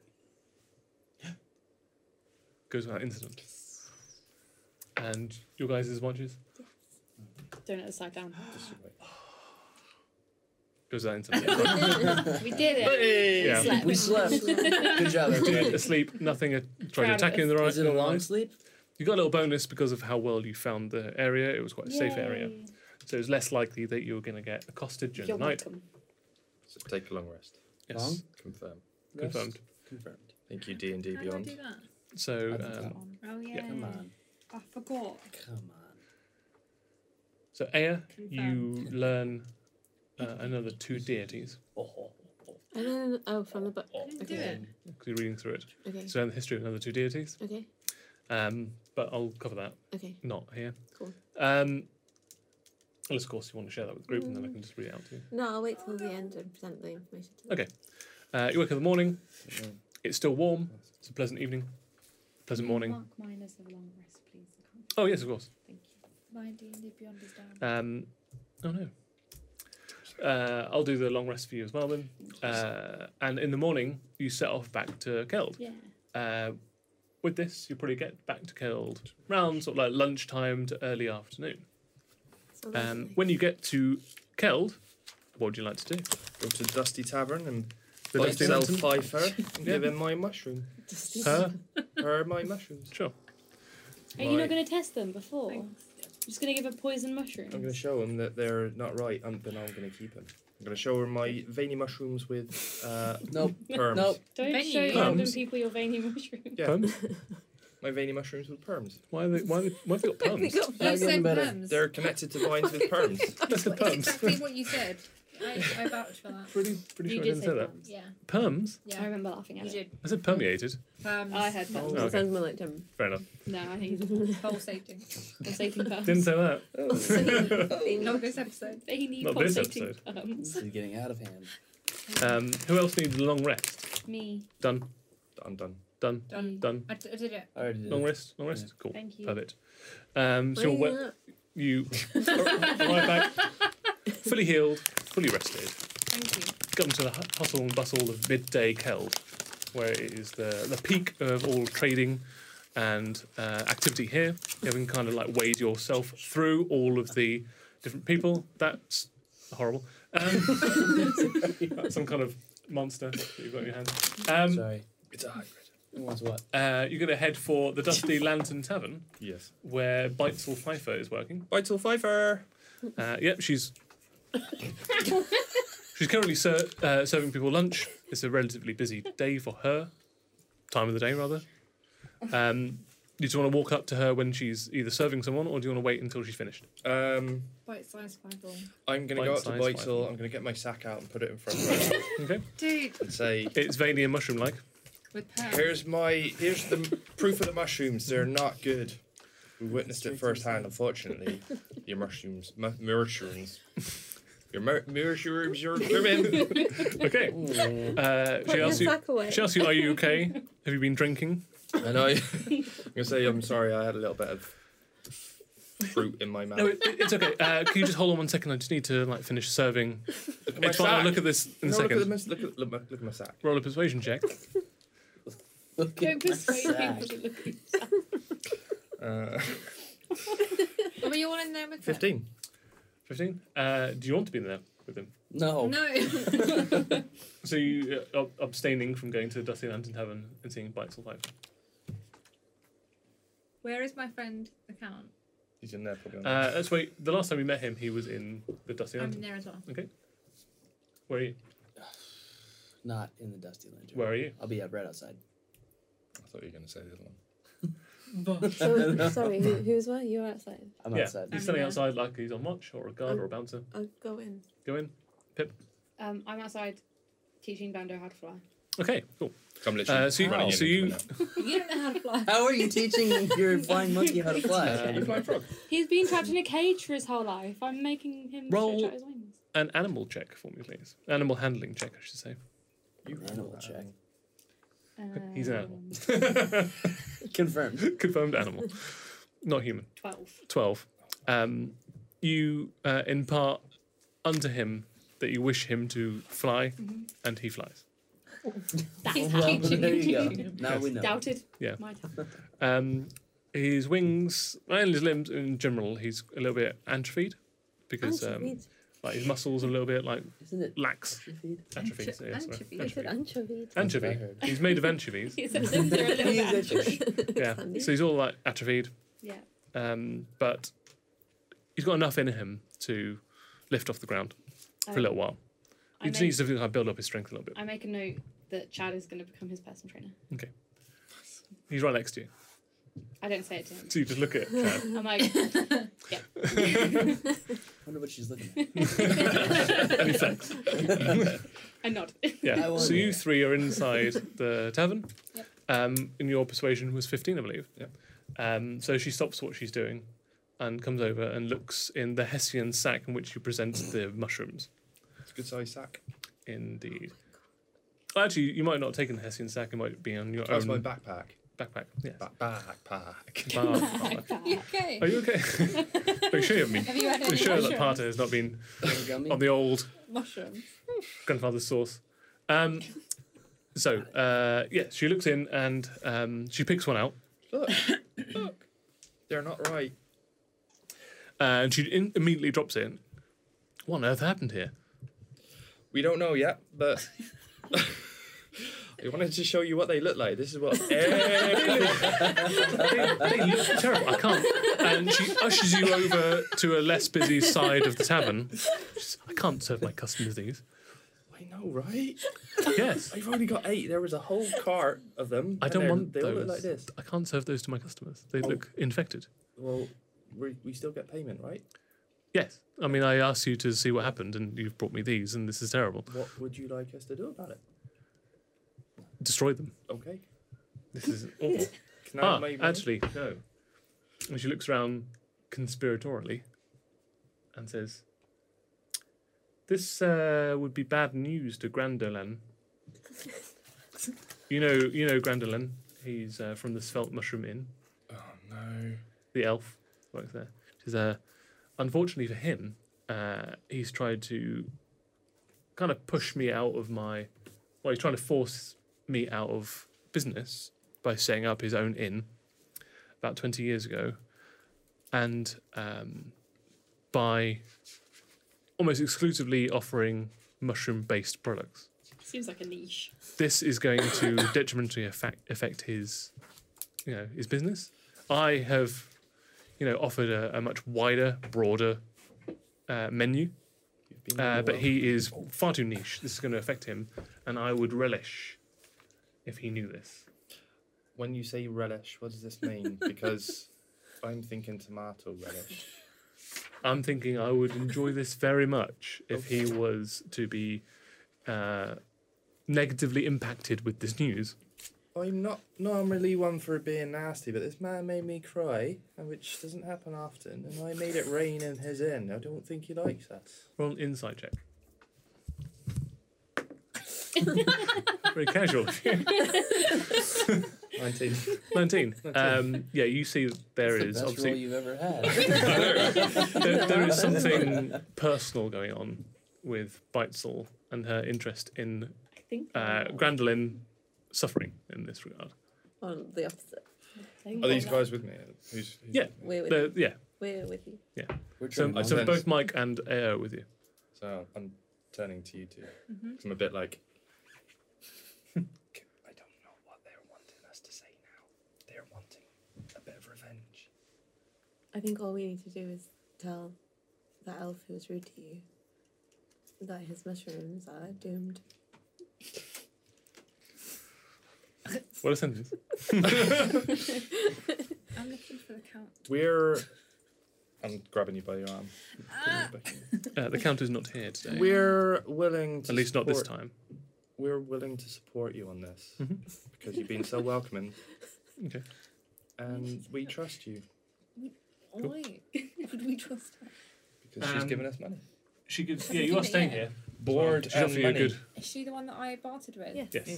[SPEAKER 2] goes without incident and your guys' watches
[SPEAKER 4] Don't let us side down.
[SPEAKER 2] goes without incident
[SPEAKER 4] we did it.
[SPEAKER 2] Yeah.
[SPEAKER 4] Slept.
[SPEAKER 5] we slept. Good job, everybody.
[SPEAKER 2] asleep, nothing uh, tried
[SPEAKER 4] Proud
[SPEAKER 2] to
[SPEAKER 4] of
[SPEAKER 2] attack you in the right.
[SPEAKER 5] Is it a
[SPEAKER 2] in the
[SPEAKER 5] long
[SPEAKER 2] right.
[SPEAKER 5] sleep?
[SPEAKER 2] You got a little bonus because of how well you found the area. It was quite a safe area,
[SPEAKER 4] Yay.
[SPEAKER 2] so it was less likely that you were going to get accosted during
[SPEAKER 4] You're
[SPEAKER 2] the night.
[SPEAKER 4] welcome.
[SPEAKER 8] So take a long rest.
[SPEAKER 2] Yes,
[SPEAKER 5] Long?
[SPEAKER 8] Confirm.
[SPEAKER 5] Rest?
[SPEAKER 2] confirmed.
[SPEAKER 5] Confirmed.
[SPEAKER 8] Thank you, D and D
[SPEAKER 3] How do I
[SPEAKER 8] Beyond.
[SPEAKER 3] do that?
[SPEAKER 2] So
[SPEAKER 5] I think that
[SPEAKER 2] um,
[SPEAKER 5] one.
[SPEAKER 3] Oh yeah. Oh,
[SPEAKER 5] Come on.
[SPEAKER 3] I forgot.
[SPEAKER 5] Come on.
[SPEAKER 2] so Aya,
[SPEAKER 3] Confirmed.
[SPEAKER 2] you learn uh, another two deities
[SPEAKER 5] Oh, oh,
[SPEAKER 7] I don't know- oh, from the book.
[SPEAKER 3] I didn't do
[SPEAKER 7] Okay.
[SPEAKER 3] it.
[SPEAKER 2] because you're reading through it.
[SPEAKER 7] Okay.
[SPEAKER 2] So learn the history of another two deities.
[SPEAKER 7] Okay.
[SPEAKER 2] Um, but I'll cover that
[SPEAKER 7] Okay.
[SPEAKER 2] not here.
[SPEAKER 7] Cool.
[SPEAKER 2] Um, unless of course you want to share that with the group, and then I can just read it out to you.
[SPEAKER 7] No, I'll wait till the end and present the information. To them.
[SPEAKER 2] Okay. Uh, you wake up in the morning.
[SPEAKER 5] Yeah.
[SPEAKER 2] It's still warm. It's a pleasant evening. Pleasant morning.
[SPEAKER 4] Mark mine as a long rest, please. I can't.
[SPEAKER 2] Oh yes, of course.
[SPEAKER 4] Thank you.
[SPEAKER 3] My D&D Beyond is down.
[SPEAKER 2] Um, oh no. Uh, I'll do the long rest for you as well then. Uh, and in the morning, you set off back to Keld.
[SPEAKER 4] Yeah.
[SPEAKER 2] Uh, with this, you probably get back to Keld round sort of like lunchtime to early afternoon.
[SPEAKER 7] So
[SPEAKER 2] Um,
[SPEAKER 7] lovely.
[SPEAKER 2] when you get to Keld, what would you like to do?
[SPEAKER 8] Go to Dusty Tavern and
[SPEAKER 2] The
[SPEAKER 8] buy
[SPEAKER 2] Dusty
[SPEAKER 8] sell
[SPEAKER 2] Lantern?
[SPEAKER 8] Pfeiffer and
[SPEAKER 2] Yeah.
[SPEAKER 8] give him my mushroom.
[SPEAKER 7] Just-
[SPEAKER 2] Her?
[SPEAKER 8] Her my mushrooms.
[SPEAKER 2] Sure.
[SPEAKER 4] Are you
[SPEAKER 8] Right.
[SPEAKER 4] not going to test them before?
[SPEAKER 3] Thanks.
[SPEAKER 4] I'm just going to give a poison mushroom.
[SPEAKER 8] I'm going to show him that they're not right, and then I'm going to keep him. I'm going to show him my veiny mushrooms with uh,
[SPEAKER 5] Nope.
[SPEAKER 8] perms.
[SPEAKER 5] Nope.
[SPEAKER 4] Don't
[SPEAKER 3] Veiny
[SPEAKER 4] show
[SPEAKER 3] mushrooms.
[SPEAKER 4] random people your veiny mushroom.
[SPEAKER 8] Yeah.
[SPEAKER 2] Perms?
[SPEAKER 8] my veiny mushrooms with perms.
[SPEAKER 2] Why are they? Why, are they, why have they got
[SPEAKER 7] They
[SPEAKER 2] perms?
[SPEAKER 7] got
[SPEAKER 3] You
[SPEAKER 5] getting
[SPEAKER 3] said
[SPEAKER 5] better.
[SPEAKER 3] perms.
[SPEAKER 8] They're connected to vines with perms.
[SPEAKER 2] That's the
[SPEAKER 3] That's
[SPEAKER 2] perms.
[SPEAKER 3] exactly what you said. I, I vouch for that.
[SPEAKER 2] pretty pretty
[SPEAKER 4] you
[SPEAKER 2] sure I
[SPEAKER 4] did
[SPEAKER 2] didn't
[SPEAKER 4] say
[SPEAKER 2] say that. Perms?
[SPEAKER 3] Yeah.
[SPEAKER 4] perms. I
[SPEAKER 3] Yeah.
[SPEAKER 4] remember laughing at
[SPEAKER 3] You
[SPEAKER 4] it.
[SPEAKER 3] did.
[SPEAKER 2] I said permeated.
[SPEAKER 3] Perms.
[SPEAKER 4] I had
[SPEAKER 3] not
[SPEAKER 4] perms.
[SPEAKER 2] Oh, okay.
[SPEAKER 7] It sounds more like Jim.
[SPEAKER 2] Fair enough.
[SPEAKER 4] No, I think
[SPEAKER 3] Bowl safety.
[SPEAKER 4] pulsating perms.
[SPEAKER 2] Didn't say that.
[SPEAKER 3] Not this episode.
[SPEAKER 4] They need
[SPEAKER 2] Not this
[SPEAKER 4] pulsating
[SPEAKER 2] episode.
[SPEAKER 4] perms.
[SPEAKER 5] This is getting out of hand.
[SPEAKER 2] Um, who else needs a long rest?
[SPEAKER 4] Me.
[SPEAKER 2] Done.
[SPEAKER 8] I'm done.
[SPEAKER 2] Done.
[SPEAKER 3] Done.
[SPEAKER 2] Done.
[SPEAKER 3] I, d- I did it.
[SPEAKER 5] I already did.
[SPEAKER 2] Long
[SPEAKER 5] it.
[SPEAKER 2] rest. Long rest. Cool.
[SPEAKER 4] Thank you.
[SPEAKER 2] Perfect. Um, so
[SPEAKER 7] Bring
[SPEAKER 2] you're
[SPEAKER 7] it
[SPEAKER 2] we-
[SPEAKER 7] up.
[SPEAKER 2] you arrive back, fully healed, fully rested.
[SPEAKER 3] Thank you.
[SPEAKER 2] Come to the hu- hustle and bustle of midday Keld, where it is the, the peak of all trading and uh, activity here. You can kind of like wade yourself through all of the different people. That's horrible. Um, that's some kind of monster that you've got in your hand. Um,
[SPEAKER 5] Sorry.
[SPEAKER 8] It's a hybrid.
[SPEAKER 5] Who wants what?
[SPEAKER 2] uh, you're going to head for the Dusty Lantern Tavern,
[SPEAKER 8] Yes.
[SPEAKER 2] where Beitzel Pfeiffer is working.
[SPEAKER 8] Vital Pfeiffer.
[SPEAKER 2] Uh, yep, she's she's currently ser- uh, serving people lunch. It's a relatively busy day for her, time of the day rather. Um, do you want to walk up to her when she's either serving someone, or do you want to wait until she's finished?
[SPEAKER 8] Um,
[SPEAKER 3] Bite sized fireball.
[SPEAKER 8] I'm gonna go up to
[SPEAKER 2] Bite-sized
[SPEAKER 8] Vital.
[SPEAKER 2] Pfeiffer.
[SPEAKER 8] I'm gonna get my sack out and put it in front of her
[SPEAKER 2] Okay,
[SPEAKER 3] Dude,
[SPEAKER 8] and say,
[SPEAKER 2] it's veiny and mushroom-like.
[SPEAKER 3] with perms.
[SPEAKER 8] "Here's my. Here's the m- proof of the mushrooms. They're not good. We witnessed it firsthand. Unfortunately, your mushrooms, mu- mushrooms, your mur- mushrooms, your women.
[SPEAKER 2] Okay, uh,
[SPEAKER 7] Put
[SPEAKER 2] she
[SPEAKER 7] your
[SPEAKER 2] asks you.
[SPEAKER 7] sack away.
[SPEAKER 2] She asks you, "Are you okay? Have you been drinking?"
[SPEAKER 8] And I, I'm gonna say, I'm sorry. I had a little bit of fruit in my mouth.
[SPEAKER 2] No, it, it's okay. Uh, can you just hold on one second? I just need to like finish serving.
[SPEAKER 8] look at my
[SPEAKER 2] It's fine. I'll
[SPEAKER 8] sack.
[SPEAKER 2] look at this in a
[SPEAKER 8] No, look at, the,
[SPEAKER 2] second.
[SPEAKER 8] mes- look, at, look, at my- look at my sack.
[SPEAKER 2] Roll a persuasion check.
[SPEAKER 5] Look
[SPEAKER 4] Don't
[SPEAKER 5] at
[SPEAKER 4] persuade
[SPEAKER 5] that.
[SPEAKER 4] people to look at you.
[SPEAKER 8] Uh,
[SPEAKER 3] Are we all in there with it?
[SPEAKER 8] Fifteen.
[SPEAKER 2] Fifteen. Uh, do you want to be in there with him?
[SPEAKER 5] No.
[SPEAKER 3] No.
[SPEAKER 2] So you uh, ab- abstaining from going to the Dusty Lantern Tavern and seeing Bites Alive?
[SPEAKER 3] Where is my friend, the Count?
[SPEAKER 8] He's in there probably. on-
[SPEAKER 2] Uh, that's wait. The last time we met him, he was in the Dusty
[SPEAKER 3] I'm in
[SPEAKER 2] Lantern.
[SPEAKER 3] there as well.
[SPEAKER 2] Where are you?
[SPEAKER 5] Not in the dusty lantern.
[SPEAKER 2] Where are you?
[SPEAKER 5] I'll be up right outside.
[SPEAKER 8] I thought you were gonna say the other one.
[SPEAKER 7] So, Oh, sorry, who, who's where? You're outside.
[SPEAKER 5] I'm
[SPEAKER 2] yeah,
[SPEAKER 5] outside.
[SPEAKER 2] he's
[SPEAKER 3] I'm
[SPEAKER 2] standing
[SPEAKER 3] there.
[SPEAKER 2] outside like he's on watch or a guard or a bouncer.
[SPEAKER 7] I'll go in.
[SPEAKER 2] Go in.
[SPEAKER 4] Um, I'm outside teaching Bando how to fly.
[SPEAKER 2] Okay, cool.
[SPEAKER 8] I'm literally
[SPEAKER 2] Uh, so you,
[SPEAKER 8] running in
[SPEAKER 2] so
[SPEAKER 8] and
[SPEAKER 2] you,
[SPEAKER 8] coming out.
[SPEAKER 3] You don't know how to fly.
[SPEAKER 5] How are you teaching your flying monkey how to fly?
[SPEAKER 2] Um,
[SPEAKER 8] Where's my frog?
[SPEAKER 4] He's been trapped in a cage for his whole life. I'm making him
[SPEAKER 2] Roll-
[SPEAKER 4] stretch out his wings.
[SPEAKER 2] an animal check for me, please. Animal handling check, I should say.
[SPEAKER 8] You
[SPEAKER 5] Animal check.
[SPEAKER 4] Um,
[SPEAKER 2] He's an animal.
[SPEAKER 5] Confirmed.
[SPEAKER 2] Confirmed animal, not human.
[SPEAKER 4] Twelve.
[SPEAKER 2] 12 um, you uh, impart unto him that you wish him to fly and he flies
[SPEAKER 4] That's
[SPEAKER 5] Well,
[SPEAKER 4] teaching.
[SPEAKER 5] there you go. Now we know.
[SPEAKER 4] Doubted.
[SPEAKER 2] Yeah.
[SPEAKER 4] My time.
[SPEAKER 2] um, his wings and his limbs in general he's a little bit atrophied because um,
[SPEAKER 7] Anchovied.
[SPEAKER 2] like his muscles are a little bit like
[SPEAKER 5] Isn't it
[SPEAKER 2] lax
[SPEAKER 5] feed?
[SPEAKER 2] atrophied
[SPEAKER 3] Antro-
[SPEAKER 2] yeah, sorry.
[SPEAKER 3] atrophied.
[SPEAKER 7] I said anchovied.
[SPEAKER 5] I
[SPEAKER 2] anchovy
[SPEAKER 5] heard.
[SPEAKER 2] he's made of anchovies
[SPEAKER 4] He's a little bit actually.
[SPEAKER 2] yeah
[SPEAKER 7] handy.
[SPEAKER 2] so he's all like atrophied
[SPEAKER 4] Yeah.
[SPEAKER 2] um, but he's got enough in him to lift off the ground for a
[SPEAKER 4] Um,
[SPEAKER 2] little while
[SPEAKER 4] I
[SPEAKER 2] he just
[SPEAKER 4] make-
[SPEAKER 2] needs to like, build up his strength a little bit
[SPEAKER 4] I make a note that Chad is going to become his personal trainer.
[SPEAKER 2] he's right next to you
[SPEAKER 4] I don't say it to him.
[SPEAKER 2] so you just look at Chad
[SPEAKER 4] I'm like,
[SPEAKER 5] wonder what she's looking at.
[SPEAKER 2] and he flex
[SPEAKER 4] I nod.
[SPEAKER 5] I
[SPEAKER 2] Yeah.
[SPEAKER 5] won't
[SPEAKER 2] So
[SPEAKER 5] do
[SPEAKER 2] you
[SPEAKER 5] it.
[SPEAKER 2] three are inside the tavern.
[SPEAKER 3] Yep.
[SPEAKER 2] Um, and your persuasion was fifteen, I believe.
[SPEAKER 8] Yep.
[SPEAKER 2] Um, so she stops what she's doing, and comes over and looks in the Hessian sack in which you present the mushrooms.
[SPEAKER 8] It's a good size sack.
[SPEAKER 2] Indeed. Actually, you might not have taken the Hessian sack. It might be on your
[SPEAKER 8] That's
[SPEAKER 2] own
[SPEAKER 8] Oh, my backpack.
[SPEAKER 2] backpack. Yes.
[SPEAKER 8] Back, backpack.
[SPEAKER 4] Oh
[SPEAKER 2] Bar-
[SPEAKER 4] Yeah.
[SPEAKER 3] Okay.
[SPEAKER 2] Are you okay? Are you sure you haven't been?
[SPEAKER 3] Have you had
[SPEAKER 2] Are you
[SPEAKER 3] any
[SPEAKER 2] sure that
[SPEAKER 3] mushrooms?
[SPEAKER 2] Parter has not been
[SPEAKER 5] Little gummy?
[SPEAKER 2] on the old
[SPEAKER 3] mushrooms?
[SPEAKER 2] grandfather's sauce. Um, so uh, yeah, she looks in and um, she picks one out.
[SPEAKER 8] Look, look. They're not right.
[SPEAKER 2] Uh, and she in- immediately drops in. What on earth happened here?
[SPEAKER 8] We don't know yet, but I wanted to show you what they look like. This is what. Every-
[SPEAKER 2] They, they look terrible. I can't. And she ushers you over to a less busy side of the tavern. She says, I can't serve my customers these.
[SPEAKER 8] I know, right?
[SPEAKER 2] Yes.
[SPEAKER 8] I've only got eight. There was a whole cart of them.
[SPEAKER 2] I
[SPEAKER 8] and
[SPEAKER 2] don't
[SPEAKER 8] they're-
[SPEAKER 2] want
[SPEAKER 8] They all look
[SPEAKER 2] those.
[SPEAKER 8] like this.
[SPEAKER 2] I can't serve those to my customers. They
[SPEAKER 8] Oh.
[SPEAKER 2] look infected.
[SPEAKER 8] Well, we, we still get payment, right?
[SPEAKER 2] Yes. I mean, I asked you to see what happened, and you've brought me these, and this is terrible.
[SPEAKER 8] What would you like us to do about it?
[SPEAKER 2] Destroy them.
[SPEAKER 8] Okay.
[SPEAKER 2] This is awful.
[SPEAKER 8] Can I
[SPEAKER 2] ah,
[SPEAKER 8] have my money?
[SPEAKER 2] actually, no. And she looks around conspiratorially and says, "This uh, would be bad news to Grandolan. you know, you know Grandolan. He's uh, from the Svelte Mushroom Inn.
[SPEAKER 11] Oh,
[SPEAKER 8] No.
[SPEAKER 2] the elf works there. She's uh, unfortunately for him, uh, he's tried to kind of push me out of my. Well, he's trying to force me out of business by setting up his own inn about 20 years ago, and um, by almost exclusively offering mushroom-based products.
[SPEAKER 4] Seems like a niche.
[SPEAKER 2] This is going to detrimentally affect affect his, you know, his business. I have, you know, offered a, a much wider, broader uh, menu,
[SPEAKER 8] You've been
[SPEAKER 2] uh,
[SPEAKER 8] doing
[SPEAKER 2] but
[SPEAKER 8] well.
[SPEAKER 2] he is far too niche. This is going to affect him, and I would relish if he knew this.
[SPEAKER 8] When you say relish, what does this mean? Because I'm thinking tomato relish.
[SPEAKER 2] I'm thinking I would enjoy this very much if he was to be uh, negatively impacted with this news.
[SPEAKER 8] I'm not normally one for being nasty, but this man made me cry, and which doesn't happen often, and I made it rain in his inn. I don't think he likes us.
[SPEAKER 2] Roll an insight check. very casual.
[SPEAKER 8] 19.
[SPEAKER 2] 19. Um, yeah, you see there
[SPEAKER 5] That's
[SPEAKER 2] is
[SPEAKER 5] the best
[SPEAKER 2] obviously
[SPEAKER 5] role you've ever had.
[SPEAKER 2] there, there is something personal going on with Beitzel and her interest in
[SPEAKER 4] I think.
[SPEAKER 2] uh,
[SPEAKER 7] um,
[SPEAKER 2] Grandolin suffering in this regard.
[SPEAKER 7] On the opposite.
[SPEAKER 11] Are these guys with me? Who's, who's
[SPEAKER 2] Yeah.
[SPEAKER 7] We're with,
[SPEAKER 2] The- yeah,
[SPEAKER 7] we're with you.
[SPEAKER 5] We're
[SPEAKER 2] so,
[SPEAKER 5] trying
[SPEAKER 11] Turn
[SPEAKER 2] so
[SPEAKER 11] on.
[SPEAKER 2] both Mike and Ao are with you.
[SPEAKER 11] So I'm turning to you 2 i I'm a bit like,
[SPEAKER 8] I don't know what they're wanting us to say now. They're wanting a bit of revenge.
[SPEAKER 7] I think all we need to do is tell that elf who was rude to you that his mushrooms are doomed.
[SPEAKER 2] What a sentence.
[SPEAKER 3] I'm looking for the count.
[SPEAKER 11] we're. I'm grabbing you by your arm. pulling you back in.
[SPEAKER 2] Uh, the Count is not here today.
[SPEAKER 8] We're willing to
[SPEAKER 2] At least not this
[SPEAKER 8] support-
[SPEAKER 2] time. Mm-hmm.
[SPEAKER 8] We're willing to support you on this because you've been so welcoming
[SPEAKER 2] Okay.
[SPEAKER 8] and we trust you
[SPEAKER 3] Why would we trust her?
[SPEAKER 8] because she's
[SPEAKER 2] Um,
[SPEAKER 8] giving us money.
[SPEAKER 2] She gives.
[SPEAKER 3] yeah, you are staying here.
[SPEAKER 11] Board
[SPEAKER 2] She's
[SPEAKER 11] and
[SPEAKER 2] offering you a
[SPEAKER 11] money.
[SPEAKER 2] good.
[SPEAKER 3] Is she the one that I bartered with?
[SPEAKER 7] Yes.
[SPEAKER 2] Yes.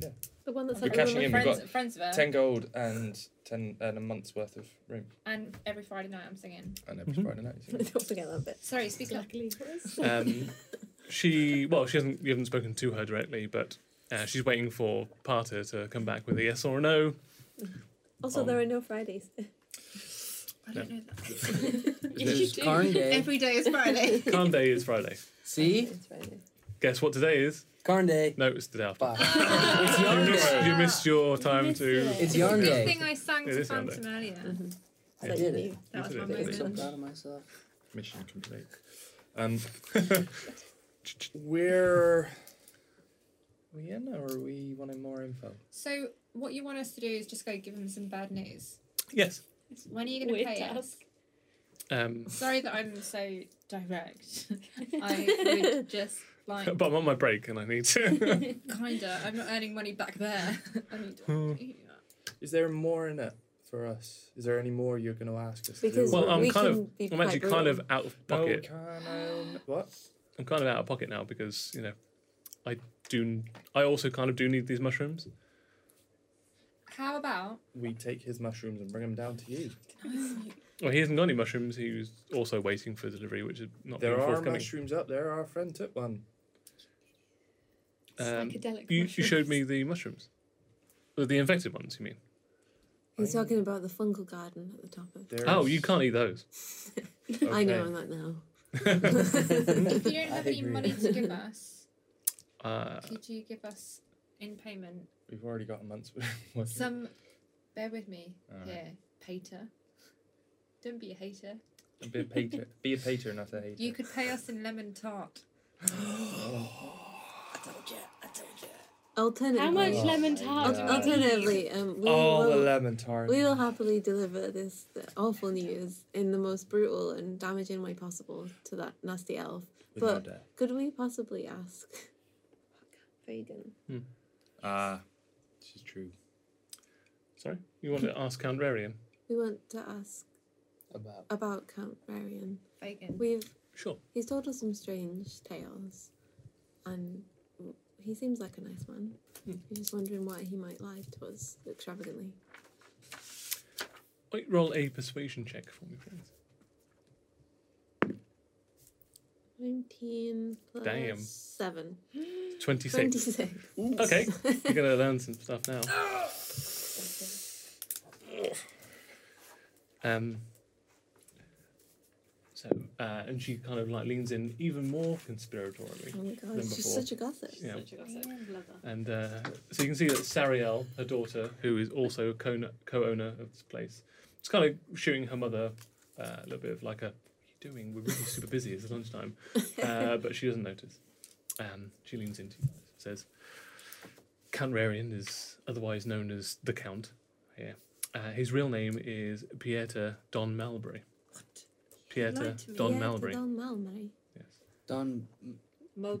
[SPEAKER 2] Mm.
[SPEAKER 7] The one that's
[SPEAKER 11] We're
[SPEAKER 7] like "Oh,
[SPEAKER 11] cashing in. We've
[SPEAKER 3] friends,
[SPEAKER 11] got
[SPEAKER 3] friends of her.
[SPEAKER 11] 10 gold and 10 and a month's worth of room.
[SPEAKER 3] And every Friday night I'm singing.
[SPEAKER 11] And every
[SPEAKER 2] Mhm.
[SPEAKER 11] Friday night. you know.
[SPEAKER 7] Don't forget that bit.
[SPEAKER 3] Sorry, speak up.
[SPEAKER 4] Luckily for us.
[SPEAKER 2] Um, she well, she hasn't. You haven't spoken to her directly, but uh, she's waiting for Parter to come back with a yes or a no.
[SPEAKER 7] Also,
[SPEAKER 2] Um,
[SPEAKER 7] there are no Fridays.
[SPEAKER 3] I don't know that.
[SPEAKER 4] Yes, you do.
[SPEAKER 5] Carn Day.
[SPEAKER 3] Every day is Friday.
[SPEAKER 2] Calm day is Friday.
[SPEAKER 5] See?
[SPEAKER 7] It's Friday.
[SPEAKER 2] Guess what today is?
[SPEAKER 5] Carn Day.
[SPEAKER 2] No, it's the day after.
[SPEAKER 5] Bye.
[SPEAKER 7] Uh,
[SPEAKER 5] it's yarn
[SPEAKER 2] You
[SPEAKER 5] day.
[SPEAKER 2] missed, you missed your time
[SPEAKER 3] missed
[SPEAKER 2] to.
[SPEAKER 3] it.
[SPEAKER 5] It's yarn
[SPEAKER 3] Good
[SPEAKER 5] day.
[SPEAKER 3] thing I sang
[SPEAKER 2] It
[SPEAKER 3] to
[SPEAKER 2] is Monday.
[SPEAKER 3] Phantom earlier.
[SPEAKER 5] I
[SPEAKER 7] So
[SPEAKER 5] did
[SPEAKER 7] you
[SPEAKER 5] it.
[SPEAKER 7] knew.
[SPEAKER 3] That was
[SPEAKER 2] did
[SPEAKER 3] my
[SPEAKER 2] it.
[SPEAKER 5] I'm so
[SPEAKER 3] moment.
[SPEAKER 5] proud of myself.
[SPEAKER 11] Mission complete. Um,
[SPEAKER 8] We're we in or are we wanting more info?
[SPEAKER 3] So, what you want us to do is just go give them some bad news.
[SPEAKER 2] Yes.
[SPEAKER 3] When are you going to
[SPEAKER 4] Weird
[SPEAKER 3] pay us?
[SPEAKER 4] task.
[SPEAKER 2] Um,
[SPEAKER 3] Sorry that I'm so direct. I would just like
[SPEAKER 2] but I'm on my break and I need to.
[SPEAKER 3] kinda. I'm not earning money back there. I
[SPEAKER 2] Hmm.
[SPEAKER 3] need.
[SPEAKER 8] Is there more in it for us? Is there any more you're going to ask us?
[SPEAKER 7] Because
[SPEAKER 8] to do?
[SPEAKER 2] well, um, I'm
[SPEAKER 7] we
[SPEAKER 2] kind
[SPEAKER 7] can
[SPEAKER 2] of.
[SPEAKER 7] be
[SPEAKER 2] I'm actually
[SPEAKER 7] quite
[SPEAKER 2] kind of
[SPEAKER 7] brutal.
[SPEAKER 2] out of
[SPEAKER 8] No,
[SPEAKER 2] pocket.
[SPEAKER 8] can I own- what?
[SPEAKER 2] I'm kind of out of pocket now because you know, I do. I also kind of do need these mushrooms.
[SPEAKER 3] How about
[SPEAKER 8] We take his mushrooms and bring them down to you.
[SPEAKER 2] Well, he hasn't got any mushrooms. He was also waiting for delivery, which is not
[SPEAKER 8] There
[SPEAKER 2] being
[SPEAKER 8] are
[SPEAKER 2] forthcoming.
[SPEAKER 8] mushrooms up there. Our friend took one.
[SPEAKER 2] Um,
[SPEAKER 4] Psychedelic
[SPEAKER 2] you, you showed
[SPEAKER 4] mushrooms.
[SPEAKER 2] me the mushrooms, Oh, the infected ones. You mean?
[SPEAKER 7] He's talking about the fungal garden at the top of.
[SPEAKER 8] There
[SPEAKER 2] Oh,
[SPEAKER 8] is-
[SPEAKER 2] you can't eat those.
[SPEAKER 7] I know,
[SPEAKER 8] Okay.
[SPEAKER 7] I'm not now.
[SPEAKER 3] if you don't
[SPEAKER 5] I
[SPEAKER 3] have any
[SPEAKER 5] agree.
[SPEAKER 3] money to give us,
[SPEAKER 2] Uh,
[SPEAKER 3] could you give us in payment
[SPEAKER 8] We've already got a month's worth.
[SPEAKER 3] some? Bear with me
[SPEAKER 8] Alright.
[SPEAKER 3] here, pater. Don't be a hater.
[SPEAKER 8] Be a patron. Be a patron, not a hater.
[SPEAKER 3] You could pay us in lemon tart.
[SPEAKER 7] Alternatively,
[SPEAKER 4] How much
[SPEAKER 5] Oh
[SPEAKER 4] lemon
[SPEAKER 5] my God.
[SPEAKER 4] tart? do we
[SPEAKER 7] Alternatively, um, we
[SPEAKER 2] Oh,
[SPEAKER 6] All the
[SPEAKER 7] will
[SPEAKER 6] lemon tart.
[SPEAKER 7] we will happily deliver this awful news in the most brutal and damaging way possible to that nasty elf.
[SPEAKER 6] with no
[SPEAKER 7] but
[SPEAKER 6] death.
[SPEAKER 7] could we possibly ask Fagan?
[SPEAKER 8] Ah, this is true.
[SPEAKER 2] Sorry, you want to ask Count Rarian?
[SPEAKER 7] We want to ask
[SPEAKER 5] About
[SPEAKER 7] about Count Varian.
[SPEAKER 3] Bacon.
[SPEAKER 7] We've
[SPEAKER 2] Sure.
[SPEAKER 7] he's told us some strange tales, and he seems like a nice man. We're just wondering why he might lie to us extravagantly.
[SPEAKER 2] Wait, roll a persuasion check for me, please.
[SPEAKER 7] Nineteen plus
[SPEAKER 2] Damn.
[SPEAKER 7] seven.
[SPEAKER 2] 26.
[SPEAKER 7] Twenty-six.
[SPEAKER 2] Okay, you're going to learn some stuff now. Um, so, uh, and she kind of like leans in even more conspiratorially.
[SPEAKER 7] Oh my
[SPEAKER 2] Number
[SPEAKER 7] god, she's
[SPEAKER 2] four.
[SPEAKER 7] such a gossip.
[SPEAKER 2] Yeah.
[SPEAKER 4] Such a gossip. Love that.
[SPEAKER 2] And uh, so you can see that Sariel, her daughter, who is also a co- co-owner of this place, is kind of showing her mother uh, a little bit of like a, what are you doing? We're really super busy. It's lunchtime. Uh, but she doesn't notice. Um, she leans into you guys and says, Count Rarian is otherwise known as the Count here. Uh, his real name is Pieter Don Malbury. What? Pieter
[SPEAKER 3] Lied to me.
[SPEAKER 2] Don
[SPEAKER 7] Yeah,
[SPEAKER 2] Malbury.
[SPEAKER 7] Don Malbury.
[SPEAKER 5] Don.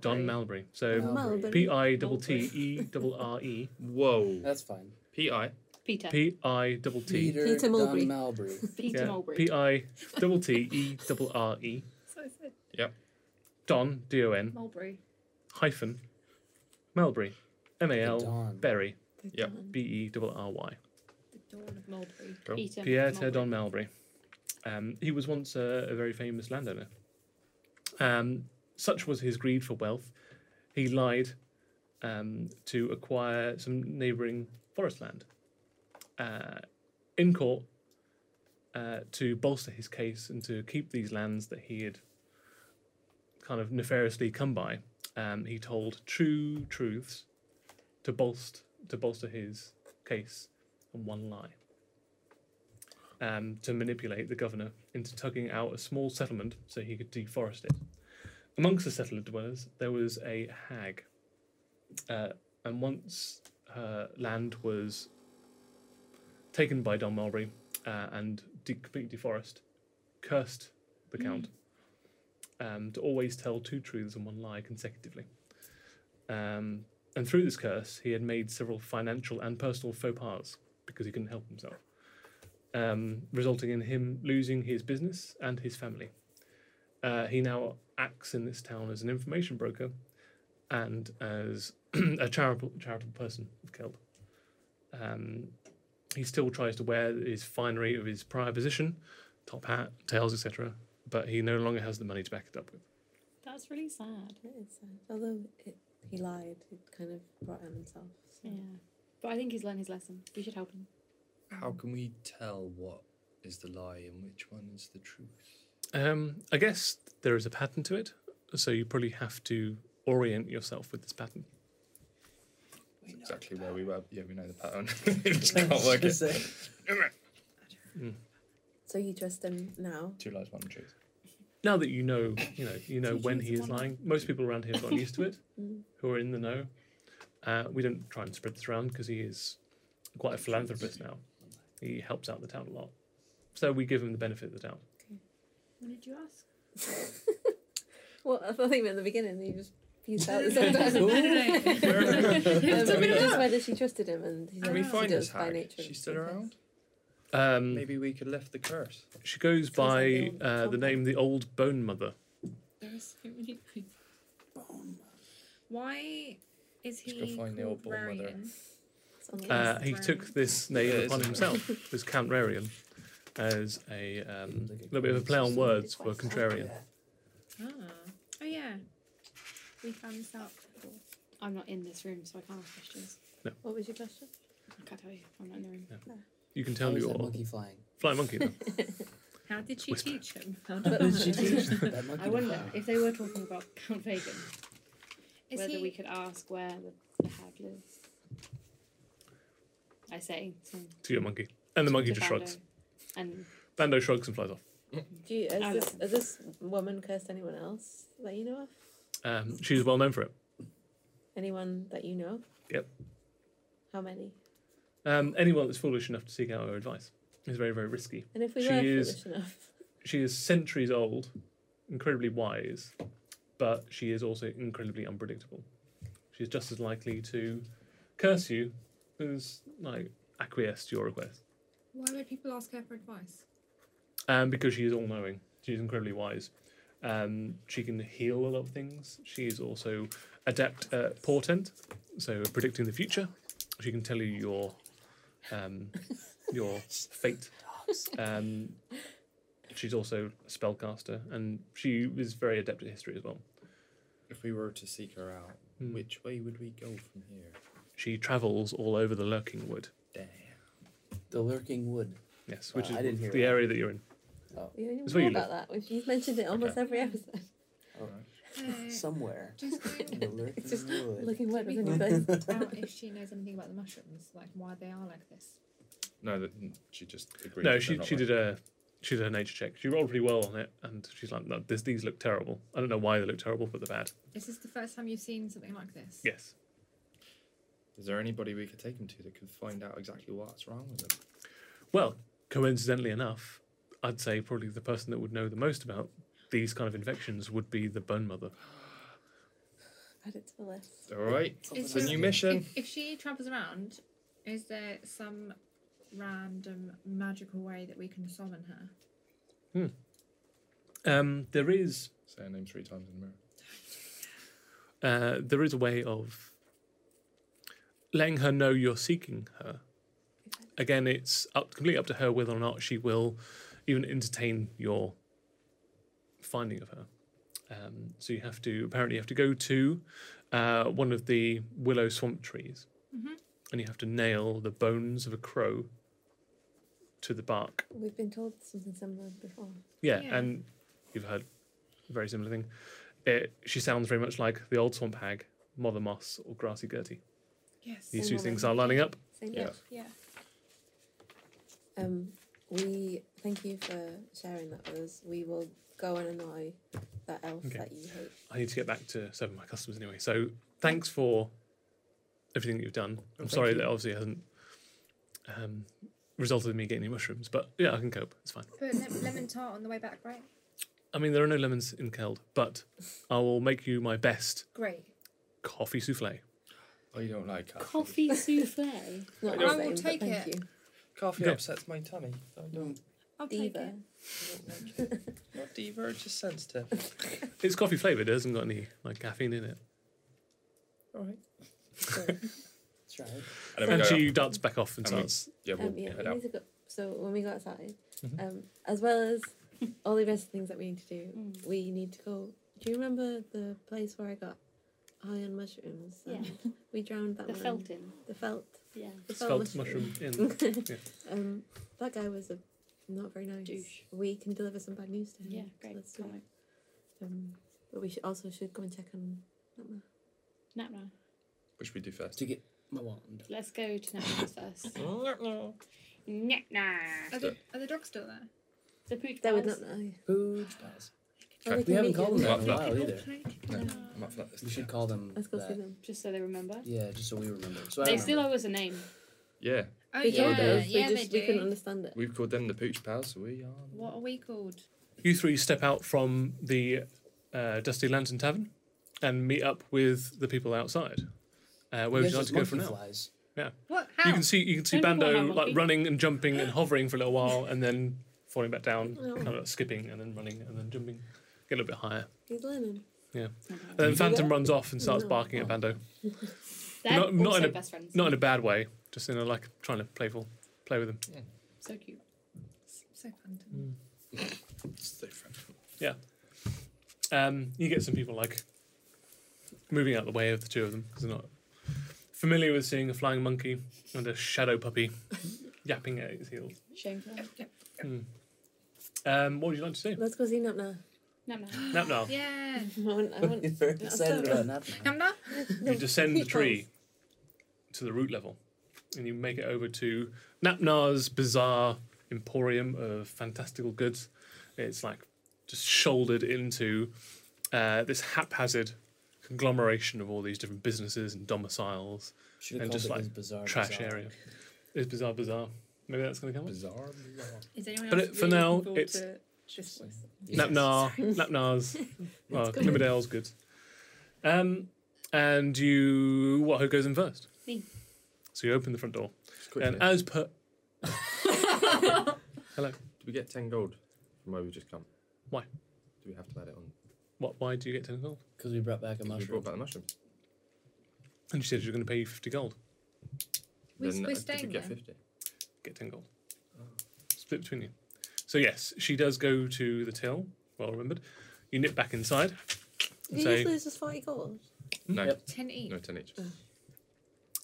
[SPEAKER 2] Don Malbury. So
[SPEAKER 5] Mulberry.
[SPEAKER 7] Malbury.
[SPEAKER 2] Um, P I double T E double R E
[SPEAKER 8] Whoa.
[SPEAKER 5] That's fine.
[SPEAKER 8] P.I.
[SPEAKER 4] Peter.
[SPEAKER 2] P I double T.
[SPEAKER 5] Peter,
[SPEAKER 7] Peter Mulberry.
[SPEAKER 5] Don Malbury.
[SPEAKER 4] Peter Mulberry.
[SPEAKER 2] P I double T E double R E
[SPEAKER 3] So I said
[SPEAKER 2] Don D O N
[SPEAKER 3] Mulberry.
[SPEAKER 2] hyphen Melbury M A L
[SPEAKER 5] Don.
[SPEAKER 2] Berry
[SPEAKER 8] Yep.
[SPEAKER 2] B E double R Y
[SPEAKER 3] The dawn of Mulberry.
[SPEAKER 4] Peter.
[SPEAKER 2] Pierre
[SPEAKER 4] Mulberry.
[SPEAKER 2] Don Melbury. Um, he was once a, a very famous landowner. Um, such was his greed for wealth, he lied um, to acquire some neighbouring forest land. Uh, in court, uh, to bolster his case and to keep these lands that he had kind of nefariously come by, um, he told true truths to bolster to bolster his case and one lie um, to manipulate the governor into tugging out a small settlement so he could deforest it. Amongst the settler dwellers, there was a hag, uh, and once her land was taken by Don Mulberry uh, and de- completely deforest, cursed the count um, to always tell two truths and one lie consecutively. Um, and through this curse, he had made several financial and personal faux pas because he couldn't help himself um, resulting in him losing his business and his family. Uh, he now acts in this town as an information broker and as a charitable, charitable person of Keld. Um, he still tries to wear his finery of his prior position, top hat, tails, etc., but he no longer has the money to back it up with.
[SPEAKER 4] That's really sad.
[SPEAKER 7] That is sad. Although it, he lied, it kind of brought on himself.
[SPEAKER 4] Yeah. But I think he's learned his lesson. We should help him.
[SPEAKER 8] How can we tell what is the lie and which one is the truth?
[SPEAKER 2] Um, I guess there is a pattern to it, so you probably have to orient yourself with this pattern.
[SPEAKER 8] That's exactly where we were. Yeah, we know the pattern. we just can't work it.
[SPEAKER 5] Say,
[SPEAKER 7] So you trust him now?
[SPEAKER 8] Two lies, one truth.
[SPEAKER 2] now that you know, you know, you know
[SPEAKER 5] Teaching
[SPEAKER 2] when
[SPEAKER 5] is
[SPEAKER 2] he is
[SPEAKER 4] wonderful.
[SPEAKER 2] lying. Most people around here have gotten used to it, who are in the know. Uh, we don't try and spread this around because he is quite a philanthropist now. He helps out the town a lot, so we give him the benefit of the doubt.
[SPEAKER 3] When did you ask?
[SPEAKER 7] Well, I thought you meant the beginning. You just fused out the same just whether she trusted him, and he
[SPEAKER 8] Can we
[SPEAKER 7] she
[SPEAKER 8] find
[SPEAKER 7] does
[SPEAKER 8] this
[SPEAKER 7] by
[SPEAKER 8] hag?
[SPEAKER 7] nature.
[SPEAKER 8] She's still around?
[SPEAKER 2] Um,
[SPEAKER 8] Maybe we could lift the curse.
[SPEAKER 2] She goes
[SPEAKER 7] Sounds like the
[SPEAKER 2] by
[SPEAKER 7] old
[SPEAKER 2] uh, the
[SPEAKER 7] Tom.
[SPEAKER 2] name the Old Bone Mother.
[SPEAKER 3] There are so many things. Why is
[SPEAKER 8] Let's
[SPEAKER 3] he
[SPEAKER 8] go find the old
[SPEAKER 3] called
[SPEAKER 8] ball mother.
[SPEAKER 3] Rarian?
[SPEAKER 2] Uh,
[SPEAKER 3] Yes,
[SPEAKER 2] he
[SPEAKER 3] Rarian.
[SPEAKER 2] took this
[SPEAKER 8] Yeah,
[SPEAKER 2] name
[SPEAKER 8] it's
[SPEAKER 2] upon
[SPEAKER 8] a-
[SPEAKER 2] himself as Count Rarian, as a um,
[SPEAKER 5] Like a
[SPEAKER 2] little bit of a play on
[SPEAKER 5] conscious-
[SPEAKER 2] words for contrarian.
[SPEAKER 3] Ah. Oh yeah. We found this out before.
[SPEAKER 4] I'm not in this room, so I can't ask questions.
[SPEAKER 7] What was your question?
[SPEAKER 4] I can't tell you. I'm not in the room.
[SPEAKER 2] You can
[SPEAKER 5] How
[SPEAKER 2] tell
[SPEAKER 5] is that
[SPEAKER 2] your
[SPEAKER 5] monkey flying?
[SPEAKER 2] fly monkey. Though.
[SPEAKER 3] How did she
[SPEAKER 2] Whisper.
[SPEAKER 3] teach him? How
[SPEAKER 5] What did she teach
[SPEAKER 3] is
[SPEAKER 5] that monkey
[SPEAKER 4] I
[SPEAKER 5] to
[SPEAKER 4] wonder
[SPEAKER 5] fly?
[SPEAKER 4] if they were talking about Count Fagan, whether
[SPEAKER 3] he
[SPEAKER 4] we could ask where the, the hag lives. I say. So
[SPEAKER 2] to your monkey. And the monkey
[SPEAKER 4] to
[SPEAKER 2] just
[SPEAKER 4] Bando.
[SPEAKER 2] shrugs.
[SPEAKER 4] And
[SPEAKER 2] Bando shrugs and flies off.
[SPEAKER 7] Do you, has,
[SPEAKER 4] I
[SPEAKER 7] this,
[SPEAKER 4] don't-
[SPEAKER 7] has this woman cursed anyone else that you know of?
[SPEAKER 2] Um, she's well known for it.
[SPEAKER 7] Anyone that you know?
[SPEAKER 2] Yep.
[SPEAKER 7] How many?
[SPEAKER 2] Um, anyone that's foolish enough to seek out her advice is very, very risky.
[SPEAKER 7] And if we
[SPEAKER 2] She
[SPEAKER 7] were
[SPEAKER 2] is-
[SPEAKER 7] foolish enough,
[SPEAKER 2] She is centuries old, incredibly wise, but she is also incredibly unpredictable. She's just as likely to curse you as like acquiesce to your request.
[SPEAKER 3] Why would people ask her for advice?
[SPEAKER 2] Um, because she is all knowing, she's incredibly wise. Um, she can heal a lot of things. She is also adept at portent, so predicting the future. She can tell you your um, your fate. Um, she's also a spellcaster, and she is very adept at history as well.
[SPEAKER 6] If we were to seek her out,
[SPEAKER 2] Hmm.
[SPEAKER 6] which way would we go from here?
[SPEAKER 2] She travels all over the Lurking Wood.
[SPEAKER 6] Damn.
[SPEAKER 5] The lurking wood.
[SPEAKER 2] Yes, which
[SPEAKER 5] Wow, I
[SPEAKER 2] is
[SPEAKER 5] didn't hear
[SPEAKER 2] the
[SPEAKER 5] that.
[SPEAKER 2] area that you're in.
[SPEAKER 7] we don't
[SPEAKER 2] That's
[SPEAKER 7] even
[SPEAKER 2] where
[SPEAKER 7] know
[SPEAKER 2] you
[SPEAKER 7] about that. We've, you've mentioned it almost every episode.
[SPEAKER 2] Oh.
[SPEAKER 3] Uh,
[SPEAKER 5] Somewhere.
[SPEAKER 3] just
[SPEAKER 5] in
[SPEAKER 3] find
[SPEAKER 5] the lurking
[SPEAKER 7] It's just
[SPEAKER 5] wood.
[SPEAKER 7] Looking what
[SPEAKER 3] Maybe-
[SPEAKER 7] doesn't
[SPEAKER 3] out if she knows anything about the mushrooms, like why they are like this.
[SPEAKER 8] No, that she just agreed.
[SPEAKER 2] No,
[SPEAKER 8] that
[SPEAKER 2] she
[SPEAKER 8] they're
[SPEAKER 2] she
[SPEAKER 8] not
[SPEAKER 2] did a she did her nature check. She rolled pretty well on it, and she's like, no, this, these look terrible. I don't know why they look terrible, but they're bad.
[SPEAKER 3] Is this the first time you've seen something like this?
[SPEAKER 2] Yes.
[SPEAKER 6] Is there anybody we could take him to that could find out exactly what's wrong with him?
[SPEAKER 2] Well, coincidentally enough, I'd say probably the person that would know the most about these kind of infections would be the bone mother.
[SPEAKER 7] Add it to the list.
[SPEAKER 6] All right,
[SPEAKER 3] Is
[SPEAKER 6] it's a
[SPEAKER 3] there-
[SPEAKER 6] new mission.
[SPEAKER 3] If, if she travels around, is there some random magical way that we can summon her?
[SPEAKER 2] Um, there is
[SPEAKER 8] Say her name three times in the mirror.
[SPEAKER 2] uh, there is a way of letting her know you're seeking her. Again, it's up completely up to her whether or not she will even entertain your finding of her. Um, so you have to apparently you have to go to uh, one of the willow swamp trees, and you have to nail the bones of a crow to the bark.
[SPEAKER 7] We've been told something similar before.
[SPEAKER 2] Yeah,
[SPEAKER 3] Yeah.
[SPEAKER 2] and you've heard a very similar thing. It, she sounds very much like the old swamp hag, Mother Moss, or Grassy Gertie.
[SPEAKER 3] Yes.
[SPEAKER 2] These
[SPEAKER 7] Same
[SPEAKER 2] two things
[SPEAKER 7] woman.
[SPEAKER 2] are lining up.
[SPEAKER 7] Same
[SPEAKER 8] Yeah.
[SPEAKER 7] yeah.
[SPEAKER 3] Yeah.
[SPEAKER 7] Um, we thank you for sharing that with us. We will go and annoy that elf
[SPEAKER 2] Okay.
[SPEAKER 7] that you hate.
[SPEAKER 2] I need to get back to serving my customers anyway. So thanks for everything that you've done. I'm sorry that obviously hasn't um, resulted in me getting any mushrooms, but yeah, I can cope. It's fine.
[SPEAKER 3] Put lem- lemon tart on the way back, right?
[SPEAKER 2] I mean, there are no lemons in Keld, but I will make you my best
[SPEAKER 3] Great.
[SPEAKER 2] coffee souffle.
[SPEAKER 6] I don't like coffee.
[SPEAKER 4] Coffee souffle.
[SPEAKER 7] It's not
[SPEAKER 3] I
[SPEAKER 7] the
[SPEAKER 3] will
[SPEAKER 7] same, but
[SPEAKER 3] take
[SPEAKER 7] thank
[SPEAKER 3] it.
[SPEAKER 7] you.
[SPEAKER 6] Coffee
[SPEAKER 2] Okay.
[SPEAKER 6] upsets my tummy. I don't,
[SPEAKER 3] I'll take
[SPEAKER 7] Diva. Um,
[SPEAKER 3] it.
[SPEAKER 6] I don't like it. Not diva, it's just sensitive.
[SPEAKER 2] It's coffee flavored. It hasn't got any like caffeine in it.
[SPEAKER 6] All right.
[SPEAKER 5] Try it.
[SPEAKER 8] And then we
[SPEAKER 2] And
[SPEAKER 8] go.
[SPEAKER 2] she darts back off and
[SPEAKER 8] I mean-
[SPEAKER 2] starts.
[SPEAKER 8] yeah, we'll
[SPEAKER 7] Um, yeah,
[SPEAKER 8] head
[SPEAKER 7] we
[SPEAKER 8] out.
[SPEAKER 7] need to go. So when we go outside, um, as well as all the rest of things that we need to do, we need to go. Do you remember the place where I got high on mushrooms?
[SPEAKER 4] Yeah.
[SPEAKER 7] and We drowned that
[SPEAKER 4] The
[SPEAKER 7] man.
[SPEAKER 4] felting.
[SPEAKER 7] The felt.
[SPEAKER 4] Yeah.
[SPEAKER 7] The
[SPEAKER 2] Spelt mushroom in.
[SPEAKER 7] um, that guy was a not very nice.
[SPEAKER 4] Douche.
[SPEAKER 7] We can deliver some bad news to him.
[SPEAKER 4] Yeah,
[SPEAKER 3] Mm,
[SPEAKER 7] so
[SPEAKER 4] great.
[SPEAKER 7] let's do it. Um, but we should also should go and check on. Natma.
[SPEAKER 4] Natna.
[SPEAKER 8] Which we do first.
[SPEAKER 5] To get my wand.
[SPEAKER 4] Let's go to Natna first.
[SPEAKER 8] Oh,
[SPEAKER 3] Are
[SPEAKER 4] Natna.
[SPEAKER 3] the, are the dogs still there?
[SPEAKER 4] The pooch
[SPEAKER 7] That would
[SPEAKER 4] pies.
[SPEAKER 7] not know.
[SPEAKER 5] Who does?
[SPEAKER 7] Or
[SPEAKER 8] Okay.
[SPEAKER 7] they
[SPEAKER 5] We
[SPEAKER 7] can
[SPEAKER 5] haven't
[SPEAKER 7] meet
[SPEAKER 5] called them
[SPEAKER 7] you.
[SPEAKER 5] that in a
[SPEAKER 8] Well,
[SPEAKER 5] while either.
[SPEAKER 8] I'm up for that. This
[SPEAKER 5] We should call them.
[SPEAKER 7] Let's go
[SPEAKER 5] that.
[SPEAKER 7] see them.
[SPEAKER 4] Just so they remember.
[SPEAKER 5] Yeah, just so we remember. So I
[SPEAKER 4] They
[SPEAKER 5] remember.
[SPEAKER 4] still owe us a name.
[SPEAKER 8] Yeah,
[SPEAKER 3] Oh,
[SPEAKER 7] We
[SPEAKER 3] yeah.
[SPEAKER 7] told those, we
[SPEAKER 3] yeah,
[SPEAKER 7] just,
[SPEAKER 3] they
[SPEAKER 7] We couldn't
[SPEAKER 3] do.
[SPEAKER 7] understand it.
[SPEAKER 8] we've called them the Pooch Pals, so we are.
[SPEAKER 3] What are we called?
[SPEAKER 2] You three step out from the uh, Dusty Lantern Tavern and meet up with the people outside. Uh, where would
[SPEAKER 5] There's
[SPEAKER 2] you like
[SPEAKER 5] just
[SPEAKER 2] to go for now?
[SPEAKER 5] monkey flies.
[SPEAKER 3] What? How?
[SPEAKER 2] You can see you can see
[SPEAKER 4] Don't you want
[SPEAKER 2] Bando
[SPEAKER 4] that
[SPEAKER 2] like
[SPEAKER 4] monkey?
[SPEAKER 2] running and jumping and hovering for a little while and then falling back down, kind of like skipping and then running and then jumping, get a little bit higher.
[SPEAKER 7] He's learning.
[SPEAKER 2] And then Phantom
[SPEAKER 5] that?
[SPEAKER 2] runs off and starts
[SPEAKER 7] No.
[SPEAKER 2] barking at Bando.
[SPEAKER 4] They're
[SPEAKER 2] Not- not
[SPEAKER 4] also
[SPEAKER 2] in a-
[SPEAKER 4] best friends.
[SPEAKER 2] Not in a bad way, just in a like trying to playful play with him.
[SPEAKER 4] So cute.
[SPEAKER 3] So phantom.
[SPEAKER 8] So friendly.
[SPEAKER 2] Um, you get some people like moving out the way of the two of them because they're not familiar with seeing a flying monkey and a shadow puppy yapping at its heels.
[SPEAKER 4] Shameful.
[SPEAKER 2] Um, what would you like to do?
[SPEAKER 7] Let's go see Natna.
[SPEAKER 4] Natna.
[SPEAKER 2] Nap now.
[SPEAKER 3] Yeah.
[SPEAKER 7] I want, I want
[SPEAKER 5] He's very
[SPEAKER 7] That's
[SPEAKER 5] excited
[SPEAKER 7] so-
[SPEAKER 5] about nothing.
[SPEAKER 3] Come now.
[SPEAKER 2] You descend the
[SPEAKER 7] Yes.
[SPEAKER 2] tree to the root level, and you make it over to Napnar's bizarre emporium of fantastical goods. It's like just shouldered into uh, this haphazard conglomeration of all these different businesses and domiciles
[SPEAKER 5] Should have
[SPEAKER 2] and
[SPEAKER 5] called
[SPEAKER 2] just
[SPEAKER 5] it
[SPEAKER 2] like
[SPEAKER 5] this bizarre
[SPEAKER 2] trash
[SPEAKER 5] Bazaar.
[SPEAKER 2] area. It's bizarre, bizarre. Maybe that's going to come up.
[SPEAKER 8] Bizarre. bizarre.
[SPEAKER 3] Is anyone
[SPEAKER 2] But
[SPEAKER 3] else
[SPEAKER 2] it- for
[SPEAKER 3] really
[SPEAKER 2] now,
[SPEAKER 3] looking forward
[SPEAKER 2] it's-
[SPEAKER 3] to this voice?
[SPEAKER 2] Napnar, Napnar's, well,
[SPEAKER 7] go.
[SPEAKER 2] Climmerdale's good. Um, and you, what? Who goes in first?
[SPEAKER 4] Me.
[SPEAKER 2] So you open the front door,
[SPEAKER 6] It's quick,
[SPEAKER 2] and
[SPEAKER 6] innit?
[SPEAKER 2] as per,
[SPEAKER 6] Did we get 10 gold from where we just come?
[SPEAKER 2] Why?
[SPEAKER 6] Do we have to add it on?
[SPEAKER 2] what? Why do you get ten gold?
[SPEAKER 5] Because we brought back a
[SPEAKER 6] We
[SPEAKER 5] mushroom.
[SPEAKER 6] brought back the mushrooms.
[SPEAKER 2] And she said you're going to pay you fifty gold.
[SPEAKER 3] We-
[SPEAKER 6] Then,
[SPEAKER 3] we're
[SPEAKER 6] uh,
[SPEAKER 3] staying
[SPEAKER 6] Did we get
[SPEAKER 3] there.
[SPEAKER 6] 50?
[SPEAKER 2] Get ten gold. Split between you. So yes, she does go to the till. Well remembered. You nip back inside. and
[SPEAKER 7] You
[SPEAKER 2] say-
[SPEAKER 7] usually it's just 40 gold.
[SPEAKER 6] No,
[SPEAKER 5] Yep.
[SPEAKER 3] Ten each.
[SPEAKER 6] no, 10 each.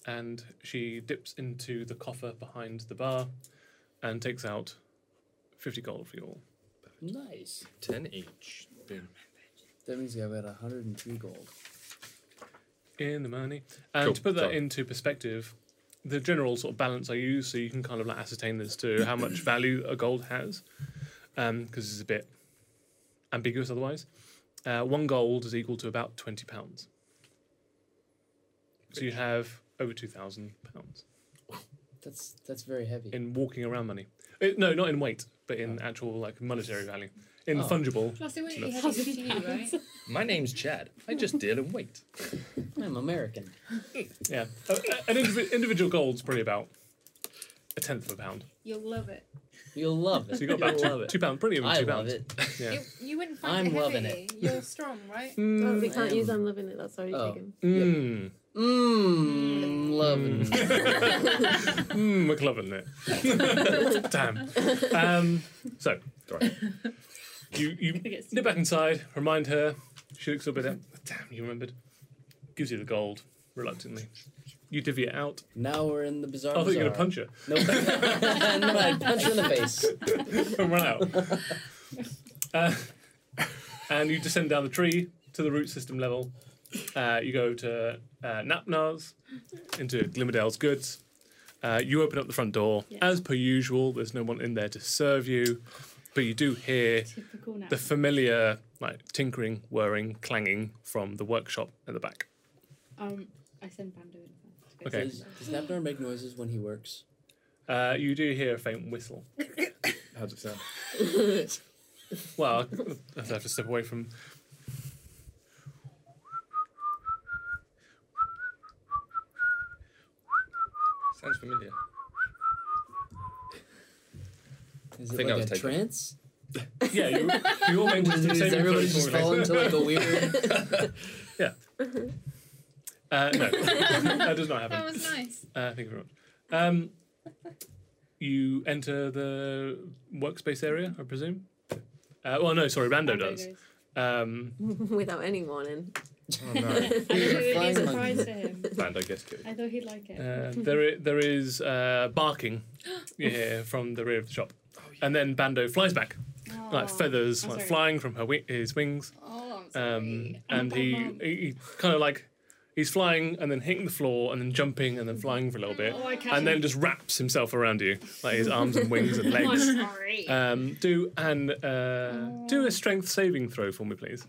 [SPEAKER 2] and she dips into the coffer behind the bar and takes out 50 gold for you all.
[SPEAKER 5] Nice.
[SPEAKER 6] 10 each. Boom.
[SPEAKER 5] That means I got 102 gold.
[SPEAKER 2] In the money. And
[SPEAKER 6] Cool,
[SPEAKER 2] to put that
[SPEAKER 6] sorry.
[SPEAKER 2] into perspective, the general sort of balance I use, so you can kind of like ascertain as to how much value a gold has, because it's a bit ambiguous otherwise. Uh, one gold is equal to about 20 pounds. So you have over 2,000 pounds
[SPEAKER 5] That's that's very heavy.
[SPEAKER 2] in walking around money. Uh, no, not in weight, but in actual like monetary value. In
[SPEAKER 5] Oh.
[SPEAKER 2] fungible,
[SPEAKER 3] Plus, they wouldn't
[SPEAKER 2] No.
[SPEAKER 3] be heading to you, right?
[SPEAKER 8] My name's Chad. I just deal in weight.
[SPEAKER 5] I'm American.
[SPEAKER 2] Yeah, A- a- an indivi- individual gold's probably about a tenth of a pound.
[SPEAKER 3] You'll love it.
[SPEAKER 5] You'll love it.
[SPEAKER 2] So you got about
[SPEAKER 5] You'll
[SPEAKER 2] two,
[SPEAKER 5] love it.
[SPEAKER 2] two pounds, pretty even
[SPEAKER 5] I
[SPEAKER 2] two
[SPEAKER 5] love
[SPEAKER 2] pounds.
[SPEAKER 5] it.
[SPEAKER 2] Yeah.
[SPEAKER 3] You, you wouldn't find
[SPEAKER 5] I'm
[SPEAKER 3] it heavy.
[SPEAKER 5] loving
[SPEAKER 3] You're strong, right?
[SPEAKER 7] Oh,
[SPEAKER 2] Mm,
[SPEAKER 7] we can't
[SPEAKER 5] Mm.
[SPEAKER 7] use I'm loving it, that's already
[SPEAKER 5] Oh.
[SPEAKER 7] taken.
[SPEAKER 2] mm,
[SPEAKER 5] Mmm, loving it.
[SPEAKER 2] mm, McLovin there. Damn. Um, so,
[SPEAKER 6] Sorry.
[SPEAKER 2] you, you
[SPEAKER 4] I guess.
[SPEAKER 2] nip back inside, remind her, she looks up at it. Damn, you remembered. Gives you the gold, reluctantly. You divvy it out. Oh,
[SPEAKER 5] Now we're in the bizarre.
[SPEAKER 2] I thought you were going to
[SPEAKER 5] bazaar.
[SPEAKER 2] punch her
[SPEAKER 5] No, no, I punch her in the face.
[SPEAKER 2] and run out. Uh, and you descend down the tree to the root system level. Uh, you go to uh, Napnar's, into Glimmerdale's goods. Uh, you open up the front door.
[SPEAKER 4] Yeah.
[SPEAKER 2] As per usual, there's no one in there to serve you, but you do hear
[SPEAKER 4] Typical now.
[SPEAKER 2] the familiar like tinkering, whirring, clanging from the workshop at the back.
[SPEAKER 4] um, I send Bando in first. Go
[SPEAKER 2] Okay.
[SPEAKER 5] Does, does Napnar make noises when he works?
[SPEAKER 2] Uh, you do hear a faint whistle.
[SPEAKER 6] How does it sound?
[SPEAKER 2] Well, I have to step away from.
[SPEAKER 6] Sounds familiar.
[SPEAKER 8] Oh,
[SPEAKER 5] Is it
[SPEAKER 6] think I
[SPEAKER 5] like
[SPEAKER 6] was
[SPEAKER 5] a
[SPEAKER 6] taken.
[SPEAKER 5] trance?
[SPEAKER 2] Yeah, you, you all made
[SPEAKER 5] Does,
[SPEAKER 2] wisdom
[SPEAKER 5] does
[SPEAKER 2] saving
[SPEAKER 5] everybody
[SPEAKER 2] throws
[SPEAKER 5] just
[SPEAKER 2] already.
[SPEAKER 5] fall into like a weird?
[SPEAKER 2] Uh, no, that does not happen.
[SPEAKER 3] That was nice.
[SPEAKER 2] Uh, thank you very much. Um, you enter the workspace area, I presume. Uh, well, no, sorry, Rando does.
[SPEAKER 4] goes.
[SPEAKER 2] Um,
[SPEAKER 7] Without any warning.
[SPEAKER 6] Oh, no.
[SPEAKER 4] I thought it would be a
[SPEAKER 5] Fine monkey.
[SPEAKER 4] surprise to him.
[SPEAKER 6] Band, I guess, good.
[SPEAKER 4] I thought he'd like it.
[SPEAKER 2] uh, there, i- there is uh, barking you hear from the rear of the shop, and then Bando flies back, like
[SPEAKER 4] Oh, Aw.
[SPEAKER 2] feathers
[SPEAKER 4] I'm
[SPEAKER 2] like
[SPEAKER 4] sorry.
[SPEAKER 2] flying from her wi- his wings,
[SPEAKER 3] Oh, I'm
[SPEAKER 2] um,
[SPEAKER 3] sorry. I'm a
[SPEAKER 2] and
[SPEAKER 3] bad
[SPEAKER 2] he,
[SPEAKER 3] mum.
[SPEAKER 2] he he kind of like he's flying and then hitting the floor and then jumping and then flying for a little bit,
[SPEAKER 4] Oh, I catch
[SPEAKER 2] and then
[SPEAKER 4] him.
[SPEAKER 2] just wraps himself around you, like his arms and wings and
[SPEAKER 4] I'm
[SPEAKER 2] legs.
[SPEAKER 4] sorry.
[SPEAKER 2] Um, do an uh, do a strength saving throw for me, please.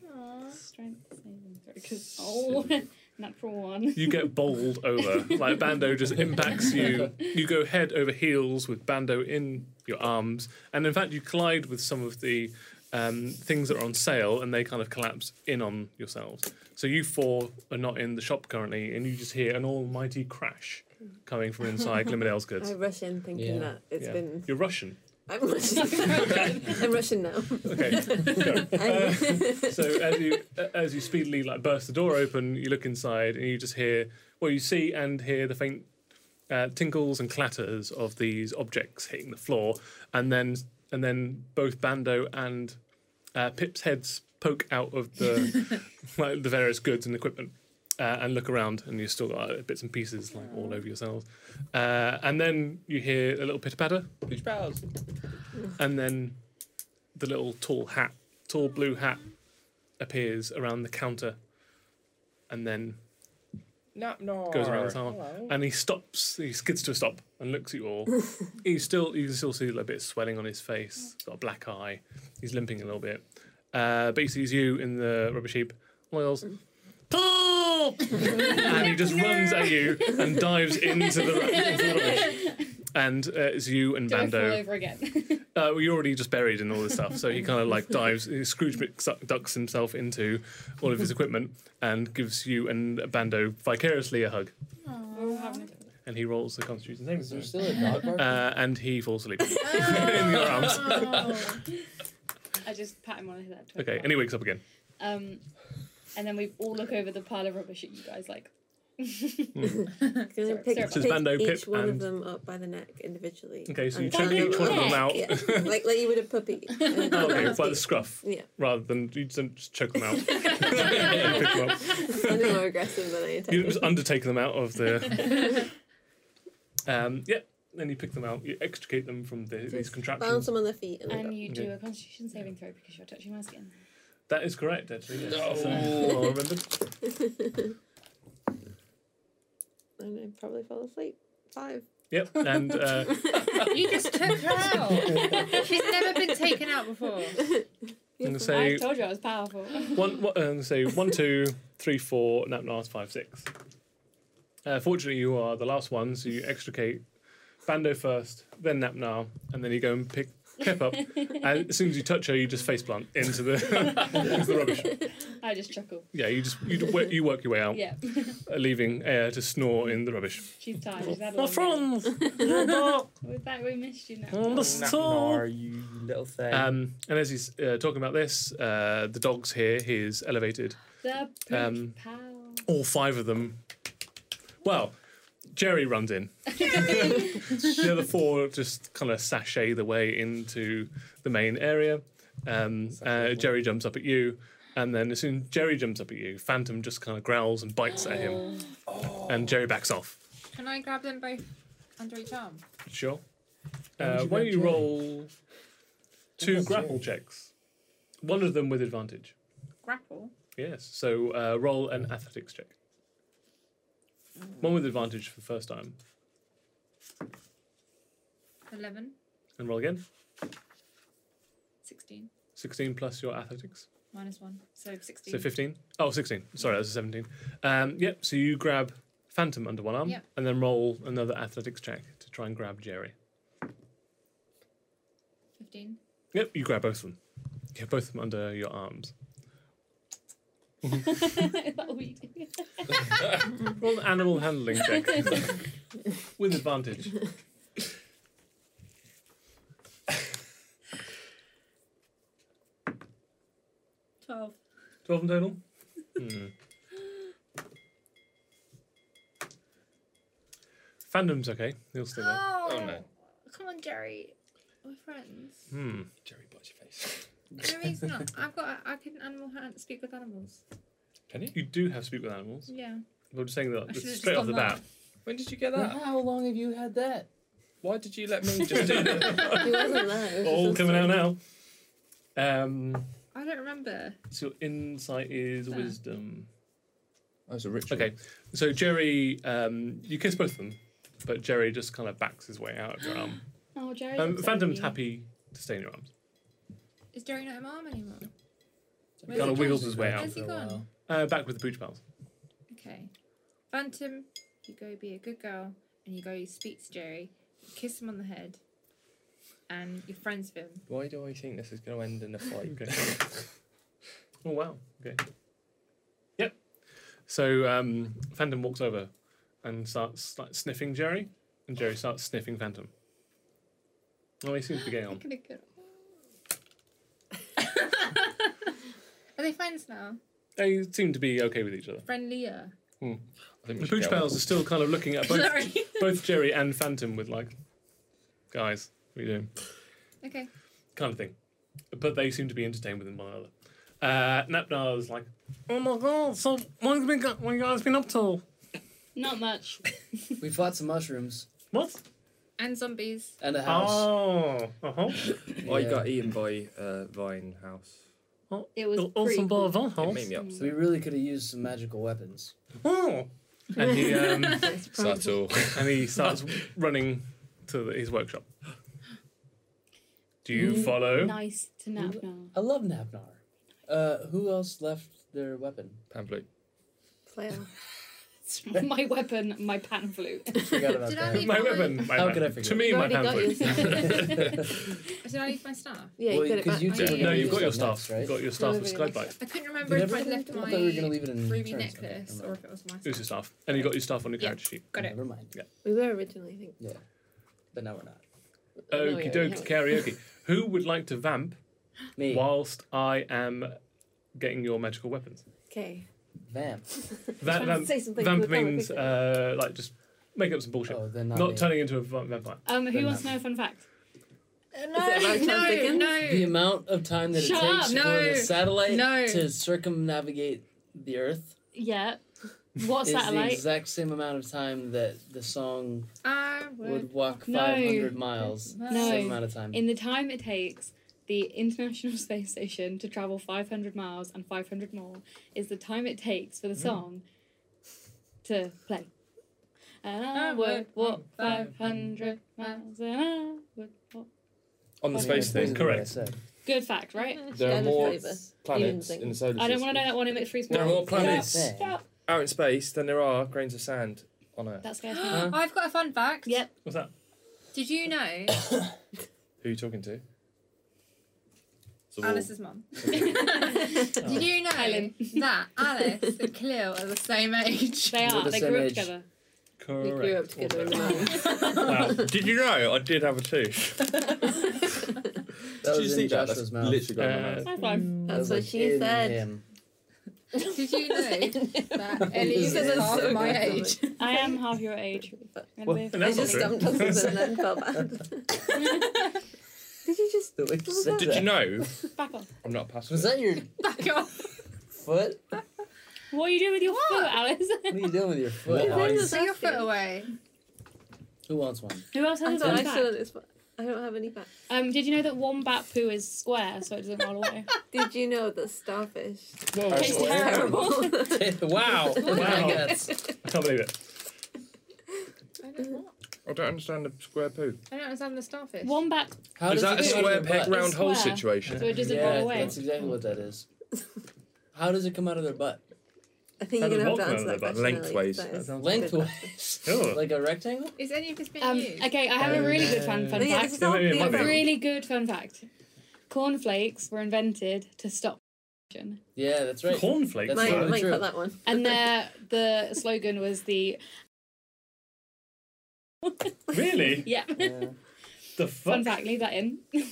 [SPEAKER 4] Strength saving throw. 'cause- oh, natural one.
[SPEAKER 2] You get bowled over. Like Bando just impacts you. You go head over heels with Bando in your arms, and in fact, you collide with some of the um, things that are on sale, and they kind of collapse in on yourselves. So you four are not in the shop currently, and you just hear an almighty crash coming from inside Glimmerdale's
[SPEAKER 7] I
[SPEAKER 2] goods.
[SPEAKER 7] rush in thinking
[SPEAKER 5] Yeah.
[SPEAKER 7] that it's
[SPEAKER 2] Yeah.
[SPEAKER 7] been.
[SPEAKER 2] You're Russian.
[SPEAKER 7] I'm rushing. I'm rushing now.
[SPEAKER 2] Okay. Uh, so as you as you speedily like burst the door open, you look inside and you just hear well, you see and hear the faint uh, tinkles and clatters of these objects hitting the floor, and then and then both Bando and uh, Pip's heads poke out of the like, the various goods and equipment. Uh, and look around, and you've still got uh, bits and pieces like all over yourselves. Uh, and then you hear a little pitter patter,
[SPEAKER 8] Peach pals.
[SPEAKER 2] and then the little tall hat, tall blue hat, appears around the counter, and then
[SPEAKER 8] Nap no.
[SPEAKER 2] goes around the table. And he stops. He skids to a stop and looks at you all. He's still. You can still see a little bit of swelling on his face. He's got a black eye. He's limping a little bit. Uh, but he sees you in the rubbish heap. Oils. and he just runs at you and dives into the, ra- into the rubbish. And uh, it's you and
[SPEAKER 4] Do I fall
[SPEAKER 2] Bando.
[SPEAKER 4] over again?
[SPEAKER 2] Uh, well, you're already just buried in all this stuff, so he kind of like dives. Scrooge McDuck- ducks himself into all of his equipment and gives you and Bando vicariously a hug.
[SPEAKER 4] We're having a-
[SPEAKER 2] And he rolls the Constitution saving
[SPEAKER 5] Is there
[SPEAKER 2] throw.
[SPEAKER 5] still a dog park?
[SPEAKER 2] Uh, and he falls asleep in your arms.
[SPEAKER 3] Oh.
[SPEAKER 4] I just pat him on the head. I've talked
[SPEAKER 2] Okay,
[SPEAKER 4] about
[SPEAKER 2] and he wakes up again.
[SPEAKER 4] it. Um, and then we all look over the pile of rubbish at you guys, like.
[SPEAKER 2] Mm.
[SPEAKER 7] Gonna
[SPEAKER 4] Sorry,
[SPEAKER 7] pick,
[SPEAKER 4] sorry.
[SPEAKER 2] So it's
[SPEAKER 7] pick
[SPEAKER 2] Bando,
[SPEAKER 7] each
[SPEAKER 2] Pip,
[SPEAKER 7] one
[SPEAKER 2] and-
[SPEAKER 7] of them up by the neck individually.
[SPEAKER 2] Okay, so
[SPEAKER 7] and
[SPEAKER 2] you check
[SPEAKER 7] tie
[SPEAKER 2] each one of them out.
[SPEAKER 7] Yeah. like like you would a puppy.
[SPEAKER 2] Oh, okay, by the scruff.
[SPEAKER 7] Yeah.
[SPEAKER 2] Rather than you don't just choke them out. You pick them up.
[SPEAKER 7] I'm more aggressive than I
[SPEAKER 2] You
[SPEAKER 7] intended.
[SPEAKER 2] just undertake them out of the. Um, yeah, then you pick them out. You extricate them from the, these
[SPEAKER 7] Just
[SPEAKER 2] contraptions.
[SPEAKER 7] Bounce them on their feet and,
[SPEAKER 4] And you do
[SPEAKER 2] Okay.
[SPEAKER 4] a constitution saving throw because you're touching my skin.
[SPEAKER 2] That is correct, actually. Yes.
[SPEAKER 8] No.
[SPEAKER 2] So, well remembered.
[SPEAKER 7] and I probably fall asleep. Five.
[SPEAKER 2] Yep, and uh,
[SPEAKER 3] You just took her out. She's never been taken out before.
[SPEAKER 2] I'm gonna
[SPEAKER 4] I
[SPEAKER 2] say
[SPEAKER 4] told you I was powerful.
[SPEAKER 2] one, one um, say one, two, three, four, and that last five, six. Uh, fortunately, you are the last one, so you extricate Bando first, then Napnar, and then you go and pick Pip up. and as soon as you touch her, you just face plant into the, into the rubbish.
[SPEAKER 4] I just chuckle.
[SPEAKER 2] Yeah, you just you, d- work, you work your way out,
[SPEAKER 4] Yeah,
[SPEAKER 2] uh, leaving air to snore in the rubbish.
[SPEAKER 4] she's tired. She's had
[SPEAKER 2] My
[SPEAKER 4] a long day.
[SPEAKER 2] friends, Napnar,
[SPEAKER 4] We're back. We missed you now.
[SPEAKER 2] on the
[SPEAKER 6] Are
[SPEAKER 2] store.
[SPEAKER 6] you little thing?
[SPEAKER 2] Um, and as he's uh, talking about this, uh, the dog's here. He's elevated.
[SPEAKER 4] The poop
[SPEAKER 2] Um,
[SPEAKER 4] pal.
[SPEAKER 2] all five of them. Well, Jerry runs in. the other four just kind of sashay the way into the main area. Um, uh, Jerry jumps up at you, and then as soon as Jerry jumps up at you, Phantom just kind of growls and bites at him, and Jerry backs off.
[SPEAKER 3] Can I grab them both under each arm?
[SPEAKER 2] Sure.
[SPEAKER 5] would
[SPEAKER 2] Uh, why
[SPEAKER 5] you
[SPEAKER 2] don't
[SPEAKER 5] grab
[SPEAKER 2] you
[SPEAKER 5] Jerry?
[SPEAKER 2] roll two
[SPEAKER 5] that's
[SPEAKER 2] grapple checks? One of them with advantage.
[SPEAKER 3] Grapple.
[SPEAKER 2] Yes. So uh, roll an athletics check. One with advantage for the first time,
[SPEAKER 3] Eleven.
[SPEAKER 2] and roll again.
[SPEAKER 3] Sixteen.
[SPEAKER 2] 16 plus your athletics.
[SPEAKER 3] Minus one. So sixteen.
[SPEAKER 2] So 15. Oh, 16. Sorry, that was a 17. Um, yep, so you grab Phantom under one arm
[SPEAKER 3] Yep.
[SPEAKER 2] and then roll another athletics check to try and grab Jerry.
[SPEAKER 3] Fifteen.
[SPEAKER 2] Yep, you grab both of them. You have both of them under your arms.
[SPEAKER 4] Is that all you do?
[SPEAKER 2] Roll an animal handling check with advantage.
[SPEAKER 3] Twelve.
[SPEAKER 2] 12 in total? Hmm. Phantom's okay. He'll stay there.
[SPEAKER 3] Oh,
[SPEAKER 8] Oh no.
[SPEAKER 3] come on, Jerry. We're friends.
[SPEAKER 2] Hmm.
[SPEAKER 8] Jerry bites your face.
[SPEAKER 3] No, he's not. I've got. I can animal hand speak with animals.
[SPEAKER 8] Can you?
[SPEAKER 2] You do have speak with animals.
[SPEAKER 3] Yeah.
[SPEAKER 2] I'm just saying that
[SPEAKER 3] I should've just
[SPEAKER 2] straight off
[SPEAKER 3] gone
[SPEAKER 2] the
[SPEAKER 3] there.
[SPEAKER 2] bat.
[SPEAKER 8] When did you get that?
[SPEAKER 5] How long have you had that?
[SPEAKER 8] Why did you let me just do that?
[SPEAKER 7] He wasn't there. it was
[SPEAKER 2] All
[SPEAKER 7] just
[SPEAKER 2] coming out
[SPEAKER 7] us.
[SPEAKER 2] now. Um,
[SPEAKER 3] I don't remember.
[SPEAKER 2] So your insight is
[SPEAKER 3] Ah.
[SPEAKER 2] wisdom.
[SPEAKER 8] That was a ritual.
[SPEAKER 2] Okay, so Jerry, um, you kiss both of them, but Jerry just kind of backs his way out of your arm.
[SPEAKER 4] Oh, Jerry.
[SPEAKER 2] Um, Phantom's happy to stay in your arms.
[SPEAKER 3] Is Jerry not in my arm anymore? Where's
[SPEAKER 2] Kind
[SPEAKER 3] he
[SPEAKER 2] of wiggles
[SPEAKER 3] gone?
[SPEAKER 2] his way out.
[SPEAKER 3] Where's he gone?
[SPEAKER 2] Uh, back with the pooch pals.
[SPEAKER 3] Okay. Phantom, you go be a good girl, and you go speak to Jerry, kiss him on the head, and you're friends with him.
[SPEAKER 8] Why do I think this is going to end in a fight?
[SPEAKER 2] Okay. oh wow. Okay. Yep. So um, Phantom walks over and starts like, sniffing Jerry, and Jerry starts sniffing Phantom. Oh, he seems to be getting on.
[SPEAKER 3] Look at it go. Are they friends now?
[SPEAKER 2] They seem to be okay with each other.
[SPEAKER 3] Friendlier.
[SPEAKER 8] I think we
[SPEAKER 2] The
[SPEAKER 8] should
[SPEAKER 2] pooch
[SPEAKER 8] get on.
[SPEAKER 2] pals are still kind of looking at both
[SPEAKER 3] Sorry.
[SPEAKER 2] both Jerry and Phantom with like, guys, what are you doing?
[SPEAKER 3] Okay.
[SPEAKER 2] Kind of thing. But they seem to be entertained with one another. Uh, Napnar's like, oh my god, so what have you, been, go- what you guys been up to?
[SPEAKER 4] Not much.
[SPEAKER 5] We fought some mushrooms
[SPEAKER 2] What?
[SPEAKER 3] And zombies.
[SPEAKER 5] and a house.
[SPEAKER 2] Oh, uh-huh.
[SPEAKER 8] I
[SPEAKER 5] Yeah.
[SPEAKER 8] got eaten by uh, Vine House.
[SPEAKER 4] It
[SPEAKER 2] Oh,
[SPEAKER 4] was pretty
[SPEAKER 2] awesome
[SPEAKER 4] cool.
[SPEAKER 2] bar of
[SPEAKER 8] It made
[SPEAKER 2] house.
[SPEAKER 8] me upset.
[SPEAKER 5] So we really could have used some magical weapons.
[SPEAKER 2] Oh. And he, um,
[SPEAKER 7] That's probably-
[SPEAKER 8] Sato.
[SPEAKER 2] and he starts running to the, his workshop. Do you follow?
[SPEAKER 4] Nice to nap now.
[SPEAKER 5] I love Napnar. Uh, who else left their weapon?
[SPEAKER 8] Pamphlet.
[SPEAKER 7] flail.
[SPEAKER 4] my weapon, my pan flute.
[SPEAKER 5] Forgot about
[SPEAKER 3] Did I
[SPEAKER 5] that.
[SPEAKER 3] leave
[SPEAKER 2] My weapon. My
[SPEAKER 5] How
[SPEAKER 2] man.
[SPEAKER 5] could I forget?
[SPEAKER 2] To me,
[SPEAKER 7] You've
[SPEAKER 2] my
[SPEAKER 7] already got
[SPEAKER 2] pamphlet.
[SPEAKER 3] Did I leave my staff?
[SPEAKER 7] Yeah, you
[SPEAKER 5] Well,
[SPEAKER 7] got it
[SPEAKER 5] 'cause
[SPEAKER 7] back.
[SPEAKER 5] you
[SPEAKER 7] didn't
[SPEAKER 5] did.
[SPEAKER 7] you?
[SPEAKER 2] No, you've got your
[SPEAKER 5] It's not
[SPEAKER 2] staff.
[SPEAKER 5] nice,
[SPEAKER 2] You've got your staff
[SPEAKER 7] Delivery
[SPEAKER 2] with
[SPEAKER 7] next.
[SPEAKER 2] Skype.
[SPEAKER 3] I couldn't
[SPEAKER 5] You
[SPEAKER 3] remember if
[SPEAKER 5] never
[SPEAKER 3] I'd
[SPEAKER 5] did?
[SPEAKER 3] left
[SPEAKER 5] I
[SPEAKER 3] my
[SPEAKER 5] thought we were gonna leave it in
[SPEAKER 3] ruby
[SPEAKER 5] turns. Okay,
[SPEAKER 3] necklace
[SPEAKER 5] never
[SPEAKER 3] or
[SPEAKER 5] mind.
[SPEAKER 3] if it was
[SPEAKER 2] It
[SPEAKER 3] my
[SPEAKER 2] was
[SPEAKER 3] staff.
[SPEAKER 2] your staff. And you got your staff on your
[SPEAKER 3] Yeah.
[SPEAKER 2] character sheet.
[SPEAKER 3] Got it.
[SPEAKER 5] Never mind.
[SPEAKER 2] Yeah.
[SPEAKER 7] We were originally, I think.
[SPEAKER 5] Yeah. But now we're not.
[SPEAKER 7] No, we
[SPEAKER 2] Okie dokie,
[SPEAKER 7] already have it.
[SPEAKER 2] karaoke. Who would like to vamp
[SPEAKER 5] Me.
[SPEAKER 2] whilst I am getting your magical weapons?
[SPEAKER 7] Okay.
[SPEAKER 5] Vamp.
[SPEAKER 2] That
[SPEAKER 7] Trying to
[SPEAKER 2] vamp,
[SPEAKER 7] say something
[SPEAKER 2] vamp
[SPEAKER 7] with that,
[SPEAKER 2] means
[SPEAKER 7] like-
[SPEAKER 2] uh, like just make up some bullshit.
[SPEAKER 5] Oh, then
[SPEAKER 2] not
[SPEAKER 5] not me.
[SPEAKER 2] turning into a va- vampire.
[SPEAKER 4] Um, who
[SPEAKER 5] Then
[SPEAKER 4] wants to know a fun fact?
[SPEAKER 7] Is it my turn
[SPEAKER 3] no,
[SPEAKER 7] again?
[SPEAKER 5] The
[SPEAKER 3] no,
[SPEAKER 5] amount of time that
[SPEAKER 4] Shut
[SPEAKER 5] it takes
[SPEAKER 4] up.
[SPEAKER 5] for
[SPEAKER 3] No.
[SPEAKER 5] the satellite
[SPEAKER 3] No.
[SPEAKER 5] to circumnavigate the Earth
[SPEAKER 4] Yeah. What
[SPEAKER 5] is the
[SPEAKER 4] satellite?
[SPEAKER 5] exact same amount of time that the song
[SPEAKER 3] I would.
[SPEAKER 5] would walk
[SPEAKER 4] No.
[SPEAKER 5] 500 miles.
[SPEAKER 3] No.
[SPEAKER 5] Same amount of time.
[SPEAKER 4] In the time it takes the International Space Station to travel 500 miles and 500 more is the time it takes for the
[SPEAKER 5] Mm.
[SPEAKER 4] song to play. And I
[SPEAKER 3] I
[SPEAKER 4] would
[SPEAKER 3] would
[SPEAKER 4] walk 500 miles and I would walk.
[SPEAKER 8] On the
[SPEAKER 5] Yeah,
[SPEAKER 8] space
[SPEAKER 5] that's
[SPEAKER 8] thing,
[SPEAKER 5] what I
[SPEAKER 2] Correct.
[SPEAKER 5] said.
[SPEAKER 4] Good fact, right?
[SPEAKER 8] there are
[SPEAKER 7] Shadow
[SPEAKER 8] more
[SPEAKER 7] flavour.
[SPEAKER 8] planets
[SPEAKER 7] think.
[SPEAKER 8] in the solar system.
[SPEAKER 4] I don't want to know that one. It makes freeze
[SPEAKER 8] There are more planets
[SPEAKER 5] Stop.
[SPEAKER 4] Stop.
[SPEAKER 8] out in space than there are grains of sand on Earth.
[SPEAKER 4] That scares me.
[SPEAKER 5] Huh?
[SPEAKER 3] I've got a fun fact.
[SPEAKER 4] Yep.
[SPEAKER 2] What's that?
[SPEAKER 3] Did you know
[SPEAKER 8] Who are you talking to?
[SPEAKER 2] Oh.
[SPEAKER 8] So we'll-
[SPEAKER 3] Alice's mum? Did you know
[SPEAKER 4] Helen.
[SPEAKER 3] that Alice and Cleo are the same age?
[SPEAKER 4] They
[SPEAKER 5] We're
[SPEAKER 4] are.
[SPEAKER 5] the
[SPEAKER 4] They
[SPEAKER 5] same
[SPEAKER 4] grew up
[SPEAKER 5] age.
[SPEAKER 4] together.
[SPEAKER 7] We
[SPEAKER 2] Correct.
[SPEAKER 7] grew up together in the
[SPEAKER 2] Well
[SPEAKER 7] mountains.
[SPEAKER 8] Wow. Did you know I did have a tooth?
[SPEAKER 5] That
[SPEAKER 8] Did you
[SPEAKER 5] was
[SPEAKER 8] see
[SPEAKER 5] in
[SPEAKER 8] that?
[SPEAKER 5] Joshua's
[SPEAKER 8] That's
[SPEAKER 5] mouth.
[SPEAKER 8] literally gone in
[SPEAKER 2] Uh,
[SPEAKER 8] my mouth.
[SPEAKER 4] High five.
[SPEAKER 5] That was,
[SPEAKER 7] That's what
[SPEAKER 5] like,
[SPEAKER 7] she
[SPEAKER 5] in
[SPEAKER 7] said.
[SPEAKER 5] him.
[SPEAKER 3] Did you know that Ellie's
[SPEAKER 5] said that's
[SPEAKER 3] half
[SPEAKER 5] so
[SPEAKER 3] my
[SPEAKER 7] good.
[SPEAKER 3] age?
[SPEAKER 4] I am half your age. And
[SPEAKER 2] Well,
[SPEAKER 4] we're-
[SPEAKER 2] and that's
[SPEAKER 7] I just
[SPEAKER 2] not true.
[SPEAKER 7] dumped on something and then fell back. Did you just?
[SPEAKER 5] The way she said
[SPEAKER 8] Did you
[SPEAKER 5] that.
[SPEAKER 8] know
[SPEAKER 4] Back off.
[SPEAKER 8] I'm not a pacifist?
[SPEAKER 5] Was that your
[SPEAKER 3] Back off.
[SPEAKER 5] foot?
[SPEAKER 4] What are you doing with your foot, Alice?
[SPEAKER 5] What are you doing with your
[SPEAKER 8] What
[SPEAKER 5] foot?
[SPEAKER 8] are you-
[SPEAKER 5] Alex?
[SPEAKER 3] Take your foot away.
[SPEAKER 5] Who wants one?
[SPEAKER 4] Who else
[SPEAKER 7] I
[SPEAKER 4] has a
[SPEAKER 7] don't,
[SPEAKER 4] fun
[SPEAKER 7] I, still,
[SPEAKER 4] fact?
[SPEAKER 7] it's, I don't have any back.
[SPEAKER 4] Um, did you know that wombat poo is square, so it doesn't roll away?
[SPEAKER 7] Did you know that starfish?
[SPEAKER 2] Whoa,
[SPEAKER 5] Tastes
[SPEAKER 7] is
[SPEAKER 5] Square?
[SPEAKER 7] terrible.
[SPEAKER 5] wow!
[SPEAKER 2] Wow.
[SPEAKER 5] That's-
[SPEAKER 2] I can't believe it.
[SPEAKER 3] I don't, know.
[SPEAKER 8] I don't understand the square poo.
[SPEAKER 3] I don't understand the starfish.
[SPEAKER 4] Wombat,
[SPEAKER 5] How
[SPEAKER 8] Is
[SPEAKER 5] does
[SPEAKER 8] that a
[SPEAKER 5] it go out
[SPEAKER 8] square
[SPEAKER 5] of their
[SPEAKER 8] peg
[SPEAKER 5] butt?
[SPEAKER 8] round hole
[SPEAKER 4] Square.
[SPEAKER 8] situation?
[SPEAKER 4] so it doesn't
[SPEAKER 5] yeah,
[SPEAKER 4] roll away.
[SPEAKER 5] that's exactly what that is. How does it come out of their butt?
[SPEAKER 7] I think
[SPEAKER 2] How
[SPEAKER 7] you're gonna
[SPEAKER 2] does
[SPEAKER 7] have to
[SPEAKER 2] Walkman
[SPEAKER 7] answer that
[SPEAKER 2] have that
[SPEAKER 7] question.
[SPEAKER 8] lengthways?
[SPEAKER 7] Ellie, 'cause that is good.
[SPEAKER 5] Lengthways,
[SPEAKER 2] Oh.
[SPEAKER 5] like a rectangle.
[SPEAKER 3] Is any of this being
[SPEAKER 4] Um,
[SPEAKER 3] used?
[SPEAKER 4] okay, I have a really good fun
[SPEAKER 7] No,
[SPEAKER 4] fun
[SPEAKER 7] yeah, this
[SPEAKER 4] fact.
[SPEAKER 7] is all
[SPEAKER 2] Yeah, yeah,
[SPEAKER 7] the
[SPEAKER 2] might be.
[SPEAKER 7] other-
[SPEAKER 4] Really good fun fact. Cornflakes were invented to stop, corruption.
[SPEAKER 5] Yeah, that's right.
[SPEAKER 2] Cornflakes.
[SPEAKER 5] That's
[SPEAKER 7] Mike,
[SPEAKER 5] totally
[SPEAKER 7] Mike
[SPEAKER 5] true.
[SPEAKER 7] got that one.
[SPEAKER 4] and their the slogan was the
[SPEAKER 2] Really?
[SPEAKER 4] yeah.
[SPEAKER 5] Yeah.
[SPEAKER 2] The fuck?
[SPEAKER 4] Fun fact, leave that in.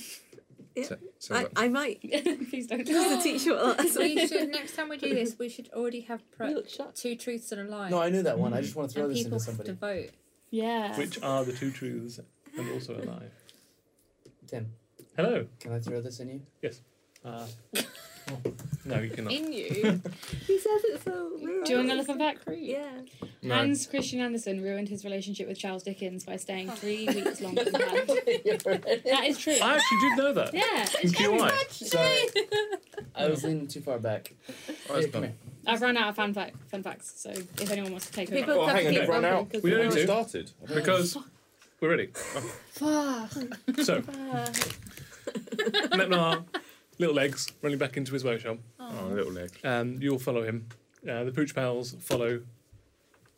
[SPEAKER 8] So- so
[SPEAKER 7] I,
[SPEAKER 8] that-
[SPEAKER 7] I might.
[SPEAKER 4] Please don't.
[SPEAKER 7] This is a teacher what that's
[SPEAKER 3] we should next time we do this, we should already have pre-
[SPEAKER 7] shot.
[SPEAKER 3] two truths and a lie.
[SPEAKER 5] No, I knew that one. I
[SPEAKER 8] Mm-hmm.
[SPEAKER 5] just want to throw
[SPEAKER 3] and
[SPEAKER 5] this
[SPEAKER 3] people
[SPEAKER 5] into
[SPEAKER 3] have to
[SPEAKER 5] somebody.
[SPEAKER 3] vote.
[SPEAKER 4] Yeah.
[SPEAKER 2] Which are the two truths and also a lie?
[SPEAKER 5] Tim,
[SPEAKER 2] Hello.
[SPEAKER 5] can I throw this in you?
[SPEAKER 2] Uh, oh, no, you cannot.
[SPEAKER 3] In you.
[SPEAKER 7] He says it so weird.
[SPEAKER 4] Do you want another fun fact?
[SPEAKER 7] Yeah.
[SPEAKER 8] no.
[SPEAKER 4] Hans Christian Andersen ruined his relationship with Charles Dickens by staying three weeks longer than planned. That is true.
[SPEAKER 2] I actually did know that.
[SPEAKER 4] yeah.
[SPEAKER 2] Do you why?
[SPEAKER 5] Sorry, I was leaning too far back.
[SPEAKER 8] Oh, it's
[SPEAKER 5] Here, come
[SPEAKER 8] done.
[SPEAKER 4] I've run out of fun, fact, fun facts, so if anyone wants to take over.
[SPEAKER 7] People
[SPEAKER 8] Oh,
[SPEAKER 7] have
[SPEAKER 8] hang
[SPEAKER 7] to
[SPEAKER 8] on,
[SPEAKER 7] keep
[SPEAKER 8] they've run
[SPEAKER 7] grumbling
[SPEAKER 8] out.
[SPEAKER 7] 'cause
[SPEAKER 2] We
[SPEAKER 7] they're
[SPEAKER 2] don't
[SPEAKER 7] not-
[SPEAKER 2] need to.
[SPEAKER 8] started.
[SPEAKER 2] Because we're ready. So,
[SPEAKER 5] Uh,
[SPEAKER 2] Nepnar, little legs, running back into his workshop.
[SPEAKER 8] Oh, little leg.
[SPEAKER 2] Um, you all follow him. Uh, the Pooch Pals follow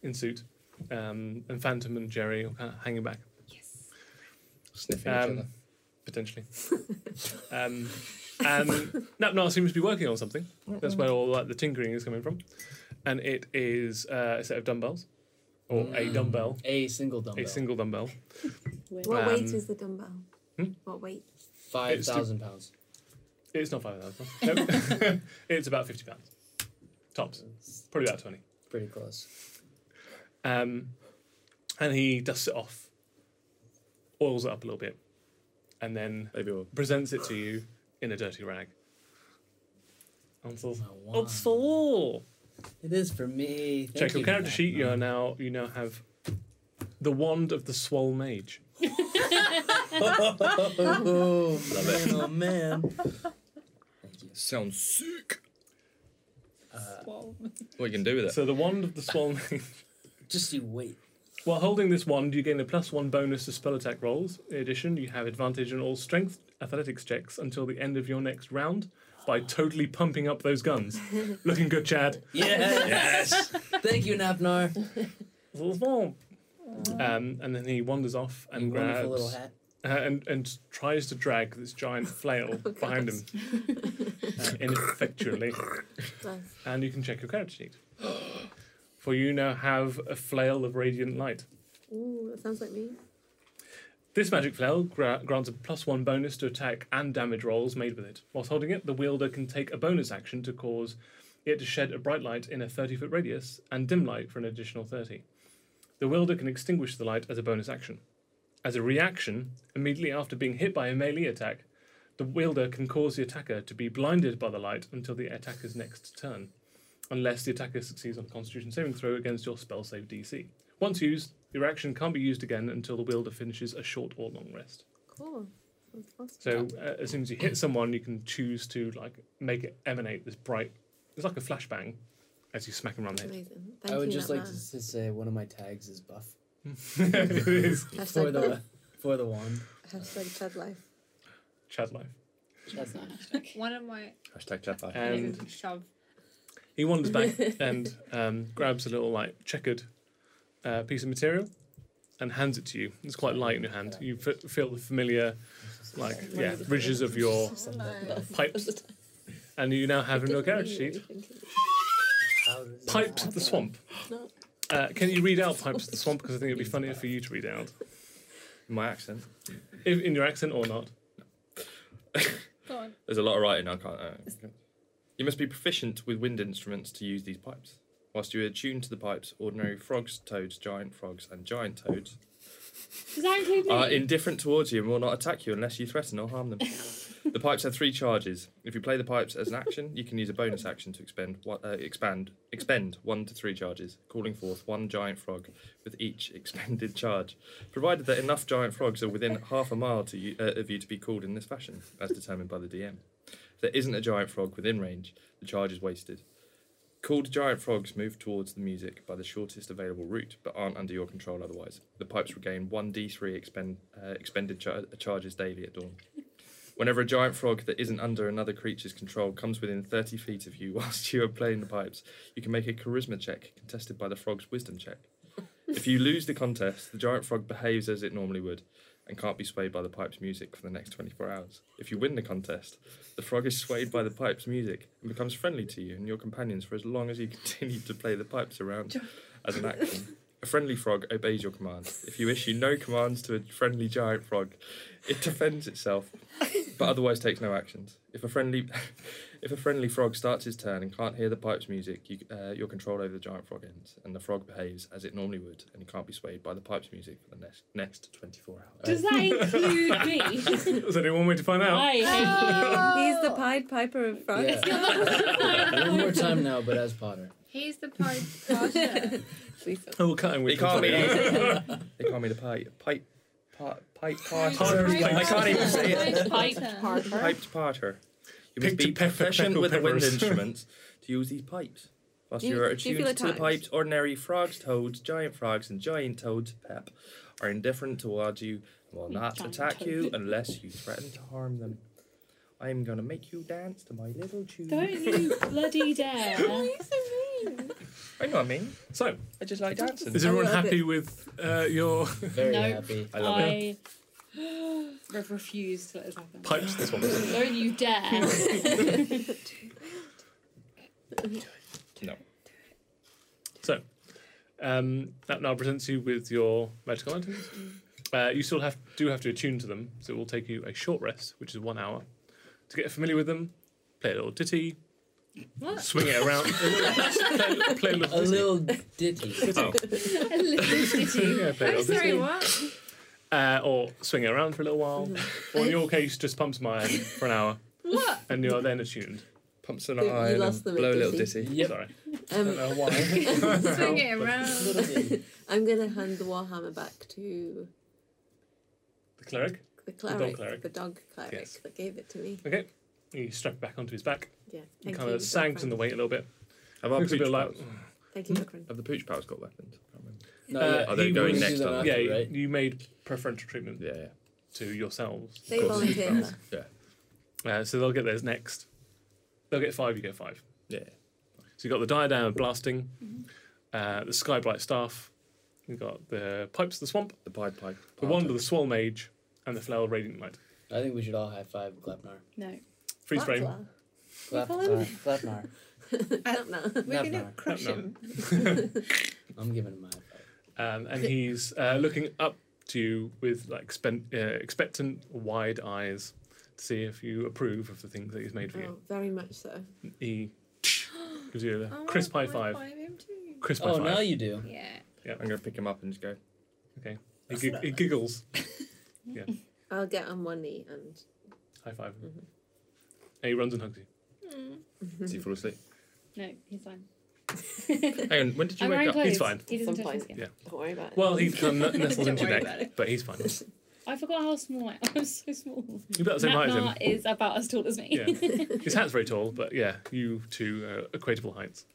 [SPEAKER 2] in suit. Um, and Phantom and Jerry are kind of hanging back,
[SPEAKER 8] Sniffing each
[SPEAKER 2] um,
[SPEAKER 8] other.
[SPEAKER 2] potentially. um, and Napnar seems to be working on something. That's where all like, the tinkering is coming from. And it is uh, a set of dumbbells, or a dumbbell,
[SPEAKER 5] A single Mm. dumbbell.
[SPEAKER 2] a single dumbbell.
[SPEAKER 7] What weight
[SPEAKER 2] Um,
[SPEAKER 7] is the dumbbell?
[SPEAKER 2] Hmm?
[SPEAKER 7] What weight?
[SPEAKER 5] Five
[SPEAKER 2] It's the-
[SPEAKER 5] thousand pounds.
[SPEAKER 2] It's not 5,000. No. it's about 50 pounds. Tops. Probably about 20.
[SPEAKER 5] Pretty close.
[SPEAKER 2] Um, and he dusts it off, oils it up a little bit, and then
[SPEAKER 8] Maybe we'll
[SPEAKER 2] presents it to you in a dirty rag. Ansel.
[SPEAKER 5] Oh, wow.
[SPEAKER 2] Ansel!
[SPEAKER 5] It is for me. Thank
[SPEAKER 2] Check your
[SPEAKER 5] you,
[SPEAKER 2] character
[SPEAKER 5] Matt.
[SPEAKER 2] sheet. You are now you now have the wand of the Swole Mage.
[SPEAKER 5] Oh, man, oh man. Thank you.
[SPEAKER 8] Sounds sick.
[SPEAKER 3] Whoa.
[SPEAKER 8] What you can do with it?
[SPEAKER 2] So the wand of the Swole Mage.
[SPEAKER 5] Just you wait.
[SPEAKER 2] While holding this wand, you gain a plus one bonus to spell attack rolls. In addition, you have advantage on all strength athletics checks until the end of your next round, by totally pumping up those guns. Looking good, Chad.
[SPEAKER 5] Yes. Thank you, Navnar.
[SPEAKER 2] Um, and then he wanders off and grabs
[SPEAKER 5] Wonderful little hat. Oh,
[SPEAKER 2] uh, and and tries to drag this giant flail behind him uh, ineffectually.
[SPEAKER 7] Nice.
[SPEAKER 2] and you can check your character sheet. For you now have a flail of radiant light.
[SPEAKER 7] Ooh, that sounds like me.
[SPEAKER 2] This magic flail gra- grants a plus one bonus to attack and damage rolls made with it. Whilst holding it, the wielder can take a bonus action to cause it to shed a bright light in a 30 foot radius and dim light for an additional 30. The wielder can extinguish the light as a bonus action. As a reaction, immediately after being hit by a melee attack, the wielder can cause the attacker to be blinded by the light until the attacker's next turn, unless the attacker succeeds on a constitution saving throw against your spell save DC. Once used, the reaction can't be used again until the wielder finishes a short or long rest.
[SPEAKER 7] Cool. Sounds awesome.
[SPEAKER 2] So uh, as soon as you hit someone, you can choose to like make it emanate this bright. It's like a flashbang as you smack them around the head.
[SPEAKER 7] Amazing. Thank
[SPEAKER 5] I would
[SPEAKER 7] you,
[SPEAKER 5] just like to,
[SPEAKER 7] Nat.
[SPEAKER 5] s- to say one of my tags is buff
[SPEAKER 2] it is
[SPEAKER 5] for
[SPEAKER 7] Hashtag,
[SPEAKER 5] the for the wand.
[SPEAKER 7] hashtag Chad life.
[SPEAKER 2] Chad life.
[SPEAKER 5] That's
[SPEAKER 4] not
[SPEAKER 5] not.
[SPEAKER 4] an hashtag.
[SPEAKER 3] One of my
[SPEAKER 8] Hashtag chat life.
[SPEAKER 5] Um,
[SPEAKER 3] Um,
[SPEAKER 2] And
[SPEAKER 3] shove.
[SPEAKER 2] he wanders back and um, grabs a little like checkered uh, piece of material and hands it to you. It's quite light in your hand. You f- feel the familiar like yeah ridges of your pipes, and you now have in your character sheet Pipe to the Swamp.
[SPEAKER 7] No.
[SPEAKER 2] Uh, can you read out Pipes to the Swamp? Because I think it'd be funnier for you to read out,
[SPEAKER 8] My accent.
[SPEAKER 2] if, in your accent or not.
[SPEAKER 3] Go on.
[SPEAKER 8] There's a lot of writing I can't. Uh, you must be proficient with wind instruments to use these pipes. Whilst you are attuned to the pipes, ordinary frogs, toads, giant frogs, and giant toads
[SPEAKER 4] Does that include me?
[SPEAKER 8] are indifferent towards you and will not attack you unless you threaten or harm them. the pipes have three charges. If you play the pipes as an action, you can use a bonus action to expend one- uh, expand expend one to three charges, calling forth one giant frog with each expended charge, provided that enough giant frogs are within half a mile to you, uh, of you to be called in this fashion, as determined by the DM. If there isn't a giant frog within range, the charge is wasted. Called giant frogs move towards the music by the shortest available route, but aren't under your control otherwise. The pipes regain 1d3 expend, uh, expended char- charges daily at dawn. Whenever a giant frog that isn't under another creature's control comes within 30 feet of you whilst you are playing the pipes, you can make a charisma check contested by the frog's wisdom check. If you lose the contest, the giant frog behaves as it normally would and can't be swayed by the pipe's music for the next 24 hours. If you win the contest, the frog is swayed by the pipe's music and becomes friendly to you and your companions for as long as you continue to play the pipes around as an action. A friendly frog obeys your commands. If you issue no commands to a friendly giant frog, it defends itself, but otherwise takes no actions. If a friendly, if a friendly frog starts his turn and can't hear the pipe's music, you, uh, your control over the giant frog ends, and the frog behaves as it normally would, and you can't be swayed by the pipe's music for the next next twenty four hours.
[SPEAKER 4] Does that include me?
[SPEAKER 2] Is there any one way to find out?
[SPEAKER 4] I hate you.
[SPEAKER 7] He's the Pied Piper of France.
[SPEAKER 5] Yeah. One more time now, but as Potter.
[SPEAKER 3] He's the Pied Piper.
[SPEAKER 7] Please don't.
[SPEAKER 2] Oh, we'll cut him.
[SPEAKER 8] They
[SPEAKER 2] with
[SPEAKER 8] can't be.
[SPEAKER 2] something.
[SPEAKER 8] they can't be the pipe. Pipe. Pipe. Pipe. Potter.
[SPEAKER 2] Pipe-
[SPEAKER 8] I can't even say
[SPEAKER 3] Pied
[SPEAKER 8] it.
[SPEAKER 4] Pipe
[SPEAKER 3] Piper.
[SPEAKER 4] Parker.
[SPEAKER 8] Piped Potter. You
[SPEAKER 2] Picked
[SPEAKER 8] must be
[SPEAKER 2] a pepper-
[SPEAKER 8] proficient
[SPEAKER 2] peckled
[SPEAKER 8] with the wind
[SPEAKER 2] peppers.
[SPEAKER 8] instruments to use these pipes. Whilst
[SPEAKER 7] Do you-
[SPEAKER 8] you are
[SPEAKER 7] do you feel
[SPEAKER 8] attuned to the
[SPEAKER 7] attacked?
[SPEAKER 8] pipes, ordinary frogs, toads, giant frogs, and giant toads, Pep, are indifferent towards you and will not
[SPEAKER 4] Giant
[SPEAKER 8] attack you
[SPEAKER 4] toad.
[SPEAKER 8] unless you threaten to harm them. I am gonna make you dance to my little tune.
[SPEAKER 4] Don't you bloody dare.
[SPEAKER 8] I know what I mean.
[SPEAKER 2] So,
[SPEAKER 8] I just like dancing.
[SPEAKER 2] is
[SPEAKER 7] A
[SPEAKER 2] everyone
[SPEAKER 7] little
[SPEAKER 2] happy with uh, your
[SPEAKER 5] Very
[SPEAKER 4] No.
[SPEAKER 5] happy.
[SPEAKER 8] I love it.
[SPEAKER 4] re- refuse to let this happen.
[SPEAKER 2] pipes? This one.
[SPEAKER 4] Don't you dare.
[SPEAKER 8] No.
[SPEAKER 2] So, um, that now presents you with your magical items. Uh, you still have do have to attune to them, so it will take you a short rest, which is one hour, to get familiar with them, play a little ditty,
[SPEAKER 3] What?
[SPEAKER 2] swing it around, play, play a
[SPEAKER 5] A
[SPEAKER 2] little ditty.
[SPEAKER 5] little ditty.
[SPEAKER 8] Oh,
[SPEAKER 4] A little ditty.
[SPEAKER 2] Yeah, play a
[SPEAKER 3] I'm
[SPEAKER 2] little ditty.
[SPEAKER 3] sorry, what?
[SPEAKER 2] Uh, or swing it around for a little while, or in your case, just pumps my iron for an hour,
[SPEAKER 3] What?
[SPEAKER 2] and you are then attuned.
[SPEAKER 8] pumps an
[SPEAKER 7] You- you
[SPEAKER 8] iron and
[SPEAKER 7] lost them at
[SPEAKER 8] blow a little
[SPEAKER 7] ditty.
[SPEAKER 8] ditty.
[SPEAKER 5] Yep.
[SPEAKER 2] Sorry.
[SPEAKER 7] Um,
[SPEAKER 5] Don't know why.
[SPEAKER 3] Swing it
[SPEAKER 5] little
[SPEAKER 3] around.
[SPEAKER 5] ditty.
[SPEAKER 7] I'm gonna hand the warhammer back to
[SPEAKER 2] The cleric.
[SPEAKER 7] the
[SPEAKER 2] dog
[SPEAKER 7] cleric,
[SPEAKER 2] cleric.
[SPEAKER 7] the dog cleric
[SPEAKER 2] Yes.
[SPEAKER 7] that gave it to me.
[SPEAKER 2] Okay. He strapped it back onto his back
[SPEAKER 7] Yeah,
[SPEAKER 2] and
[SPEAKER 7] thank
[SPEAKER 2] kind
[SPEAKER 7] you.
[SPEAKER 2] of sags in the weight a little bit.
[SPEAKER 8] Have our
[SPEAKER 2] Looks a
[SPEAKER 8] pooch
[SPEAKER 2] bit like-
[SPEAKER 8] pals-
[SPEAKER 7] Thank you, Macron.
[SPEAKER 8] have the pooch pals got weapons? I can't remember.
[SPEAKER 5] No,
[SPEAKER 2] Uh,
[SPEAKER 5] yeah.
[SPEAKER 8] Are they
[SPEAKER 2] he
[SPEAKER 8] Oh, going
[SPEAKER 2] was-
[SPEAKER 8] next time?
[SPEAKER 5] Right.
[SPEAKER 2] Yeah, you, you made preferential treatment
[SPEAKER 8] Yeah, yeah.
[SPEAKER 2] to yourselves.
[SPEAKER 7] They
[SPEAKER 8] course.
[SPEAKER 7] volunteer.
[SPEAKER 8] Yeah.
[SPEAKER 2] Uh, so they'll get theirs next. They'll get five, you get five.
[SPEAKER 8] Yeah.
[SPEAKER 2] So you've got the diadem of blasting, uh, the skyblight staff, you've got the pipes of the swamp,
[SPEAKER 8] The Pied Pipe.
[SPEAKER 2] the wand of the swole mage, and the flower of radiant light.
[SPEAKER 5] I think we should all high five Glapnar.
[SPEAKER 4] No.
[SPEAKER 2] Freeze frame.
[SPEAKER 5] Glap,
[SPEAKER 7] call him?
[SPEAKER 5] uh, Glapnar.
[SPEAKER 3] We're going to
[SPEAKER 5] Never.
[SPEAKER 3] crush
[SPEAKER 2] Never.
[SPEAKER 3] him.
[SPEAKER 5] I'm giving him a high five.
[SPEAKER 2] Um, and he's uh, looking up to you with like spen- uh, expectant, wide eyes to see if you approve of the things that he's made for
[SPEAKER 7] Oh, very much so.
[SPEAKER 2] you. He gives you a
[SPEAKER 3] Oh,
[SPEAKER 2] crisp high
[SPEAKER 3] I'd
[SPEAKER 2] five.
[SPEAKER 3] high-five him too.
[SPEAKER 2] Crisp high
[SPEAKER 5] Oh,
[SPEAKER 2] five.
[SPEAKER 5] now you do.
[SPEAKER 3] Yeah.
[SPEAKER 8] I'm going to pick him up and just go.
[SPEAKER 2] He, gig- he giggles.
[SPEAKER 7] I'll get on one knee and
[SPEAKER 2] High five. And Mm-hmm. he runs and hugs you.
[SPEAKER 8] Does he fall asleep?
[SPEAKER 4] No, he's fine.
[SPEAKER 8] Hang on, when did you
[SPEAKER 4] I'm
[SPEAKER 8] wake
[SPEAKER 4] wearing
[SPEAKER 8] up?
[SPEAKER 4] clothes.
[SPEAKER 2] He's fine.
[SPEAKER 4] He doesn't
[SPEAKER 7] Some
[SPEAKER 4] touch me
[SPEAKER 7] point.
[SPEAKER 4] skin.
[SPEAKER 7] don't worry about it.
[SPEAKER 2] Well, he's kind of nestled
[SPEAKER 3] Don't
[SPEAKER 2] into your neck,
[SPEAKER 3] worry about it.
[SPEAKER 2] but he's fine.
[SPEAKER 4] I forgot how small I am. I'm so small.
[SPEAKER 2] You about the same height as him.
[SPEAKER 4] Nat is about as tall as me.
[SPEAKER 2] Yeah. His hat's very tall, but yeah, you two are equatable heights.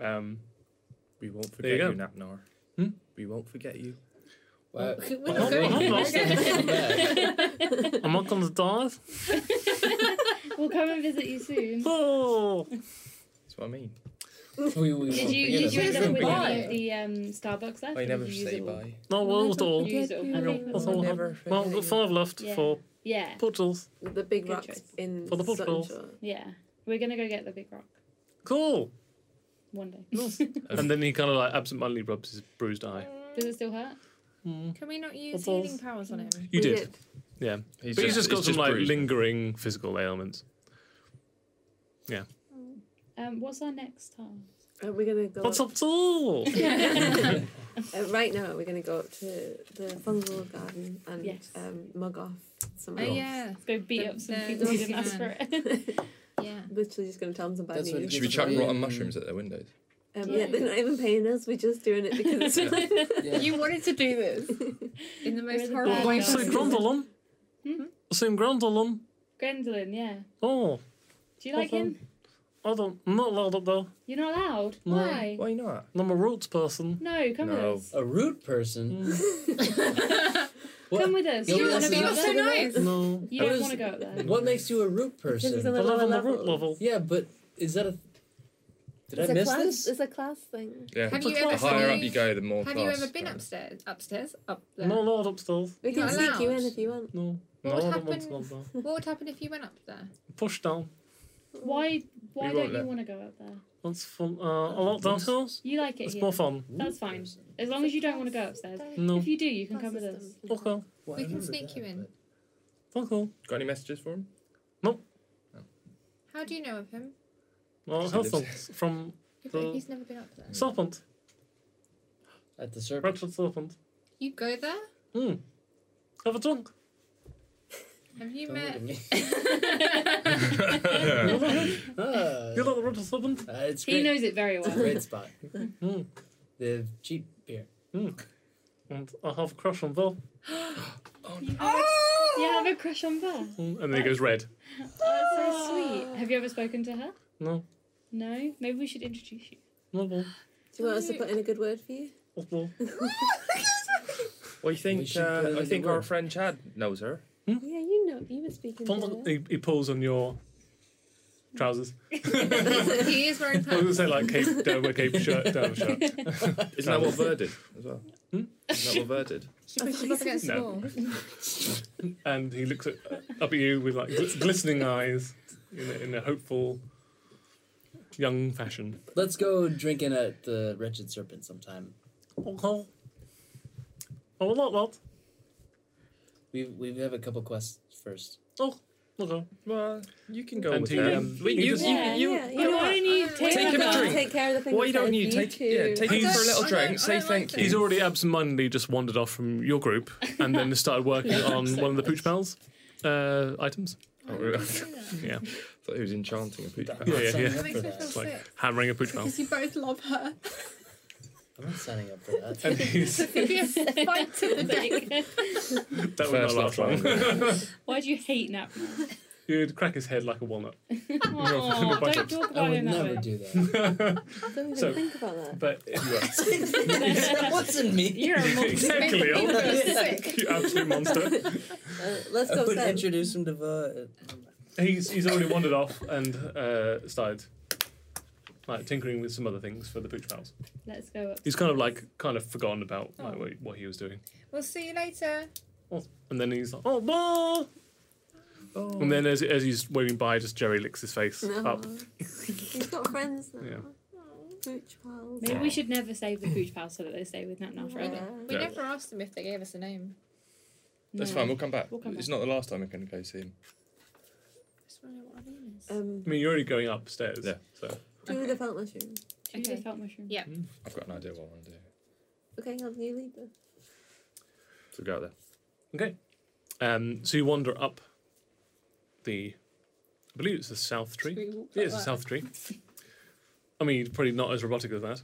[SPEAKER 2] Um,
[SPEAKER 8] We won't
[SPEAKER 2] There you
[SPEAKER 8] forget you,
[SPEAKER 2] go.
[SPEAKER 8] Napnar.
[SPEAKER 2] Hmm?
[SPEAKER 8] We won't forget you.
[SPEAKER 5] Why,
[SPEAKER 7] We're
[SPEAKER 5] why-
[SPEAKER 7] not
[SPEAKER 2] going I'm not
[SPEAKER 5] why-
[SPEAKER 2] I'm not going to die.
[SPEAKER 4] we'll come and visit you soon.
[SPEAKER 2] Oh.
[SPEAKER 8] That's what I mean.
[SPEAKER 5] we, we
[SPEAKER 4] Did
[SPEAKER 5] won't
[SPEAKER 4] you
[SPEAKER 5] forget
[SPEAKER 4] did you
[SPEAKER 5] him.
[SPEAKER 4] end up with
[SPEAKER 5] Bye.
[SPEAKER 4] any of the um, Starbucks left?
[SPEAKER 8] I
[SPEAKER 4] or
[SPEAKER 8] Oh, never
[SPEAKER 4] did you use
[SPEAKER 8] say
[SPEAKER 4] it all?
[SPEAKER 8] bye.
[SPEAKER 2] No, well, it's all.
[SPEAKER 4] You used it all.
[SPEAKER 7] Never
[SPEAKER 4] Okay,
[SPEAKER 7] forget
[SPEAKER 2] That's
[SPEAKER 4] cool.
[SPEAKER 2] all.
[SPEAKER 5] Never
[SPEAKER 2] Well, we've
[SPEAKER 5] forget
[SPEAKER 2] got
[SPEAKER 5] you.
[SPEAKER 2] five left
[SPEAKER 4] Yeah.
[SPEAKER 2] for
[SPEAKER 4] Yeah,
[SPEAKER 2] puddles.
[SPEAKER 7] the big
[SPEAKER 4] Good
[SPEAKER 7] rocks
[SPEAKER 4] choice.
[SPEAKER 7] in
[SPEAKER 2] For the football.
[SPEAKER 7] Sunshore.
[SPEAKER 4] yeah. We're gonna go get the big rock
[SPEAKER 2] Cool.
[SPEAKER 4] one day.
[SPEAKER 2] Nice. and then he kind of like absentmindedly rubs his bruised eye.
[SPEAKER 4] Does it still hurt?
[SPEAKER 3] Can we not use
[SPEAKER 2] Footballs.
[SPEAKER 3] healing powers on him?
[SPEAKER 2] You
[SPEAKER 7] We
[SPEAKER 2] did. Yeah.
[SPEAKER 8] He's
[SPEAKER 2] but he's just got some like
[SPEAKER 8] bruised.
[SPEAKER 2] lingering physical ailments.
[SPEAKER 4] Um, what's our next task?
[SPEAKER 7] Are we Uh, gonna go?
[SPEAKER 2] What's
[SPEAKER 7] up?
[SPEAKER 2] up, Saul?
[SPEAKER 7] Uh, right now, we're gonna go up to the fungal garden and
[SPEAKER 4] Yes.
[SPEAKER 7] um, mug off some.
[SPEAKER 3] Oh,
[SPEAKER 7] elves.
[SPEAKER 3] yeah.
[SPEAKER 4] Let's go beat up some
[SPEAKER 3] No,
[SPEAKER 4] people who
[SPEAKER 3] no,
[SPEAKER 4] didn't ask for it.
[SPEAKER 3] Yeah.
[SPEAKER 7] Literally just gonna tell them to buy
[SPEAKER 5] That's what it
[SPEAKER 7] these.
[SPEAKER 8] Should we
[SPEAKER 5] Just
[SPEAKER 8] chuck
[SPEAKER 5] buy it
[SPEAKER 8] rotten
[SPEAKER 5] and-
[SPEAKER 8] mushrooms at their windows?
[SPEAKER 7] Um, yeah, they're not even paying us. We're just doing it because it's
[SPEAKER 5] Yeah.
[SPEAKER 3] You wanted to do this in the
[SPEAKER 4] We're
[SPEAKER 3] most
[SPEAKER 4] the
[SPEAKER 3] horrible
[SPEAKER 4] bad
[SPEAKER 3] way.
[SPEAKER 4] guys. So
[SPEAKER 3] possible.
[SPEAKER 2] Grundalum.
[SPEAKER 4] Hmm?
[SPEAKER 2] Same Grundalum.
[SPEAKER 4] Gwendolyn, yeah.
[SPEAKER 2] Oh,
[SPEAKER 4] Do you like
[SPEAKER 2] Okay.
[SPEAKER 4] him?
[SPEAKER 2] I don't. I'm not allowed up there.
[SPEAKER 4] You're not allowed.
[SPEAKER 2] No.
[SPEAKER 4] Why?
[SPEAKER 8] Why not?
[SPEAKER 2] I'm a roots person.
[SPEAKER 4] No, come
[SPEAKER 8] No.
[SPEAKER 4] with us.
[SPEAKER 5] A rude person. What?
[SPEAKER 4] Come with us.
[SPEAKER 5] You're
[SPEAKER 4] You don't want to
[SPEAKER 5] also-
[SPEAKER 4] go
[SPEAKER 3] You're so
[SPEAKER 4] up there.
[SPEAKER 3] nice.
[SPEAKER 2] No.
[SPEAKER 4] You don't
[SPEAKER 5] What
[SPEAKER 4] want to
[SPEAKER 5] is-
[SPEAKER 4] go up there.
[SPEAKER 5] What makes you a rude
[SPEAKER 7] there's
[SPEAKER 5] person?
[SPEAKER 7] a
[SPEAKER 2] I live
[SPEAKER 7] lot
[SPEAKER 2] on
[SPEAKER 7] of
[SPEAKER 2] the root
[SPEAKER 7] levels.
[SPEAKER 2] level.
[SPEAKER 5] Yeah, but is that a? Did
[SPEAKER 7] It's
[SPEAKER 5] I
[SPEAKER 7] a
[SPEAKER 5] miss
[SPEAKER 7] class,
[SPEAKER 5] this?
[SPEAKER 7] It's a class thing.
[SPEAKER 8] Yeah.
[SPEAKER 3] Have
[SPEAKER 8] the
[SPEAKER 3] you ever-
[SPEAKER 8] higher
[SPEAKER 3] have
[SPEAKER 8] up
[SPEAKER 3] you-
[SPEAKER 8] you go, the more
[SPEAKER 3] Have
[SPEAKER 8] class.
[SPEAKER 3] you ever been
[SPEAKER 8] apparently.
[SPEAKER 3] upstairs? Upstairs? Up there?
[SPEAKER 2] I'm not allowed upstairs.
[SPEAKER 7] We
[SPEAKER 3] You're
[SPEAKER 7] can sneak you
[SPEAKER 3] allowed.
[SPEAKER 7] in if you want.
[SPEAKER 2] No.
[SPEAKER 3] What
[SPEAKER 2] no, I
[SPEAKER 3] would
[SPEAKER 2] don't want to
[SPEAKER 3] happen-
[SPEAKER 2] go up there.
[SPEAKER 3] What would happen if you went up there?
[SPEAKER 2] Push down.
[SPEAKER 4] Why? Why
[SPEAKER 8] won't
[SPEAKER 4] don't you
[SPEAKER 8] let-
[SPEAKER 4] want to go up there?
[SPEAKER 2] That's fun. Uh, I like downhills.
[SPEAKER 4] You like it
[SPEAKER 2] It's
[SPEAKER 4] here.
[SPEAKER 2] more fun.
[SPEAKER 4] That's fine. As long as you don't want to go upstairs.
[SPEAKER 7] Mm.
[SPEAKER 2] No.
[SPEAKER 4] If you do, you can come with us.
[SPEAKER 2] Okay.
[SPEAKER 5] Well, I
[SPEAKER 3] We can
[SPEAKER 5] remember
[SPEAKER 3] sneak you in.
[SPEAKER 5] but-
[SPEAKER 2] Okay.
[SPEAKER 8] Got any messages for him?
[SPEAKER 3] How do you know of him?
[SPEAKER 2] Well,
[SPEAKER 8] She lives
[SPEAKER 2] Hillsong from
[SPEAKER 3] Yeah, but
[SPEAKER 2] The-
[SPEAKER 3] He's never been up there.
[SPEAKER 2] Serpent.
[SPEAKER 5] At the serpent.
[SPEAKER 2] Redford Serpent.
[SPEAKER 3] You go there?
[SPEAKER 2] Hmm. Have a drink.
[SPEAKER 3] Have you
[SPEAKER 5] Don't look
[SPEAKER 3] met?
[SPEAKER 5] at me.
[SPEAKER 2] You
[SPEAKER 5] Ah,
[SPEAKER 2] like the Redford Serpent?
[SPEAKER 5] uh, it's
[SPEAKER 4] He
[SPEAKER 5] great.
[SPEAKER 4] knows it very
[SPEAKER 5] It's a
[SPEAKER 4] well.
[SPEAKER 5] great spot.
[SPEAKER 2] Hmm.
[SPEAKER 5] They have cheap beer.
[SPEAKER 2] Hmm. And I have a crush on Bill.
[SPEAKER 4] You have, a, you have a crush on Belle.
[SPEAKER 2] Mm, And then he goes red.
[SPEAKER 4] Oh, that's so sweet. Have you ever spoken to her?
[SPEAKER 2] No.
[SPEAKER 4] No. Maybe we should introduce you.
[SPEAKER 2] No, Bill.
[SPEAKER 7] Do you want us to put in a good word for you?
[SPEAKER 2] That's Bill.
[SPEAKER 8] Well,
[SPEAKER 5] We
[SPEAKER 8] you think
[SPEAKER 5] should put it
[SPEAKER 8] uh, I
[SPEAKER 5] in
[SPEAKER 8] think
[SPEAKER 5] the
[SPEAKER 8] our
[SPEAKER 5] word.
[SPEAKER 8] friend Chad knows her.
[SPEAKER 7] Yeah, you know, you were speaking to
[SPEAKER 2] Fondle-
[SPEAKER 7] her.
[SPEAKER 2] He, he pulls on your trousers.
[SPEAKER 3] he is wearing
[SPEAKER 2] I was gonna
[SPEAKER 3] pants.
[SPEAKER 2] say like cape, down a cape shirt, down a shirt.
[SPEAKER 8] Isn't that what Ver did as well?
[SPEAKER 2] Hmm?
[SPEAKER 8] Isn't that what Ver did?
[SPEAKER 3] She pushes him up against the
[SPEAKER 2] No.
[SPEAKER 3] wall.
[SPEAKER 2] And he looks at, up at you with like gl- glistening eyes, in a, in a hopeful, young fashion.
[SPEAKER 5] Let's go drinking at the Wretched Serpent sometime.
[SPEAKER 2] Okay. I would like that.
[SPEAKER 5] We we have a couple quests first.
[SPEAKER 2] Okay.
[SPEAKER 8] Well, you can go
[SPEAKER 2] And
[SPEAKER 8] with
[SPEAKER 2] he,
[SPEAKER 8] that.
[SPEAKER 2] um,
[SPEAKER 8] We-
[SPEAKER 2] he
[SPEAKER 8] you,
[SPEAKER 2] just-
[SPEAKER 8] you-
[SPEAKER 4] Yeah,
[SPEAKER 8] you-
[SPEAKER 7] yeah, you
[SPEAKER 4] But
[SPEAKER 7] know
[SPEAKER 4] why
[SPEAKER 7] what?
[SPEAKER 4] don't you
[SPEAKER 3] I'm
[SPEAKER 4] take,
[SPEAKER 8] Take
[SPEAKER 4] him
[SPEAKER 8] him a
[SPEAKER 4] out?
[SPEAKER 8] drink.
[SPEAKER 7] Take care of the things
[SPEAKER 8] Why
[SPEAKER 7] that
[SPEAKER 8] don't
[SPEAKER 7] I
[SPEAKER 8] you
[SPEAKER 7] need
[SPEAKER 8] take?
[SPEAKER 7] to.
[SPEAKER 8] Yeah, take
[SPEAKER 3] I
[SPEAKER 8] him for a
[SPEAKER 3] don't- I
[SPEAKER 8] little
[SPEAKER 3] don't-
[SPEAKER 8] drink.
[SPEAKER 3] I
[SPEAKER 8] Say
[SPEAKER 3] don't
[SPEAKER 8] thank
[SPEAKER 3] like
[SPEAKER 8] you.
[SPEAKER 2] He's already absentmindedly just wandered off from your group and then started working on
[SPEAKER 4] So
[SPEAKER 2] one of the Pooch Pals uh, items.
[SPEAKER 8] Oh, really? I
[SPEAKER 2] Yeah.
[SPEAKER 8] thought he was enchanting a pooch.
[SPEAKER 5] I'm not
[SPEAKER 2] Yeah, yeah,
[SPEAKER 5] signing
[SPEAKER 2] yeah.
[SPEAKER 3] That
[SPEAKER 5] up for
[SPEAKER 3] makes me feel
[SPEAKER 5] that.
[SPEAKER 2] Like-
[SPEAKER 3] sick.
[SPEAKER 2] Hammering a Pooch Pal.
[SPEAKER 3] Because you both love her.
[SPEAKER 5] I'm not signing up for that.
[SPEAKER 2] And he's,
[SPEAKER 3] It'd be a fight to the death.
[SPEAKER 4] Like,
[SPEAKER 2] that would not last long.
[SPEAKER 4] why do you hate Nap?
[SPEAKER 2] He'd crack his head like a walnut.
[SPEAKER 4] Aw, don't talk
[SPEAKER 5] I
[SPEAKER 4] about
[SPEAKER 5] would
[SPEAKER 4] him
[SPEAKER 5] never
[SPEAKER 4] that
[SPEAKER 5] do that.
[SPEAKER 7] Don't even
[SPEAKER 2] So-
[SPEAKER 7] think about that.
[SPEAKER 2] But
[SPEAKER 4] way.
[SPEAKER 5] What's in me?
[SPEAKER 4] You're a monster.
[SPEAKER 2] exactly,
[SPEAKER 3] Make
[SPEAKER 2] you
[SPEAKER 3] people sick.
[SPEAKER 2] absolute monster.
[SPEAKER 7] Uh, let's
[SPEAKER 5] I
[SPEAKER 7] go
[SPEAKER 5] would
[SPEAKER 7] upstairs.
[SPEAKER 5] introduce him to the.
[SPEAKER 2] He's he's already wandered off and uh, started like tinkering with some other things for the pooch pals.
[SPEAKER 4] Let's go up.
[SPEAKER 2] He's kind of like kind of forgotten about like
[SPEAKER 4] Oh.
[SPEAKER 2] what, what he was doing,
[SPEAKER 3] We'll see you later.
[SPEAKER 2] and then he's like, oh, bah! and then as as he's waving by, just Jerry licks his face up.
[SPEAKER 7] No. He's got friends now.
[SPEAKER 2] Yeah.
[SPEAKER 7] Pooch pals.
[SPEAKER 4] Maybe we should never save the pooch pals so that they stay with Nap Now forever.
[SPEAKER 3] We
[SPEAKER 8] Yeah.
[SPEAKER 3] never asked them if they gave us a name.
[SPEAKER 8] That's
[SPEAKER 4] No.
[SPEAKER 8] fine. We'll come back.
[SPEAKER 4] We'll come
[SPEAKER 8] it's
[SPEAKER 4] back.
[SPEAKER 8] not the last time we're going to go see him.
[SPEAKER 3] Just wonder what our name is.
[SPEAKER 7] Um,
[SPEAKER 2] I mean, you're already going upstairs.
[SPEAKER 8] Yeah.
[SPEAKER 2] So
[SPEAKER 7] do the felt mushroom.
[SPEAKER 4] Two
[SPEAKER 3] Okay.
[SPEAKER 4] felt mushroom.
[SPEAKER 3] Yeah.
[SPEAKER 8] I've got an idea what I want to do.
[SPEAKER 7] Okay, I'll you lead them.
[SPEAKER 8] So we'll go out there.
[SPEAKER 2] okay, um, so you wander up the, I believe it's the south tree.
[SPEAKER 3] Should we walk
[SPEAKER 2] Yeah,
[SPEAKER 3] up
[SPEAKER 2] it's a
[SPEAKER 3] that?
[SPEAKER 2] south tree. I mean, probably not as robotic as that.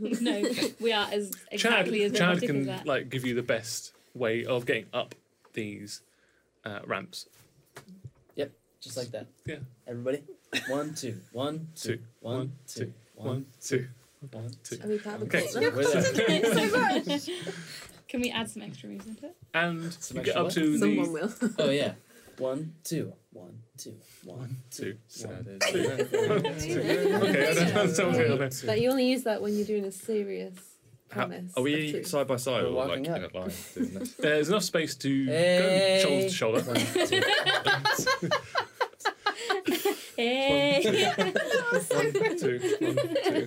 [SPEAKER 4] no, we are as exactly as
[SPEAKER 2] Chad
[SPEAKER 4] robotic as
[SPEAKER 2] can
[SPEAKER 4] that.
[SPEAKER 2] like give you the best way of getting up these uh, ramps.
[SPEAKER 5] Just like that.
[SPEAKER 2] Yeah.
[SPEAKER 5] Everybody. One, two. One, two.
[SPEAKER 2] Two,
[SPEAKER 5] One,
[SPEAKER 2] one,
[SPEAKER 5] two.
[SPEAKER 2] two,
[SPEAKER 5] One,
[SPEAKER 2] two.
[SPEAKER 5] one, two.
[SPEAKER 7] Are we part of the
[SPEAKER 2] Okay.
[SPEAKER 7] cult now?
[SPEAKER 5] We're there.
[SPEAKER 4] Can we add some extra moves into it?
[SPEAKER 2] And
[SPEAKER 5] Some
[SPEAKER 2] you get
[SPEAKER 5] extra
[SPEAKER 2] up
[SPEAKER 5] what?
[SPEAKER 2] to
[SPEAKER 7] Someone
[SPEAKER 2] the
[SPEAKER 7] will.
[SPEAKER 5] Oh yeah. One, two. One, two. One, two.
[SPEAKER 2] two.
[SPEAKER 5] One, two.
[SPEAKER 2] Okay, I don't understand what's going on
[SPEAKER 7] But you only use that when you're doing a serious
[SPEAKER 8] How-
[SPEAKER 7] promise.
[SPEAKER 8] are
[SPEAKER 7] of
[SPEAKER 8] we
[SPEAKER 7] truth.
[SPEAKER 8] side by side
[SPEAKER 5] We're
[SPEAKER 8] or like
[SPEAKER 5] walking
[SPEAKER 8] in a
[SPEAKER 5] up.
[SPEAKER 8] line doing this?
[SPEAKER 2] There's enough space to
[SPEAKER 5] Hey.
[SPEAKER 2] go shoulder to shoulder.
[SPEAKER 5] One, two.
[SPEAKER 4] Hey!
[SPEAKER 2] One, two, one, two, one,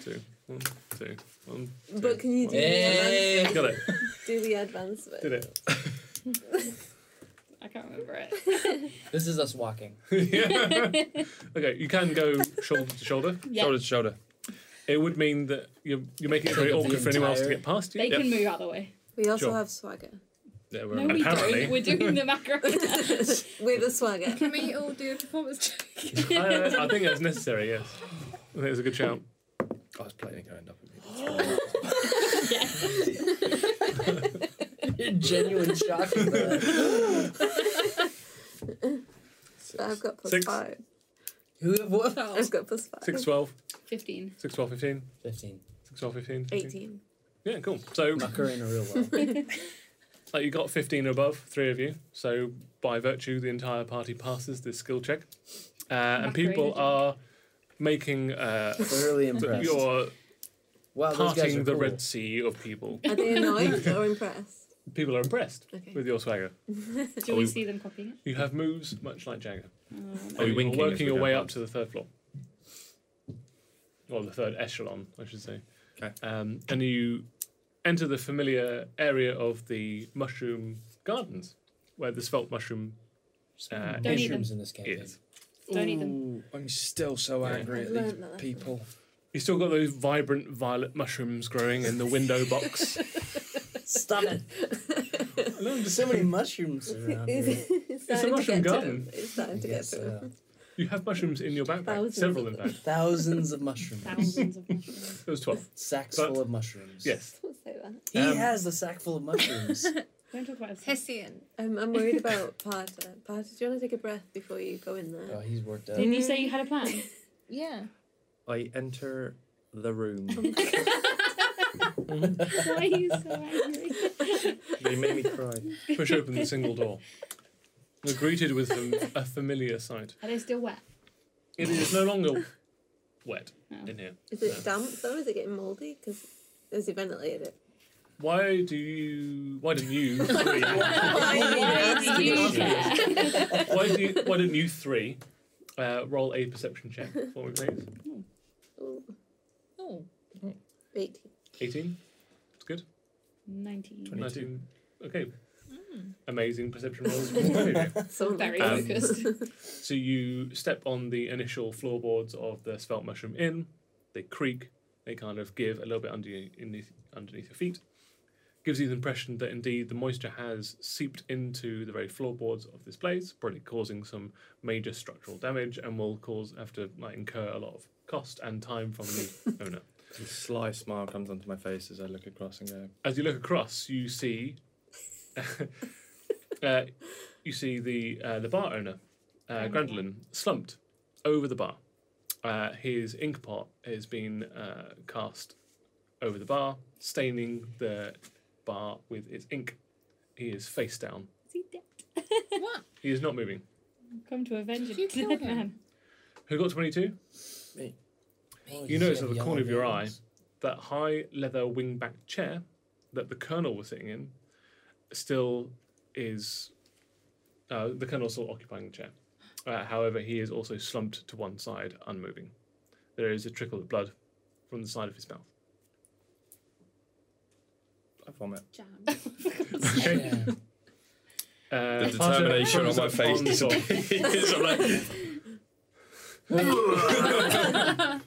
[SPEAKER 2] two, one, two, one.
[SPEAKER 7] But can you do,
[SPEAKER 5] Hey.
[SPEAKER 7] the,
[SPEAKER 2] Got it.
[SPEAKER 7] advanced, do the advanced bit?
[SPEAKER 2] Did it.
[SPEAKER 4] I can't remember it.
[SPEAKER 5] This is us walking.
[SPEAKER 2] yeah. Okay, you can go shoulder to shoulder.
[SPEAKER 4] Yeah.
[SPEAKER 8] Shoulder to shoulder.
[SPEAKER 2] It would mean that you're, you're making it very
[SPEAKER 5] The
[SPEAKER 2] awkward for anyone else to
[SPEAKER 5] entire-
[SPEAKER 2] get past you.
[SPEAKER 4] They can move out of the way.
[SPEAKER 7] We also
[SPEAKER 2] Sure.
[SPEAKER 7] have swagger.
[SPEAKER 8] Yeah, we're
[SPEAKER 4] No, we
[SPEAKER 2] Apparently.
[SPEAKER 4] don't. We're doing the macaroni.
[SPEAKER 7] With the swagger.
[SPEAKER 3] Can we all do a performance check?
[SPEAKER 2] I, I think that's necessary, yes. I think it's a good shout.
[SPEAKER 8] I was playing it going up. with me.
[SPEAKER 5] You're genuine shock. at that.
[SPEAKER 7] I've got plus
[SPEAKER 2] Six.
[SPEAKER 7] five.
[SPEAKER 5] Who have what?
[SPEAKER 7] I've got plus five.
[SPEAKER 2] 6, 12,
[SPEAKER 4] 15.
[SPEAKER 2] 6, 12, 15,
[SPEAKER 5] Fifteen.
[SPEAKER 2] 6, 12, 15.
[SPEAKER 7] 18.
[SPEAKER 2] Yeah, cool. So
[SPEAKER 5] Macarena real well.
[SPEAKER 2] like, you got 15 or above, three of you. So by virtue, the entire party passes this skill check. Uh, and people
[SPEAKER 4] check.
[SPEAKER 2] are making uh,
[SPEAKER 5] Thoroughly impressed.
[SPEAKER 2] you're
[SPEAKER 5] wow, Oh, those guys are
[SPEAKER 2] parting the
[SPEAKER 5] cool.
[SPEAKER 2] Red Sea of people.
[SPEAKER 7] Are they annoyed or impressed?
[SPEAKER 2] People are impressed
[SPEAKER 7] Okay.
[SPEAKER 2] with your swagger.
[SPEAKER 4] Do we see them copying
[SPEAKER 2] You have moves much like Jagger.
[SPEAKER 4] it?
[SPEAKER 8] Are we
[SPEAKER 2] You're
[SPEAKER 8] winking as
[SPEAKER 2] working
[SPEAKER 8] we
[SPEAKER 2] your
[SPEAKER 8] go
[SPEAKER 2] way
[SPEAKER 8] past?
[SPEAKER 2] up to the third floor. Or the third echelon, I should say.
[SPEAKER 8] Okay.
[SPEAKER 2] Um, and you enter the familiar area of the mushroom gardens, where the spelt mushroom uh,
[SPEAKER 4] Don't eat them.
[SPEAKER 5] mushrooms in this campaign.
[SPEAKER 2] is.
[SPEAKER 4] Don't eat them.
[SPEAKER 8] Ooh, I'm still so angry
[SPEAKER 7] I've learned that.
[SPEAKER 2] You still got those vibrant violet mushrooms growing in the window box.
[SPEAKER 5] Stop it! There's so many mushrooms around
[SPEAKER 7] It's,
[SPEAKER 5] here.
[SPEAKER 7] it's starting to
[SPEAKER 2] mushroom
[SPEAKER 7] get to
[SPEAKER 2] garden.
[SPEAKER 7] him. It's
[SPEAKER 5] I
[SPEAKER 7] starting to get
[SPEAKER 5] guess,
[SPEAKER 7] to him.
[SPEAKER 5] uh,
[SPEAKER 2] You have mushrooms in your backpack,
[SPEAKER 7] Thousands
[SPEAKER 2] several in
[SPEAKER 7] of
[SPEAKER 2] fact.
[SPEAKER 5] thousands of mushrooms.
[SPEAKER 4] Thousands of mushrooms.
[SPEAKER 2] There was twelve.
[SPEAKER 5] Sacks
[SPEAKER 2] But-
[SPEAKER 5] full of mushrooms.
[SPEAKER 2] Yes.
[SPEAKER 7] Don't say that.
[SPEAKER 5] He
[SPEAKER 2] Um,
[SPEAKER 5] has a sack full of mushrooms.
[SPEAKER 4] Don't talk about us.
[SPEAKER 3] Hessian.
[SPEAKER 7] Um, I'm worried about Parter. Parter, do you want to take a breath before you go in
[SPEAKER 5] oh,
[SPEAKER 7] there?
[SPEAKER 5] he's worked out.
[SPEAKER 4] Didn't you say you had a plan?
[SPEAKER 3] Yeah.
[SPEAKER 8] I enter the room.
[SPEAKER 4] Why are you so angry?
[SPEAKER 8] they made me cry.
[SPEAKER 2] Push open the single door. You're greeted with a- a familiar sight.
[SPEAKER 4] Are they still wet?
[SPEAKER 2] It is no longer wet
[SPEAKER 4] No.
[SPEAKER 2] in here.
[SPEAKER 7] Is it damp though? Is it getting mouldy? Because there's he ventilated it.
[SPEAKER 2] Why do you? Why didn't you? Three,
[SPEAKER 4] Why do you care?
[SPEAKER 2] why do? You, why didn't you three uh, roll a perception check for me, please?
[SPEAKER 7] Ooh,
[SPEAKER 3] Oh.
[SPEAKER 7] 18.
[SPEAKER 2] Eighteen. It's good.
[SPEAKER 4] 19.
[SPEAKER 8] 22.
[SPEAKER 2] Nineteen. Okay.
[SPEAKER 4] Hmm.
[SPEAKER 2] Amazing perception rolls. from all of you.
[SPEAKER 7] So
[SPEAKER 4] Very
[SPEAKER 2] Um,
[SPEAKER 4] focused.
[SPEAKER 2] So you step on the initial floorboards of the Spelt Mushroom Inn. They creak. They kind of give a little bit under you, in the, underneath your feet. Gives you the impression that indeed the moisture has seeped into the very floorboards of this place, probably causing some major structural damage and will cause have to like, incur a lot of cost and time from the owner.
[SPEAKER 8] A sly smile comes onto my face as I look across and go,
[SPEAKER 2] As you look across, you see, uh, you see the uh, the bar owner, uh, Grandoline, slumped over the bar. Uh, his ink pot has been uh, cast over the bar, staining the bar with its ink. He is face down.
[SPEAKER 4] Is he dead?
[SPEAKER 3] What?
[SPEAKER 2] He is not moving.
[SPEAKER 4] Come to avenge a
[SPEAKER 3] You killed
[SPEAKER 4] dead
[SPEAKER 3] him.
[SPEAKER 4] man.
[SPEAKER 2] Who got 22?
[SPEAKER 6] Me.
[SPEAKER 2] You notice at the corner of your eye that high leather wingback chair that the colonel was sitting in still is. Uh, the colonel's still occupying the chair. Uh, however, he is also slumped to one side, unmoving. There is a trickle of blood from the side of his mouth.
[SPEAKER 8] I vomit.
[SPEAKER 3] Jam.
[SPEAKER 2] Okay.
[SPEAKER 5] Yeah.
[SPEAKER 2] Uh,
[SPEAKER 8] The determination on my face
[SPEAKER 2] is
[SPEAKER 8] disappears. I'm like,
[SPEAKER 4] At Uh,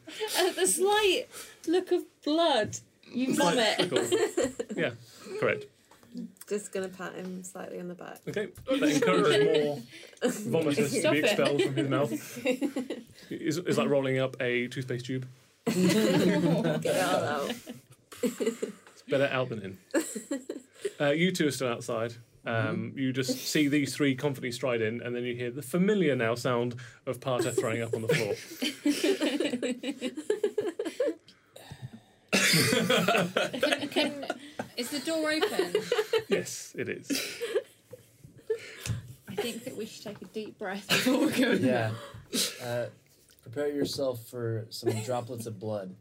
[SPEAKER 4] the slight look of blood, you vomit.
[SPEAKER 2] yeah, uh, correct.
[SPEAKER 7] Just gonna pat him slightly on the back.
[SPEAKER 2] Okay, that encourages more vomitus to
[SPEAKER 4] Stop
[SPEAKER 2] be
[SPEAKER 4] it.
[SPEAKER 2] expelled from his mouth. It's, it's like rolling up a toothpaste tube.
[SPEAKER 7] Get it all out.
[SPEAKER 2] It's better out than in. Uh, you two are still outside. Um, you just see these three confidently stride in, and then you hear the familiar now sound of Parter throwing up on the floor.
[SPEAKER 3] Can, can, is the door open?
[SPEAKER 2] yes, it is.
[SPEAKER 3] I think that we should take a deep breath before we go.
[SPEAKER 5] Yeah. Uh, prepare yourself for some droplets of blood.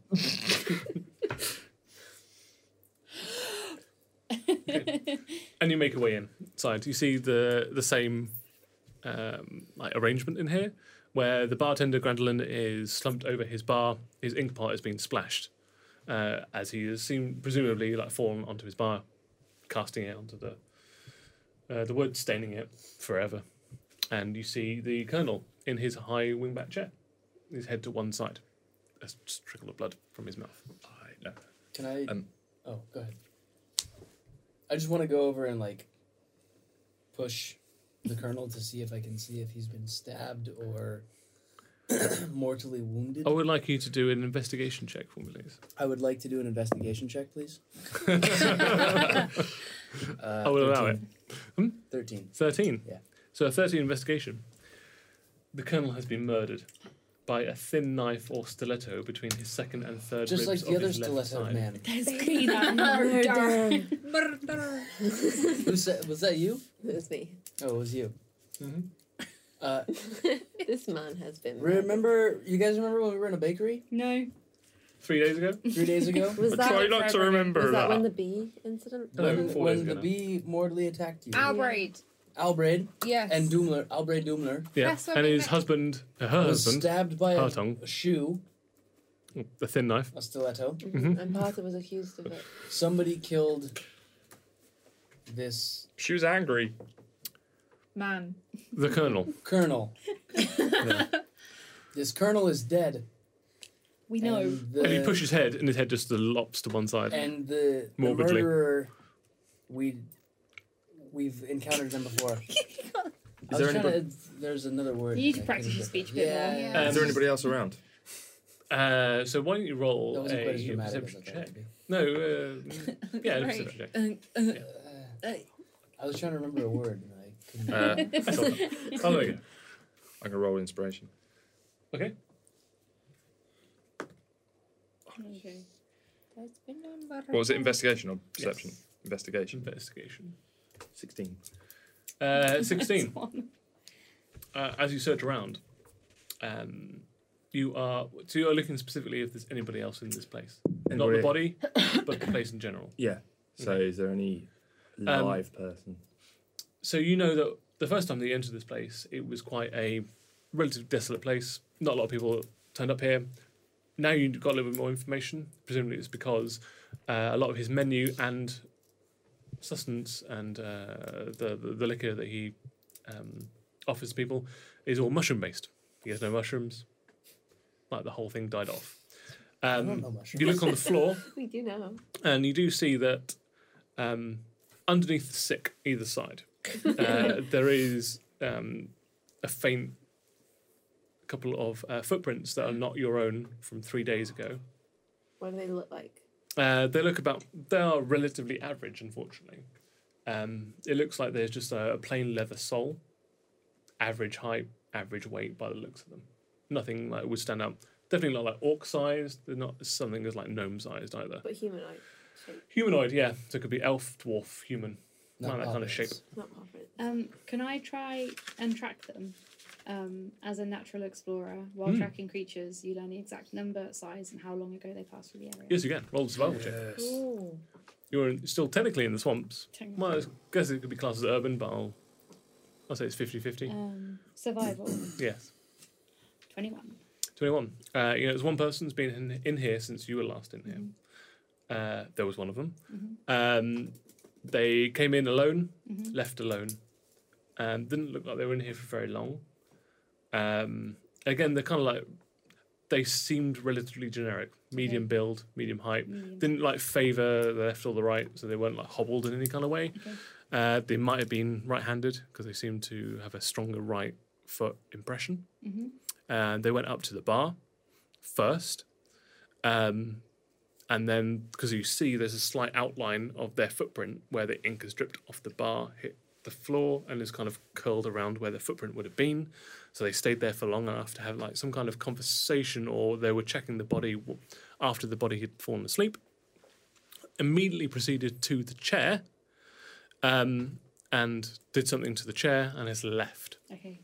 [SPEAKER 2] And you make your way inside. You see the the same um, like arrangement in here, where the bartender Grandolan is slumped over his bar. His ink part has been splashed, uh, as he has seemed presumably like fallen onto his bar, casting it onto the uh, the wood, staining it forever. And you see the colonel in his high wingback chair, his head to one side, a s- trickle of blood from his mouth.
[SPEAKER 8] I know.
[SPEAKER 5] Can I?
[SPEAKER 8] Um,
[SPEAKER 5] oh, go ahead. I just want to go over and like push the colonel to see if I can see if he's been stabbed or mortally wounded.
[SPEAKER 2] I would like you to do an investigation check for me, please.
[SPEAKER 5] I would like to do an investigation check, please. uh,
[SPEAKER 2] I will allow it. Hmm?
[SPEAKER 5] Thirteen.
[SPEAKER 2] 13.
[SPEAKER 5] Yeah.
[SPEAKER 2] So a 13 investigation. The colonel has been murdered by a thin knife or stiletto between his second and third
[SPEAKER 5] Just like
[SPEAKER 2] ribs
[SPEAKER 5] the
[SPEAKER 2] of
[SPEAKER 5] other
[SPEAKER 2] his left
[SPEAKER 5] stiletto
[SPEAKER 2] side.
[SPEAKER 5] man.
[SPEAKER 4] There's cleanup murder.
[SPEAKER 3] Murder.
[SPEAKER 5] Who said? Was that you?
[SPEAKER 7] It was me.
[SPEAKER 5] Oh, it was you.
[SPEAKER 2] Mhm.
[SPEAKER 5] Uh,
[SPEAKER 7] This man has been.
[SPEAKER 5] remember, you guys remember when we were in a bakery
[SPEAKER 4] No.
[SPEAKER 2] Three days ago?
[SPEAKER 5] three days ago?
[SPEAKER 7] Was
[SPEAKER 8] I
[SPEAKER 7] that,
[SPEAKER 8] try not to remember
[SPEAKER 7] was that
[SPEAKER 8] that.
[SPEAKER 7] when the bee incident?
[SPEAKER 2] No,
[SPEAKER 5] when
[SPEAKER 2] four
[SPEAKER 5] when
[SPEAKER 2] days ago
[SPEAKER 5] the
[SPEAKER 2] now.
[SPEAKER 5] bee mortally attacked you.
[SPEAKER 3] Albraid.
[SPEAKER 5] Albraid
[SPEAKER 3] Yes.
[SPEAKER 5] and Doomler, Albraid Doomler,
[SPEAKER 2] Yeah.
[SPEAKER 3] That's when
[SPEAKER 2] And
[SPEAKER 3] we
[SPEAKER 2] his
[SPEAKER 3] met-
[SPEAKER 2] husband, uh, her
[SPEAKER 5] was
[SPEAKER 2] husband,
[SPEAKER 5] stabbed by a,
[SPEAKER 2] her tongue,
[SPEAKER 5] a shoe,
[SPEAKER 2] the thin knife.
[SPEAKER 5] a stiletto.
[SPEAKER 7] And Parter was accused of it.
[SPEAKER 5] Somebody killed this
[SPEAKER 8] She was angry.
[SPEAKER 4] Man.
[SPEAKER 2] The colonel.
[SPEAKER 5] colonel. This colonel is dead.
[SPEAKER 4] We know.
[SPEAKER 5] And the,
[SPEAKER 2] and he pushed his head, and his head just lops to one side.
[SPEAKER 5] and the, the
[SPEAKER 2] Morbidly.
[SPEAKER 5] murderer. We we've encountered them before. I
[SPEAKER 8] Is
[SPEAKER 5] was
[SPEAKER 8] there
[SPEAKER 5] trying
[SPEAKER 8] anybody-
[SPEAKER 5] to- there's another word.
[SPEAKER 4] You need to
[SPEAKER 5] I
[SPEAKER 4] practice
[SPEAKER 5] couldn't
[SPEAKER 4] your
[SPEAKER 5] get
[SPEAKER 4] speech a
[SPEAKER 5] that.
[SPEAKER 4] bit
[SPEAKER 5] yeah.
[SPEAKER 4] more.
[SPEAKER 5] yeah.
[SPEAKER 3] Yeah.
[SPEAKER 8] Is there anybody else around?
[SPEAKER 2] Uh, so why don't you roll
[SPEAKER 5] That
[SPEAKER 2] a
[SPEAKER 5] wasn't quite as dramatic as I
[SPEAKER 2] perception
[SPEAKER 5] thought it
[SPEAKER 2] check?
[SPEAKER 5] would be.
[SPEAKER 2] No, uh, yeah, a
[SPEAKER 3] Right.
[SPEAKER 2] perception check.
[SPEAKER 5] I was trying to remember a word. And I couldn't.
[SPEAKER 8] Uh,
[SPEAKER 2] Oh, there you go.
[SPEAKER 8] I'm gonna roll inspiration.
[SPEAKER 2] Okay.
[SPEAKER 3] Um,
[SPEAKER 4] Okay.
[SPEAKER 3] There's been no murder.
[SPEAKER 8] What was it? Investigation or perception? Investigation.
[SPEAKER 2] Investigation.
[SPEAKER 8] Sixteen.
[SPEAKER 2] Uh, 16.
[SPEAKER 4] One.
[SPEAKER 2] uh, as you search around, um, you are so you are looking specifically if there's anybody else in this place, not the
[SPEAKER 8] Anybody-
[SPEAKER 2] body, but the place in general.
[SPEAKER 8] Yeah. So is there any
[SPEAKER 2] Um,
[SPEAKER 8] live person?
[SPEAKER 2] So you know that the first time that you entered this place, it was quite a relatively desolate place. Not a lot of people turned up here. Now you've got a little bit more information. Presumably, it's because uh, a lot of his menu and sustenance and uh, the, the the liquor that he um, offers people is all mushroom based. He has no mushrooms. Like the whole thing died off.
[SPEAKER 5] I don't
[SPEAKER 2] Um,
[SPEAKER 5] know much.
[SPEAKER 2] you look on the floor
[SPEAKER 7] We do know.
[SPEAKER 2] and you do see that um, underneath the sick either side uh, there is um, a faint couple of uh, footprints that are not your own from three days ago
[SPEAKER 7] What do they look like?
[SPEAKER 2] uh, they look about they are relatively average unfortunately um, it looks like there's just a, a plain leather sole average height average weight by the looks of them nothing like would stand out definitely not like orc sized they're not something that's like gnome sized either
[SPEAKER 7] But humanoid shape,
[SPEAKER 2] Humanoid, yeah. So it could be elf, dwarf, human.
[SPEAKER 5] Not
[SPEAKER 2] like that kind of shape.
[SPEAKER 5] puppets.
[SPEAKER 7] not puppets.
[SPEAKER 4] Um, can I try and track them? Um, as a natural explorer, while
[SPEAKER 2] Hmm.
[SPEAKER 4] tracking creatures, you learn the exact number, size, and how long ago they passed through the area.
[SPEAKER 2] Yes, you can. Roll the survival check.
[SPEAKER 7] Ooh.
[SPEAKER 2] You're in- still technically in the swamps.
[SPEAKER 4] Technically.
[SPEAKER 2] Well, I guess it could be classed as urban, but I'll, I'll say it's 50 50.
[SPEAKER 4] Um, survival,
[SPEAKER 2] Yes.
[SPEAKER 4] 21.
[SPEAKER 2] 21. Uh, you know, there's one person's been in, in here since you were last in here. Uh, there was one of them.
[SPEAKER 4] Mm-hmm.
[SPEAKER 2] Um, they came in alone,
[SPEAKER 4] Mhm.
[SPEAKER 2] left alone. Um, didn't look like they were in here for very long. Um, again, they're kind of like they seemed relatively generic, medium build, medium height.
[SPEAKER 4] Medium.
[SPEAKER 2] Didn't like favour the left or the right, so they weren't like hobbled in any kind of way.
[SPEAKER 4] Okay.
[SPEAKER 2] Uh, they might have been right-handed because they seemed to have a stronger right foot impression
[SPEAKER 4] Mm-hmm.
[SPEAKER 2] and they went up to the bar first. Um, and then, because you see, there's a slight outline of their footprint where the ink has dripped off the bar, hit the floor, and is kind of curled around where the footprint would have been. So they stayed there for long enough to have like some kind of conversation, or they were checking the body w- after the body had fallen asleep. Immediately proceeded to the chair, um, and did something to the chair, and has left
[SPEAKER 4] Okay.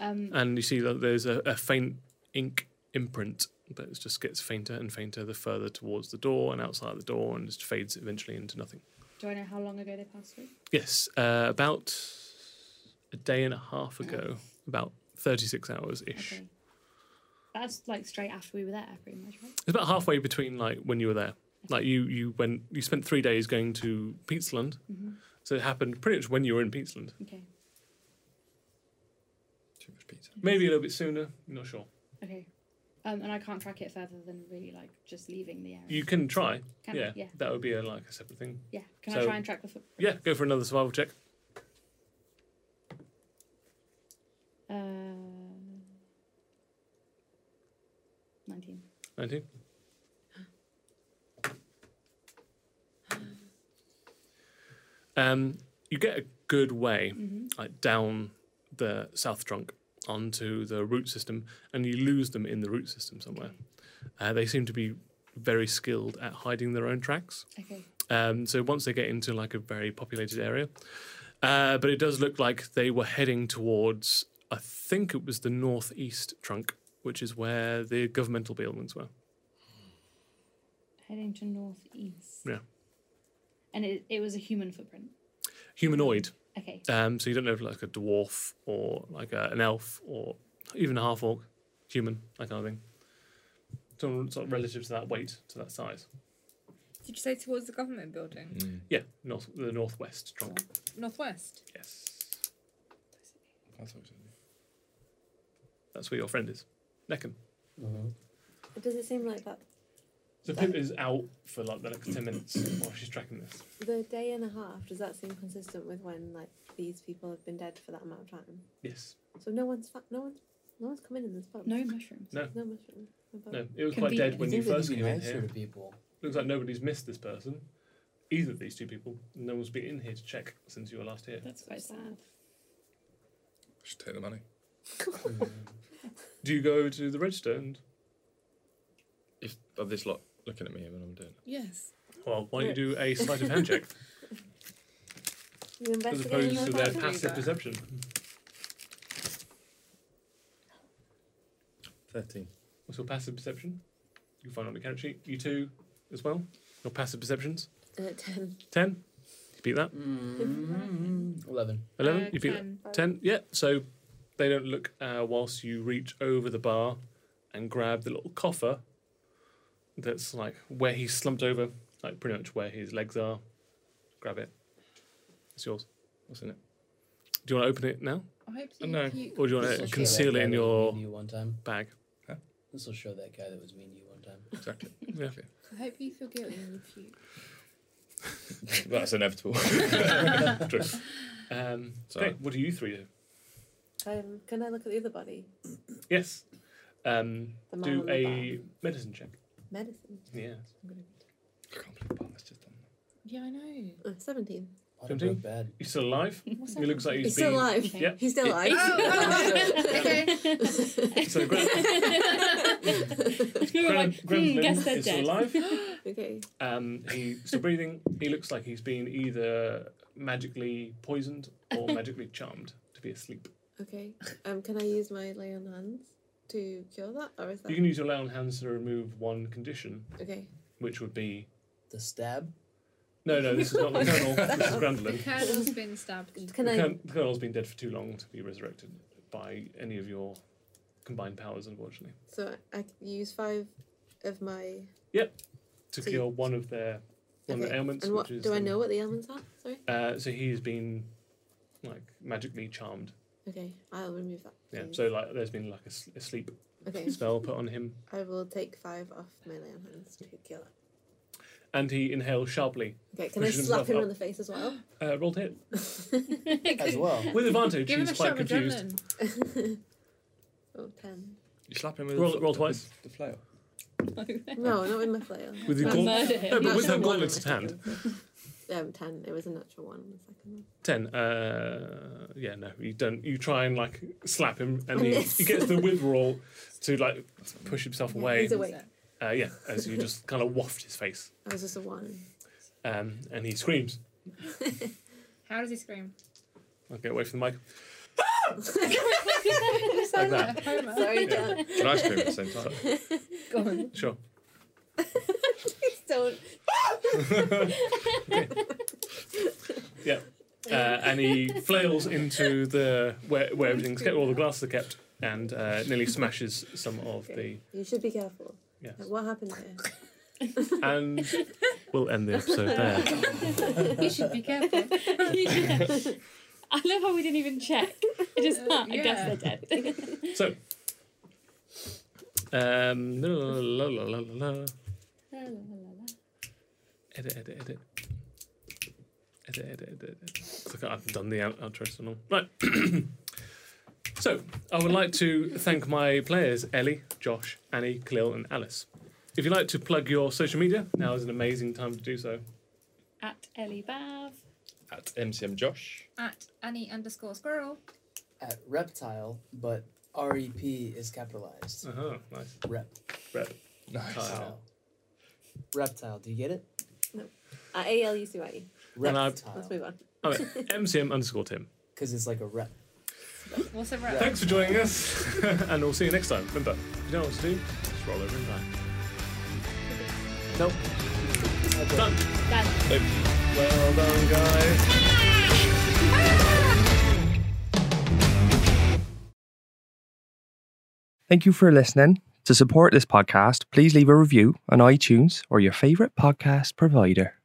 [SPEAKER 4] Um,
[SPEAKER 2] and you see that there's a, a faint ink imprint that just gets fainter and fainter the further towards the door and outside the door and just fades eventually into nothing.
[SPEAKER 4] do I know how long ago they passed through?
[SPEAKER 2] Yes, uh, about a day and a half ago, about 36 hours ish.
[SPEAKER 4] Okay. That's like straight after we were there, pretty much, right?
[SPEAKER 2] It's about halfway between like when you were there. Like you, you went, you spent three days going to Peatsland,
[SPEAKER 4] Mm-hmm.
[SPEAKER 2] so it happened pretty much when you were in Peatsland.
[SPEAKER 4] Okay.
[SPEAKER 8] Too much pizza.
[SPEAKER 2] Maybe a little bit sooner, not sure.
[SPEAKER 4] Okay. Um, and I can't track it further than really like just leaving the area.
[SPEAKER 2] You can try.
[SPEAKER 4] Can I?
[SPEAKER 2] yeah,
[SPEAKER 4] Yeah.
[SPEAKER 2] that would be a, like a separate thing.
[SPEAKER 4] yeah. Can I
[SPEAKER 2] So-
[SPEAKER 4] try and track the footprint?
[SPEAKER 2] Yeah, go for another survival check.
[SPEAKER 4] Uh, 19.
[SPEAKER 2] 19. Um, you get a good way like down the south trunk onto the root system, and you lose them in the root system somewhere. Uh, they seem to be very skilled at hiding their own tracks.
[SPEAKER 4] Okay.
[SPEAKER 2] Um, so once they get into like a very populated area, uh, but it does look like they were heading towards. I think it was the northeast trunk, which is where the governmental buildings were.
[SPEAKER 4] Heading to northeast.
[SPEAKER 2] Yeah.
[SPEAKER 4] And it, it was a human footprint.
[SPEAKER 2] Humanoid.
[SPEAKER 4] Okay.
[SPEAKER 2] Um, so you don't know if like a dwarf or like a, an elf or even a half orc, human, that kind of thing. So sort of relative to that weight, to that size.
[SPEAKER 3] Did you say towards the government building?
[SPEAKER 8] Mm.
[SPEAKER 2] Yeah, north the northwest trunk.
[SPEAKER 3] Northwest.
[SPEAKER 2] Yes,
[SPEAKER 8] That's what it
[SPEAKER 2] that's where your friend is, Neckham.
[SPEAKER 7] Does it seem like that
[SPEAKER 2] So Pip is out for like the next ten minutes while she's tracking this.
[SPEAKER 7] the day and a half? Does that seem consistent with when like these people have been dead for that amount of time?
[SPEAKER 2] Yes.
[SPEAKER 7] So no one's fa- no one's no one's come in in this pub.
[SPEAKER 4] No mushrooms.
[SPEAKER 7] no mushroom. No bug.
[SPEAKER 2] No, it was quite dead when you
[SPEAKER 5] think they'd
[SPEAKER 2] first
[SPEAKER 5] be
[SPEAKER 2] came in
[SPEAKER 5] nicer
[SPEAKER 2] here.
[SPEAKER 5] to people.
[SPEAKER 2] Looks like nobody's missed this person, either of these two people. No one's been in here to check since you were last here.
[SPEAKER 4] That's quite sad.
[SPEAKER 8] Should take the money.
[SPEAKER 2] Do you go to the register and
[SPEAKER 8] If of this lot looking at me when I'm doing
[SPEAKER 7] Yes.
[SPEAKER 2] well, why don't you do a sleight of hand check as
[SPEAKER 7] You investigating
[SPEAKER 2] opposed
[SPEAKER 7] the
[SPEAKER 2] to their
[SPEAKER 7] factory?
[SPEAKER 2] passive perception?
[SPEAKER 6] 13.
[SPEAKER 2] What's your passive perception? You can find on the character sheet. You two as well. Your passive perceptions.
[SPEAKER 7] Uh, ten.
[SPEAKER 2] Ten. You beat that.
[SPEAKER 5] Mm, Eleven.
[SPEAKER 2] Eleven.
[SPEAKER 3] Uh,
[SPEAKER 2] you beat
[SPEAKER 3] 10.
[SPEAKER 2] that. Ten. Yeah. So they don't look uh, whilst you reach over the bar and grab the little coffer that's like where he's slumped over, like pretty much where his legs are. Grab it. It's yours.
[SPEAKER 8] What's in it?
[SPEAKER 2] Do you want to open it now,
[SPEAKER 3] I hope
[SPEAKER 8] Uh,
[SPEAKER 3] you
[SPEAKER 8] no.
[SPEAKER 3] puke.
[SPEAKER 2] or do you want
[SPEAKER 5] This'll
[SPEAKER 2] to
[SPEAKER 5] show
[SPEAKER 2] conceal
[SPEAKER 5] that
[SPEAKER 2] it in
[SPEAKER 5] guy that
[SPEAKER 2] your
[SPEAKER 5] was mean to you one time.
[SPEAKER 2] bag?
[SPEAKER 5] This will show that guy that was mean to you one time.
[SPEAKER 8] Exactly.
[SPEAKER 3] I hope you feel guilty when you puke.
[SPEAKER 8] That's inevitable.
[SPEAKER 2] Um,
[SPEAKER 8] Sorry.
[SPEAKER 2] okay, What do you three do?
[SPEAKER 7] Um, can I look at the other body?
[SPEAKER 2] Yes. Um,
[SPEAKER 7] The man
[SPEAKER 2] do
[SPEAKER 7] on the
[SPEAKER 2] a medicine check.
[SPEAKER 7] Medicine.
[SPEAKER 2] Yes.
[SPEAKER 7] I'm gonna
[SPEAKER 8] I can't believe Barnes just done that.
[SPEAKER 3] Yeah, I know.
[SPEAKER 7] Oh, 17.
[SPEAKER 5] What a
[SPEAKER 2] Seventeen?
[SPEAKER 5] broke bad.
[SPEAKER 2] He's still alive.
[SPEAKER 4] What's
[SPEAKER 2] He looks like
[SPEAKER 7] He's
[SPEAKER 2] he's
[SPEAKER 7] still
[SPEAKER 2] been.
[SPEAKER 7] alive.
[SPEAKER 2] Yep.
[SPEAKER 7] He's still alive.
[SPEAKER 3] okay.
[SPEAKER 2] So Gran-
[SPEAKER 4] You were
[SPEAKER 2] Gran-
[SPEAKER 4] like, hmm,
[SPEAKER 2] Gremlin
[SPEAKER 4] guess they're
[SPEAKER 2] is still
[SPEAKER 4] dead.
[SPEAKER 2] alive.
[SPEAKER 7] okay.
[SPEAKER 2] Um, he's still breathing. He looks like he's been either magically poisoned or magically charmed to be asleep.
[SPEAKER 7] Okay. Um, can I use my lay on hands to cure that, or is that
[SPEAKER 2] You can use your lay on hands to remove one condition,
[SPEAKER 7] okay?
[SPEAKER 2] which would be
[SPEAKER 5] The stab.
[SPEAKER 2] no, no. This is not the colonel. this is
[SPEAKER 3] The
[SPEAKER 2] Grandoline.
[SPEAKER 3] colonel's been stabbed.
[SPEAKER 7] Can
[SPEAKER 2] the,
[SPEAKER 7] I?
[SPEAKER 2] colonel, the colonel's been dead for too long to be resurrected by any of your combined powers, unfortunately.
[SPEAKER 7] So I can use five of my.
[SPEAKER 2] To
[SPEAKER 7] So you-
[SPEAKER 2] cure one of their one of the
[SPEAKER 7] Okay.
[SPEAKER 2] ailments,
[SPEAKER 7] And what
[SPEAKER 2] which is
[SPEAKER 7] do I
[SPEAKER 2] um,
[SPEAKER 7] know what the ailments are? Sorry.
[SPEAKER 2] Uh, so he's been like magically charmed.
[SPEAKER 7] Okay, I'll remove that.
[SPEAKER 2] Yeah.
[SPEAKER 7] please.
[SPEAKER 2] So like, there's been like a, s- a sleep
[SPEAKER 7] okay,
[SPEAKER 2] spell put on him,
[SPEAKER 7] I will take five off my lay on hands to cure that.
[SPEAKER 2] and he inhales sharply.
[SPEAKER 7] Okay, can
[SPEAKER 2] Push
[SPEAKER 7] I
[SPEAKER 2] himself
[SPEAKER 7] slap him
[SPEAKER 2] up.
[SPEAKER 7] on the face as well?
[SPEAKER 2] Uh, rolled hit
[SPEAKER 5] As well.
[SPEAKER 2] with advantage.
[SPEAKER 3] Give him
[SPEAKER 2] he's
[SPEAKER 3] a
[SPEAKER 2] quite
[SPEAKER 3] shot of
[SPEAKER 2] confused.
[SPEAKER 3] adrenaline.
[SPEAKER 7] oh, ten.
[SPEAKER 8] You slap him with
[SPEAKER 2] Roll-
[SPEAKER 8] the, fl-
[SPEAKER 2] roll
[SPEAKER 8] the-
[SPEAKER 2] twice.
[SPEAKER 8] The, flail.
[SPEAKER 7] No, not with my flail.
[SPEAKER 2] With your
[SPEAKER 7] But-
[SPEAKER 2] gaunt-
[SPEAKER 4] Murder
[SPEAKER 2] No,
[SPEAKER 4] him.
[SPEAKER 2] but with
[SPEAKER 7] Natural
[SPEAKER 2] the
[SPEAKER 7] one on
[SPEAKER 2] gauntlets
[SPEAKER 7] my
[SPEAKER 2] at hand.
[SPEAKER 7] second one. Um, ten. It was a natural one on the second one.
[SPEAKER 2] Ten. Uh, yeah, no, you don't. You try and like slap him, and he, he gets the withdrawal to like push himself
[SPEAKER 7] Yeah,
[SPEAKER 2] away.
[SPEAKER 7] He's awake.
[SPEAKER 2] Uh, yeah, as you just kind of waft his face,
[SPEAKER 7] I was just a one.
[SPEAKER 2] um, and he screams.
[SPEAKER 3] How does he scream?
[SPEAKER 2] I'll get away from the mic.
[SPEAKER 3] Like
[SPEAKER 2] that.
[SPEAKER 7] Sorry,
[SPEAKER 2] Yeah.
[SPEAKER 7] Dan.
[SPEAKER 8] Can I scream at the same time?
[SPEAKER 2] Sure.
[SPEAKER 7] Don't.
[SPEAKER 2] Uh, and he flails into the where, where everything's kept, all the glasses are kept, and uh, nearly smashes some of the.
[SPEAKER 7] You should be careful.
[SPEAKER 2] Yes.
[SPEAKER 7] Like, what happened here?
[SPEAKER 2] And we'll end the episode there.
[SPEAKER 3] You should be careful.
[SPEAKER 4] I love how we didn't even check. It is
[SPEAKER 3] Uh,
[SPEAKER 4] that. I
[SPEAKER 3] yeah.
[SPEAKER 4] guess they're dead.
[SPEAKER 2] So. Um, la, la, la, la, la, la. Edit, edit, edit. Edit, edit, edit, edit. Look, I've done the out- outro so long. Right. so, I would like to thank my players, Ellie, Josh, Annie, Khalil, and Alice. If you'd like to plug your social media, now is an amazing time to do so.
[SPEAKER 4] At Ellie Bav.
[SPEAKER 8] At MCM Josh.
[SPEAKER 3] At Annie underscore squirrel.
[SPEAKER 5] At reptile, but R E P is capitalized.
[SPEAKER 2] Uh huh. Nice.
[SPEAKER 5] Rep.
[SPEAKER 2] Rep.
[SPEAKER 8] Nice.
[SPEAKER 2] Wow.
[SPEAKER 5] Reptile. Do you get it?
[SPEAKER 7] Uh, A L U C Y E.
[SPEAKER 2] And I-
[SPEAKER 5] Reptile.
[SPEAKER 7] Let's move on.
[SPEAKER 2] Oh, wait, MCM underscore Tim.
[SPEAKER 5] Because it's like a rep.
[SPEAKER 3] What's a rep?
[SPEAKER 2] Thanks for joining us, and we'll see you next time. Remember, if you don't know what to do, just roll over and die. Nope. Done.
[SPEAKER 4] Done.
[SPEAKER 2] Well done, guys.
[SPEAKER 1] Thank you for listening. To support this podcast, please leave a review on iTunes or your favorite podcast provider.